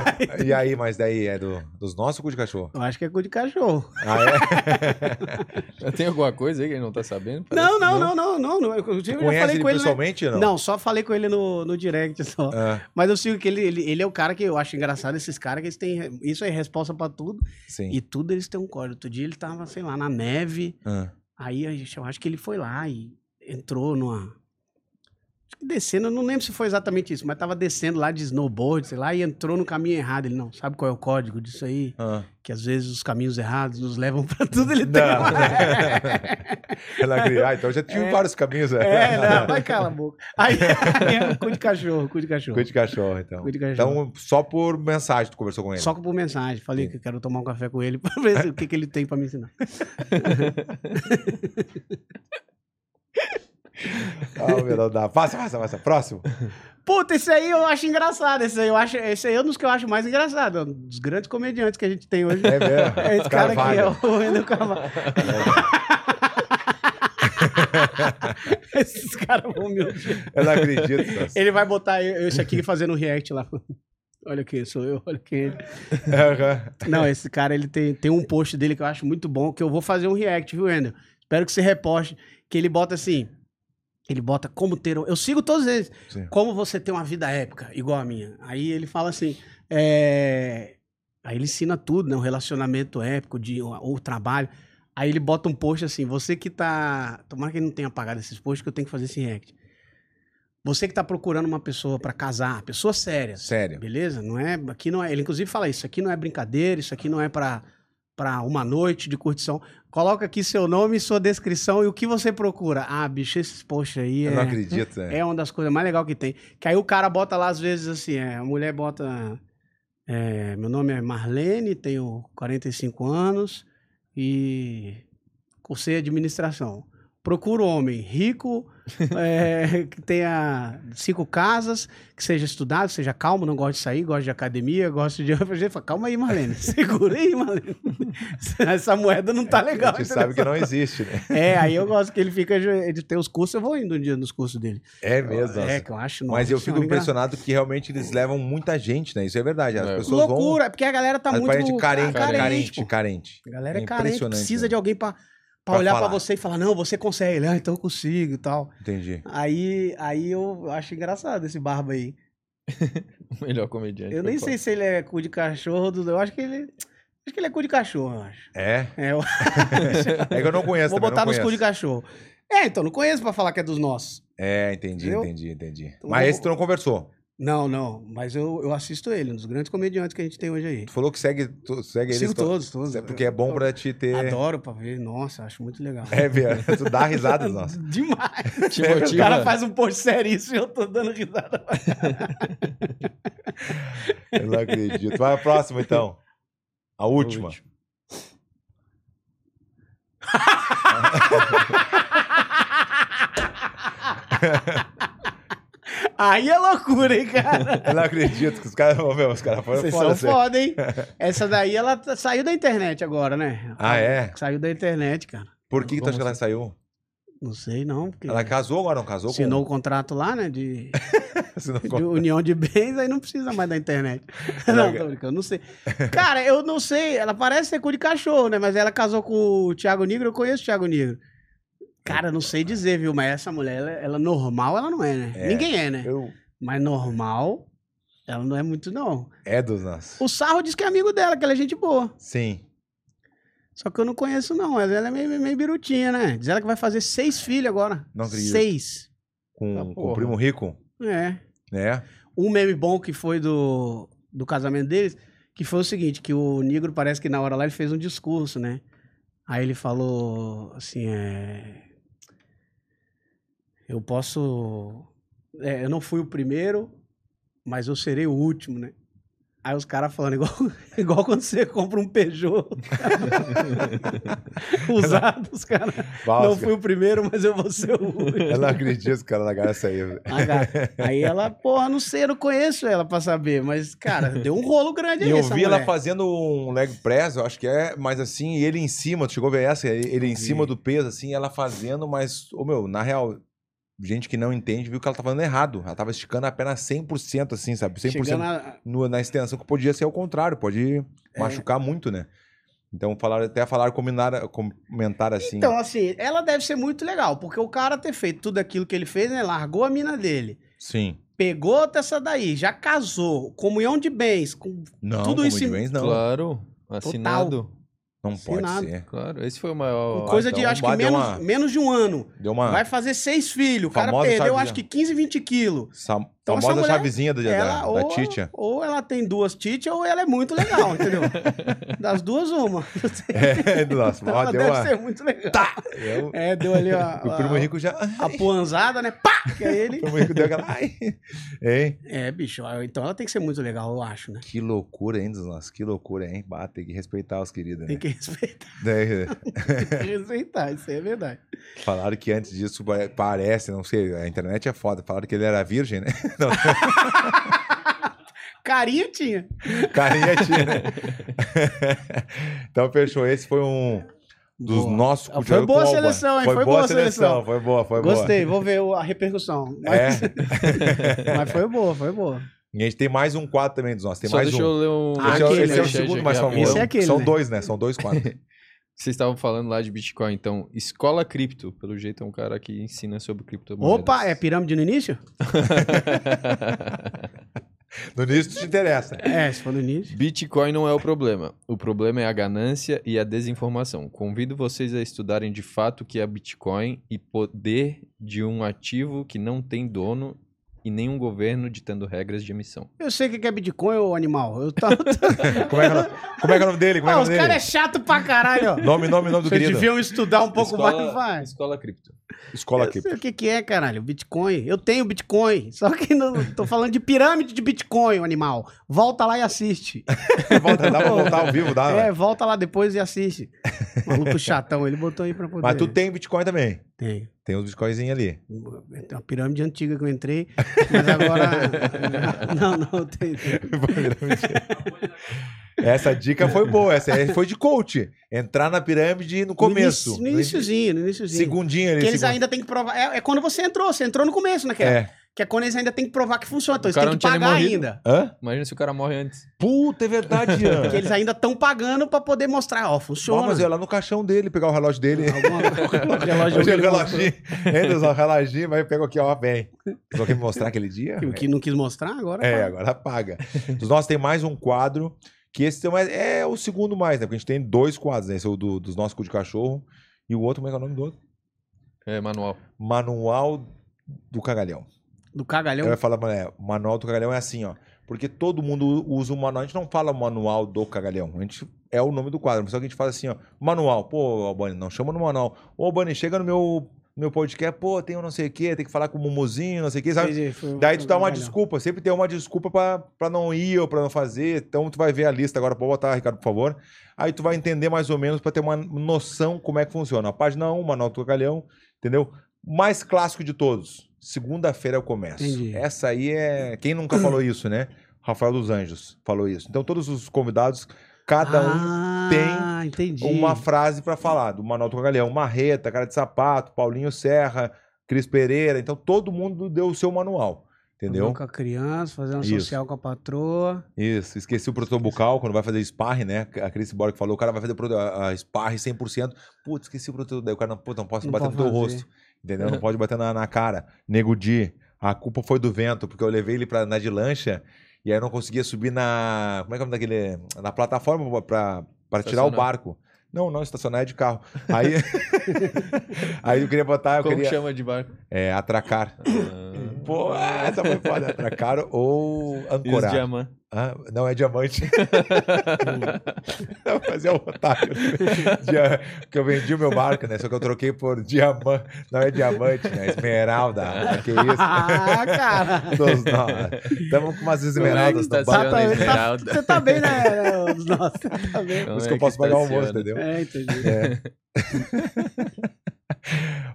e aí, mas daí é do, dos nossos cu de cachorro? Eu acho que é cu de cachorro. Ah, é? Já tem alguma coisa aí que ele não tá sabendo? Parece Não, que não, não, não, não. não. Eu, eu já Conhece falei ele com ele. né? pessoalmente ou Não. não? só falei com ele no, no direct só. Ah, Mas eu sigo que ele, ele, ele é o cara que eu acho engraçado, esses caras que eles têm. Isso é resposta pra tudo. sim. E tudo eles têm um código. Outro dia ele tava, sei lá, na neve. Ah, Aí a gente- eu acho que ele foi lá e entrou numa. Acho que descendo, eu não lembro se foi exatamente isso, mas tava descendo lá de snowboard, sei lá, e entrou no caminho errado. Ele não sabe qual é o código disso aí, ah. que às vezes os caminhos errados nos levam pra tudo. <laughs> Ele tem. um Não. uma- <laughs> Ela cria, ah, então já tive vários caminhos. <laughs> né? é, <laughs> não, vai cala a boca. Aí, <laughs> aí é um cu de cachorro, cu de cachorro. Cu de cachorro, então. Cu de cachorro. Então, só por mensagem tu conversou com ele. Só que por mensagem, falei Sim. que eu quero tomar um café com ele <laughs> pra ver se- o que, que ele tem pra me ensinar. Ah, meu, não dá. Passa, passa, passa. Próximo. Puta, esse aí eu acho engraçado. Esse aí, eu acho, esse aí é um dos que eu acho mais engraçado. é Um dos grandes comediantes que a gente tem hoje. É mesmo. <laughs> É esse cara aqui, é Carvalho. o Wendel Carvalho. <laughs> Esses caras vão me odiar. Eu não acredito. Ele vai botar eu- esse aqui fazendo react lá. Olha quem sou eu, olha quem é <laughs> ele. Aham. <laughs> Não, esse cara, ele tem, tem um post dele que eu acho muito bom, que eu vou fazer um react, viu, Wendel? Espero que você reposte, que ele bota assim, ele bota como ter... um- Eu sigo todos eles. Sim. Como você tem uma vida épica, igual a minha. Aí ele fala assim, é... Aí ele ensina tudo, né? Um relacionamento épico, de, ou, ou trabalho. Aí ele bota um post assim, você que tá... Tomara que ele não tenha apagado esses posts, que eu tenho que fazer esse react. Você que tá procurando uma pessoa pra casar, pessoa séria. Sério. Beleza? Não é, aqui não é, ele inclusive fala isso, aqui não é brincadeira, isso aqui não é pra para uma noite de curtição. Coloca aqui seu nome, sua descrição e o que você procura. Ah, bicho, esses posts aí Eu não é, acredito. né? é uma das coisas mais legais que tem. Que aí o cara bota lá, às vezes, assim, é, a mulher bota. é, meu nome é Marlene, tenho 45 anos e cursei administração. Procuro um <laughs> homem rico, é, que tenha cinco casas, que seja estudado, que seja calmo, não gosta de sair, gosta de academia, gosta de. A gente fala, calma <laughs> aí, Marlene, segura aí, Marlene. <laughs> Essa moeda não tá legal. A gente entendeu? É, sabe que não existe, né? É, aí eu gosto que ele fica. Ele tem os cursos, eu vou indo um dia nos cursos dele. É mesmo. É, nossa. que eu acho. Mas nossa eu fico senhora, impressionado que realmente eles levam muita gente, né? Isso é verdade. As É. engra- pessoas Loucura, é porque a galera tá vão. muito Aparente carente, ah, carente, pô. carente, A galera é, É carente, impressionante, precisa né? de alguém pra, pra, Pra olhar pra falar. você e falar, não, você consegue. Ele, ah, então eu consigo e tal. Entendi. Aí, aí eu acho engraçado esse barba aí. O melhor comediante. Eu foi nem <laughs> foda. sei se ele é cu de cachorro, Dudu. eu acho que ele... Acho que ele é cu de cachorro, eu acho. É. <laughs> É, eu É que eu não conheço <laughs> vou também, botar não nos cu conheço. de cachorro. É, então, não conheço pra falar que é dos nossos. É, entendi, Entendeu? entendi, entendi. Então Mas vamos- esse tu não conversou. Não, não, mas eu, eu assisto ele, um dos grandes comediantes que a gente tem hoje aí. Tu falou que segue, tu, segue eles. Sigo to- todos, todos. né? Ah, É porque é bom pra te ter. Adoro pra ver, nossa, acho muito legal. É, velho, tu dá risadas, nossa. <laughs> Demais. Te O motiva. cara faz um post seríssimo e eu tô dando <laughs> risada. Eu não acredito. Vai a próxima, então. A última. última. Aí é loucura, hein, cara? Eu não acredito que os caras. Ô, meu, os caras foram assim. Vocês fora. são sério. <laughs> foda, hein? Essa daí, ela tá- saiu da internet agora, né? Ah, é? Saiu da internet, cara. Por que, que tu acha que assim? ela saiu? Não sei, não. Porque Ela casou um. agora, não casou? assinou o contrato lá, né? <laughs> De, Com... Assinou de com... união de bens, aí não precisa mais da internet. <laughs> Não, tô brincando, não sei. Cara, eu não sei. Ela parece ser cu de cachorro, né? Mas ela casou com o Thiago Negro, eu conheço o Thiago Negro. Cara, não sei dizer, viu? Mas essa mulher, ela, ela normal, ela não é, né? É. Ninguém é, né? Eu... Mas normal, ela não é muito, não. É dos nossos. O Sarro diz que é amigo dela, que ela é gente boa. Sim. Só que eu não conheço, não. Mas ela é meio, meio, meio birutinha, né? Diz ela que vai fazer seis filhos agora. Não acredito. Seis. Com, Ah, com o porra. primo rico, É. né? Um meme bom que foi do, do casamento deles, que foi o seguinte, que o negro parece que na hora lá ele fez um discurso, né? Aí ele falou assim, é... Eu posso... é, eu não fui o primeiro, mas eu serei o último, né? Aí os caras falando, igual, <laughs> igual quando você compra um Peugeot <laughs> usado, os caras. Vasca. Não fui o primeiro, mas eu vou ser o último. Eu não acredito que o cara da garça aí. velho. Ah, cara, Aí ela, porra, não sei, eu não conheço ela pra saber, mas, cara, deu um rolo grande E aí. eu essa vi ela mulher. fazendo um leg press, eu acho que é, mas assim, e ele em cima, tu chegou a ver essa? Ele ele em cima do peso, assim, ela fazendo, mas, ô meu, na real, gente que não entende viu que ela tá fazendo errado. Ela tava esticando a perna 100%, assim, sabe? 100% Chegando a- É. no- na extensão, que podia ser o contrário, pode machucar muito, né? Então, falaram, até falaram, combinaram, comentaram assim. Então, assim, ela deve ser muito legal, porque o cara ter feito tudo aquilo que ele fez, né? Largou a mina dele, Sim. pegou outra essa daí, já casou, comunhão de bens, com Não, Tudo como isso de em- bens, não. Claro, assinado. Não pode Assinado. ser. Claro, esse foi o maior. com coisa então, de, acho que vai, deu menos, uma- menos de um ano. Deu uma Vai fazer seis filhos, o cara Famosa perdeu, chavezinha. acho que 15, 20 quilos. sa- Então, essa famosa mulher, chavezinha da, da- ela, da, ou, <laughs> Titia. ou ela tem duas Titia, ou ela é muito legal, <laughs> entendeu? Das duas, uma. É, nossa, Então, ó, ela deu deve uma... ser muito legal. Tá. Eu- É, deu ali a, <laughs> o primo rico já... a, a puanzada, né? Pá! Que é ele. O primo rico deu aquela... <laughs> Ai. Hein? É, bicho, então ela tem que ser muito legal, eu acho, né? Que loucura, hein, dos nossos? Que loucura, hein? Bah, tem que respeitar os queridos, Tem né? que <laughs> respeitar, Daí, tem que respeitar, isso aí é verdade. Falaram que antes disso pare- parece, não sei, a internet é foda. Falaram que ele era virgem, né? <laughs> Não, Carinho tinha. carinha tinha, né? <laughs> então, fechou. Esse foi um dos Boa. Ah, nossos... Foi Cudiano com boa a Alba. seleção, hein? Foi boa a seleção. Foi boa, foi boa. Gostei, vou ver o- a repercussão. Mas, É. mas foi boa, foi boa. E a gente tem mais um quadro também dos nossos. Tem Só mais deixa um. eu ler um. Ah, esse, é, o- aquele, esse é o né? segundo mais famoso. Esse é aquele, São né? dois, né? São dois quadros. <laughs> Vocês estavam falando lá de Bitcoin, então. Escola cripto. Pelo jeito é um cara que ensina sobre criptomoedas. Opa, é <laughs> pirâmide no início? No início te interessa. É, se for no início. Bitcoin não é o problema. O problema é a ganância e a desinformação. Convido vocês a estudarem de fato o que é Bitcoin e poder de um ativo que não tem dono e nenhum governo ditando regras de emissão. Um Eu sei o que que é Bitcoin ou animal. Eu tava... Como é que é, o nome- como é que é o nome dele? Como é que Ah, é o os é nome dele? caras é chato pra caralho, ó. Nome, nome, <laughs> nome do Vocês querido. deviam estudar um pouco mais, vai. Escola cripto. Escola Eu aqui. sei o que que é, caralho. Bitcoin. Eu tenho Bitcoin. <laughs> Só que não... Tô falando de pirâmide de Bitcoin, o animal. Volta lá e assiste. Volta, dá pra voltar ao vivo, dá. <laughs> é, né? volta lá depois <laughs> e assiste. Maluco chatão, ele botou aí pra poder. Mas tu tem Bitcoin também. Tem. Tem uns Bitcoinzinhos ali. <laughs> Tem uma pirâmide antiga que eu entrei, mas agora... <laughs> não, não, tem... Essa dica foi boa. Essa aí foi de coach. Entrar na pirâmide no começo. No iníciozinho, no iníciozinho. Segundinho ali. Que eles segun- ainda têm que provar. É, é quando você entrou, você entrou no começo, né? Que, é. É. que é quando eles ainda têm que provar que funciona. Então O eles cara têm que não tinha nem pagar morrido. ainda. Hã? Imagina se o cara morre antes. Puta, é <laughs> verdade, Ian. Que eles ainda estão pagando pra poder mostrar, ó, Ó, funciona. mas eu ia lá no caixão dele, pegar o relógio dele. <laughs> Alguma... o relógio Hoje que é o ele reloginho. Entra só o reloginho, vai pega aqui, ó, bem. Só quer me mostrar aquele dia? mostrou. O que não quis mostrar agora. tá. É, paga. agora paga. Dos nossos tem mais um quadro, que esse tem mais- é o segundo mais, né? Porque a gente tem dois quadros, né? Esse é o do- dos nossos cu de cachorro e o outro, como é que é o nome do outro? É, manual. Manual do Cagalhão. Do Eu cagalhão. ia falar, é, manual do Cagalhão é assim, ó. Porque todo mundo usa o manual. A gente não fala manual do cagalhão. A gente é o nome do quadro. Mas Só que a gente fala assim, ó. Manual. Pô, Albani, não chama no manual. Ô, Albani, chega no meu, meu podcast. Pô, tem um não sei o quê. Tem que falar com o Mumuzinho, não sei o quê. Sabe? Entendi, foi o Daí tu dá uma cagalhão. desculpa, sempre tem uma desculpa pra, pra não ir ou pra não fazer. Então tu vai ver a lista agora, pode botar, Ricardo, por favor. Aí tu vai entender mais ou menos pra ter uma noção como é que funciona. A página 1, Manual do Cagalhão, entendeu? Mais clássico de todos. Segunda-feira eu começo. Entendi. Essa aí é. Quem nunca <clears throat> falou isso, né? Rafael dos Anjos falou isso. Então todos os convidados, cada um ah, tem entendi. uma frase pra falar do Manual do Cagalhão. Marreta, Cara de Sapato, Paulinho Serra, Cris Pereira. Então todo mundo deu o seu manual. Entendeu? Com a criança, fazer uma Isso. social com a patroa. Isso, esqueci o protetor bucal quando vai fazer sparring, né? A Cris Borg falou, o cara vai fazer prote- a, a sparring 100%. Putz, esqueci o protetor. Daí o cara, não, pô, não posso Não bater no pode teu fazer. rosto, entendeu? <laughs> Não pode bater na, na cara. Nego Di, a culpa foi do vento, porque eu levei ele pra andar de lancha e aí eu não conseguia subir na... Como é que é o nome daquele... Na plataforma pra, pra tirar o Estacionar. barco. Não, não, estacionar é de carro. <laughs> Aí, aí Ah, eu queria botar, eu Como que queria... chama de barco? É, atracar. Ah, Pô, essa foi foda. Tracaram ou E os ancorar. diamantes. Ah, não é diamante. não, mas é o otário. Dia- Porque eu vendi o meu barco, né? Só que eu troquei por diamante. Não é diamante, né? Esmeralda. Ah, Que isso? <laughs> Ah, cara. <laughs> Todos nós. Estamos com umas esmeraldas Como é no que tá barco. Tá, tá- Esmeralda. tá- você tá <laughs> bem, né? Nossa, você tá bem. Por isso que Então, é eu posso pagar o almoço, entendeu? É, entendi. É.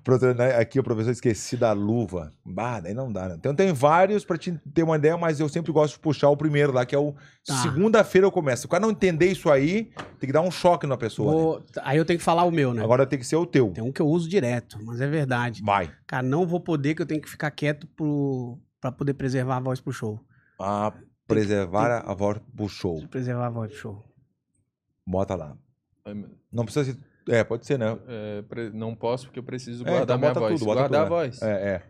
Professor, né, Aqui o professor esqueci da luva. Bah, daí não dá, né? Então tem vários pra te ter uma ideia, mas eu sempre gosto de puxar o primeiro lá, que é o Tá. segunda-feira eu começo. Se o cara não entender isso aí, tem que dar um choque na pessoa. né? Vou- Aí eu tenho que falar o meu, né? Agora tem que ser o teu. Tem um que eu uso direto, mas é verdade. Vai. Cara, não vou poder, que eu tenho que ficar quieto pro... pra poder preservar a voz pro show. A preservar a voz pro show. Preservar a voz pro show. <laughs> Bota lá. Não precisa ser. É, pode ser, né? É, pre- não posso porque eu preciso É, então guardar minha bota voz. tudo, bota guardar tudo, a voz. É, é.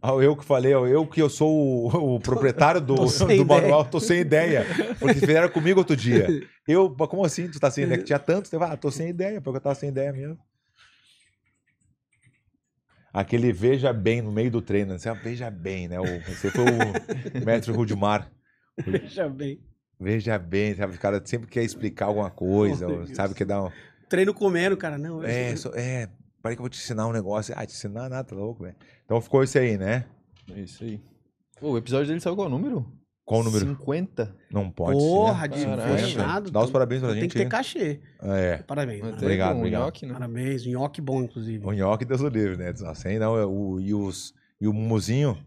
Ah, eu que falei, ó, eu que eu sou o, o proprietário do, <laughs> tô sem do ideia. manual, tô sem ideia. Porque fizeram comigo outro <laughs> dia. Eu, pô, como assim? Tu tá sem ideia? Que tinha tantos. Eu, ah, tô sem ideia, porque eu tava sem ideia mesmo. Aquele veja bem no meio do treino. Você, ah, veja bem, né? O, você foi <laughs> o mestre Rudimar. Veja bem. Veja bem, sabe? O cara sempre quer explicar alguma coisa, Oh, ou, Deus. sabe? Quer dar um. Treino comendo, cara. Não, É, só, é, peraí que eu vou te ensinar um negócio. Ah, te ensinar nada, tá louco, velho. Então ficou esse aí, né? É isso aí. Pô, o episódio dele saiu qual número? Qual o número? 50. Não pode Porra, ser. de Caralho. fechado. né? Dá os parabéns pra Tem gente. que ter hein? cachê. É. Parabéns. Manteve Parabéns, Obrigado, um obrigado. nhoque, né? parabéns. Nhoque bom, inclusive. O nhoque Deus o livre, né? Assim não, é o, e, os, e o mumuzinho.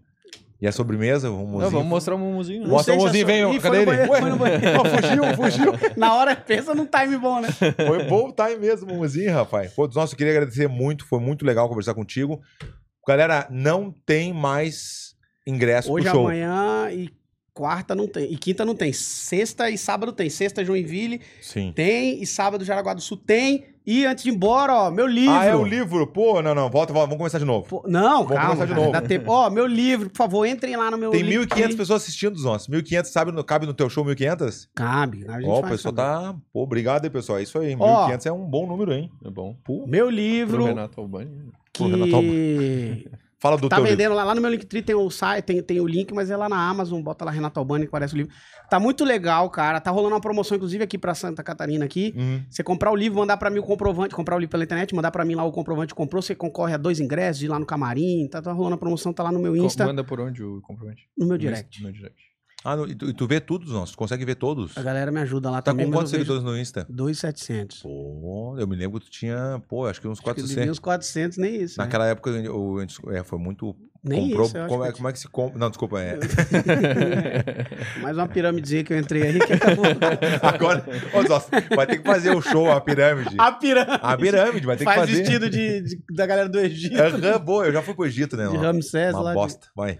E a sobremesa, o Não, mumuzinho. vamos mostrar o mumuzinho. né? Não Mostra sei o se mumuzinho, a so- vem, Ih, cadê foi no ele? banheiro, foi <laughs> no banheiro. Ué, fugiu, fugiu. <laughs> Na hora, pensa num time bom, né? <laughs> Foi bom time mesmo, mumuzinho, rapaz. Pô, nós eu queria agradecer muito, foi muito legal conversar contigo. Galera, não tem mais ingresso Hoje, pro show. amanhã e quarta não tem. E quinta não tem. Sexta e sábado tem. Sexta, Joinville Sim. tem. E sábado, Jaraguá do Sul tem. E antes de ir embora, ó, meu livro. Ah, é o livro. Pô, não, não, volta, volta, vamos começar de novo. Pô, não, Vamos calma. começar de cara, novo. Dá tempo. Ó, meu livro, por favor, entrem lá no meu Tem link. 1.500 pessoas assistindo os nossos. 1.500, sabe, no- cabe no teu show 1.500? Cabe. A gente Ó, o faz pessoal caber. tá... Pô, obrigado aí, pessoal. É isso aí. Ó. 1.500 é um bom número, hein? É bom. Pô. Meu Pro livro Renato Albani. né? Pro Renato <laughs> que Fala do tá teu vendendo livro. lá, lá no meu Linktree tem o site, tem, tem o link, mas é lá na Amazon, bota lá Renato Albani que parece o livro. Tá muito legal, cara. Tá rolando uma promoção inclusive aqui pra Santa Catarina aqui. Hum. Você comprar o livro, mandar pra mim o comprovante, comprar o livro pela internet, mandar pra mim lá o comprovante comprou, você concorre a dois ingressos, de ir lá no camarim, tá, tá rolando a promoção, tá lá no meu Co- Insta, Manda por onde o comprovante? no meu direct. No <laughs> direct. Ah, no- e, tu, e tu vê todos os nossos. Tu consegue ver todos? A galera me ajuda lá Tá também, com quantos mas eu vejo seguidores no Insta? 2,700. Pô, eu me lembro que tu tinha... Pô, acho que uns Acho que eu devia 400. uns 400, nem isso. né? Naquela época, eu, eu- é, foi muito... Nem comprou, isso, eu acho como, que é, eu como é que se compra... Não, desculpa, <laughs> é... Mais uma pirâmidezinha que eu entrei aí <laughs> que acabou. Agora, ó, nossa, vai ter que fazer o show, a <laughs> pirâmide. A pirâmide. A pirâmide, vai ter Faz que fazer. vestido de, de- da galera do Egito. Aham, boa, eu já fui pro Egito, né? De mano? Ramsés lá. Uma de- bosta, vai.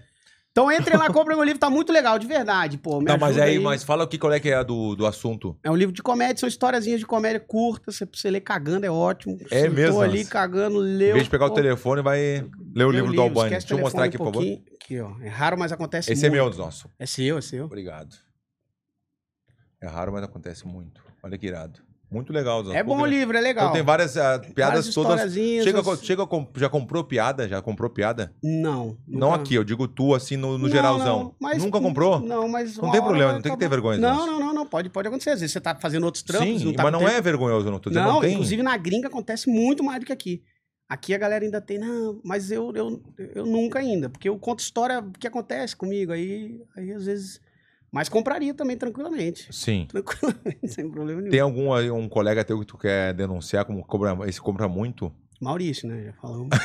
Então entrem lá, comprem meu livro, tá muito legal, de verdade, pô. Me Não, mas ajuda aí, mas fala o que qual é que é a do, do assunto. É um livro de comédia, são historiazinhas de comédia curtas, você, você lê cagando, é ótimo. É mesmo, ali nossa. cagando, Em leu. vez de pegar o pô, telefone, vai ler o lê livro do Albani. esquece Deixa o eu mostrar aqui, telefone por favor. um pouquinho. Aqui, ó. É raro, mas acontece Esse é muito. meu dos nossos. É seu, é seu. Obrigado. É raro, mas acontece muito. Olha que irado. Muito legal, dos É bom o livro, é legal. Então tem várias ah, piadas Várias todas. historiazinhas, assim. Chega, as- co- chega, com- já comprou piada? Já comprou piada? Não. Não nunca- aqui, eu digo tu assim no, no Não, geralzão. não, mas- Nunca comprou? Não, mas. Não uma tem hora problema, vai não tem que ter acabar. vergonha Não, disso. não, não, não. Pode, pode acontecer. Às vezes você tá fazendo outros trampos, Sim, não tá mas com não tempo. é vergonhoso, não. Tô dizendo, Não, não, tem. inclusive na gringa acontece muito mais do que aqui. Aqui a galera ainda tem, não, mas eu, eu, eu nunca ainda, porque eu conto história que acontece comigo, aí, aí às vezes. Mas compraria também tranquilamente. <laughs> Sim. Tranquilamente, sem problema nenhum. Tem algum aí, um colega teu que tu quer denunciar como cobra, esse compra muito? Maurício, né? Já falamos. <laughs>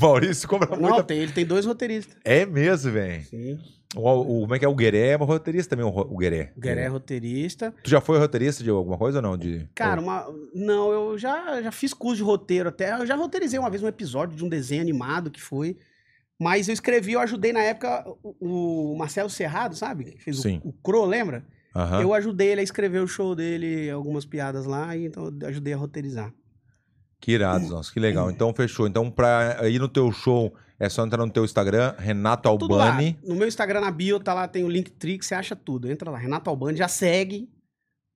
Maurício compra não, muito. tem, ele tem dois roteiristas. É mesmo, velho. Sim. O, o- como é que é? O Gueré é um roteirista também, o, ro- o Gueré. O Gueré é roteirista. Tu já foi roteirista de alguma coisa ou não? De... Cara, uma... não, eu já, já fiz curso de roteiro até. Eu já roteirizei uma vez um episódio de um desenho animado que foi. Mas eu escrevi, eu ajudei na época o, o Marcelo Serrado, sabe? Que fez Sim. o, o Cro, lembra? Ou- Aham. Eu ajudei ele a escrever o show dele, algumas piadas lá, e então eu ajudei a roteirizar. Que irados, nossa, que legal. Então fechou. Então pra ir no teu show, é só entrar no teu Instagram, Renato Tudo lá. Albani. No meu Instagram, na bio, tá lá, tem o link Trix, você acha tudo. Entra lá, Renato Albani, já segue.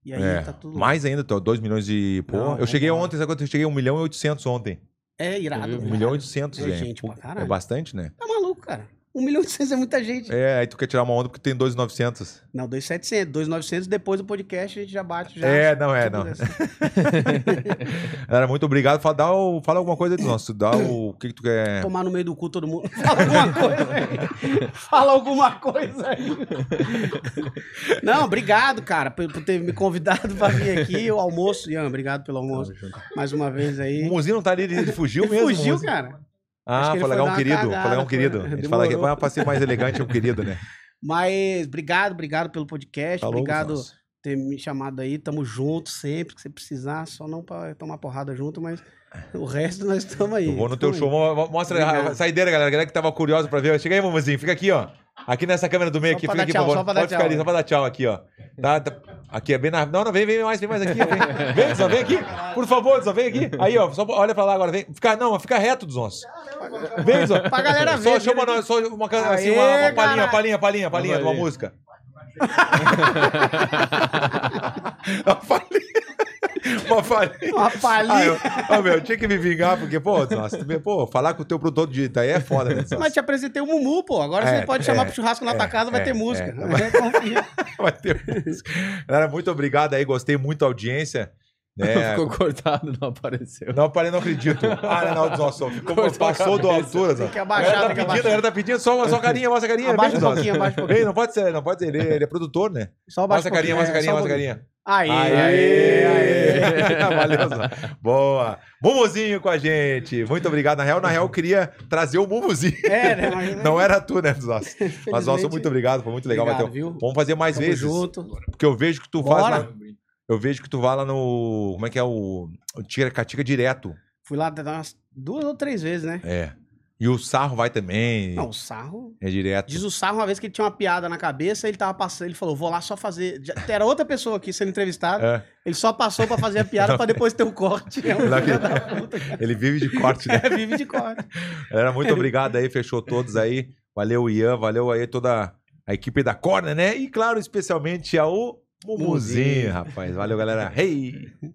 E aí É, tá tudo lá. mais ainda, 2 milhões e... Pô, Não, eu cheguei vambora. um ontem, sabe quanto? Eu cheguei a 1 milhão e 800 ontem. É irado. Viu? Um cara. milhão e 800, É gente. gente pra Pô, é caralho. bastante, né? Tá maluco, cara. Um milhão e 800 é muita gente. É, aí tu quer tirar uma onda porque tem 2,900. Não, 2,700. 2,900 depois do podcast a gente já bate. Já, É, não é, Tipo não. dessa. Galera, muito obrigado. Fala, dá o- fala alguma coisa aí do nosso. Dá o, o que, que tu quer. Tomar no meio do cu todo mundo. <laughs> Fala alguma coisa aí. Fala alguma coisa aí. Não, obrigado, cara, por, por ter me convidado pra vir aqui. O almoço, Ian, obrigado pelo almoço. Mais uma vez O aí. Muzinho não tá ali, ele ele fugiu mesmo. Fugiu, Muzinho? cara. Acho Ah, que ele foi Falagão dar uma querido. cagada, Falagão foi, querido. né? A gente fala que Demorou. vai pra ser mais elegante, é o querido, né? Tá Mas obrigado, obrigado pelo podcast. Falou, obrigado por Gonçalves. ter me chamado aí. Tamo junto sempre que você precisar, só não pra tomar porrada junto, mas o resto nós estamos aí. Eu vou no teu tamo show. mo- aí. mo- Mostra a- a Obrigado. saideira, galera. A galera que tava curiosa pra ver. Chega aí, Mamuzinho. Fica aqui, ó. Aqui nessa câmera do meio Só aqui. pra Fica dar aqui, tchau, por favor. só pra dar Pode ficar tchau. né? ali, só pra dar tchau aqui, ó. Tá, tá- Aqui é bem na. Não, não, vem, vem mais, vem mais aqui. Vem, vem Edson, vem aqui. Por favor, Edson, vem aqui. Aí, ó. Só olha pra lá agora. Vem. Fica, não, fica reto dos nossos. Vem, Edson. Pra galera Só ver, chama direito. nós, só uma, can- Aê, assim, uma, uma palhinha, caralho. palhinha, palhinha, palhinha de uma palhinha. música. <laughs> uma palhinha. Uma palhinha. Uma Ah, eu, palhinha. ah, meu, eu tinha que me vingar, porque, pô, nossa, tu vê, pô, falar com o teu produtor de aí é foda, né? Mas te apresentei o Mumu, pô. Agora É, você pode é, chamar pro churrasco na é, tua casa, vai é, ter música. é. <laughs> Confia. Vai ter música. Galera, muito obrigado aí, gostei muito da audiência. Né? Ficou cortado, não apareceu. Não, parei, não acredito. Ah, Arnaldo Zossol, ficou, Cortou a passou do cabeça. altura. Zó. Tem que A abaixar, galera tá tem que pedindo, abaixar. a galera tá pedindo só, uma- só carinha, mostra a carinha. Abaixa bem, um Zó. pouquinho, abaixa um Ei, pouquinho. não pode ser, não pode ser. Ele, ele é produtor, né? Mostra Só a um carinha, pouquinho, mostra a é, só carinha, um mostra a carinha. pouquinho. Aê, Aê, aê. aê. <laughs> Valeu, Zó. Boa. Mumuzinho com a gente. Muito obrigado. Na real, na real, eu queria trazer o Mumuzinho. É, né? Mas, Não era tu, né, Zoss? Mas, Zoss, Felizmente- muito obrigado. Foi muito legal, Obrigado, Matheus. viu? Vamos fazer mais Tamo vezes. junto. Porque eu vejo que tu Bora. faz lá. Eu vejo que tu vai lá no. Como é que é o. o Tira Catica direto. Fui lá dar umas duas ou três vezes, né? É. E o Sarro vai também. Não, o sarro. É direto. Diz o Sarro uma vez que ele tinha uma piada na cabeça, ele tava passando, ele falou, vou lá só fazer. Já- Era outra pessoa aqui sendo entrevistada, É. ele só passou pra fazer <laughs> a piada pra depois ter um corte. É um Lá que- filho da puta, cara. Ele vive de corte, <laughs> né? É, vive de corte. Galera, muito obrigado aí, fechou todos aí. Valeu, Ian, valeu aí toda a equipe da Corner, né? E claro, especialmente ao Mumuzinho, Mumuzinho. rapaz. Valeu, galera. Hey!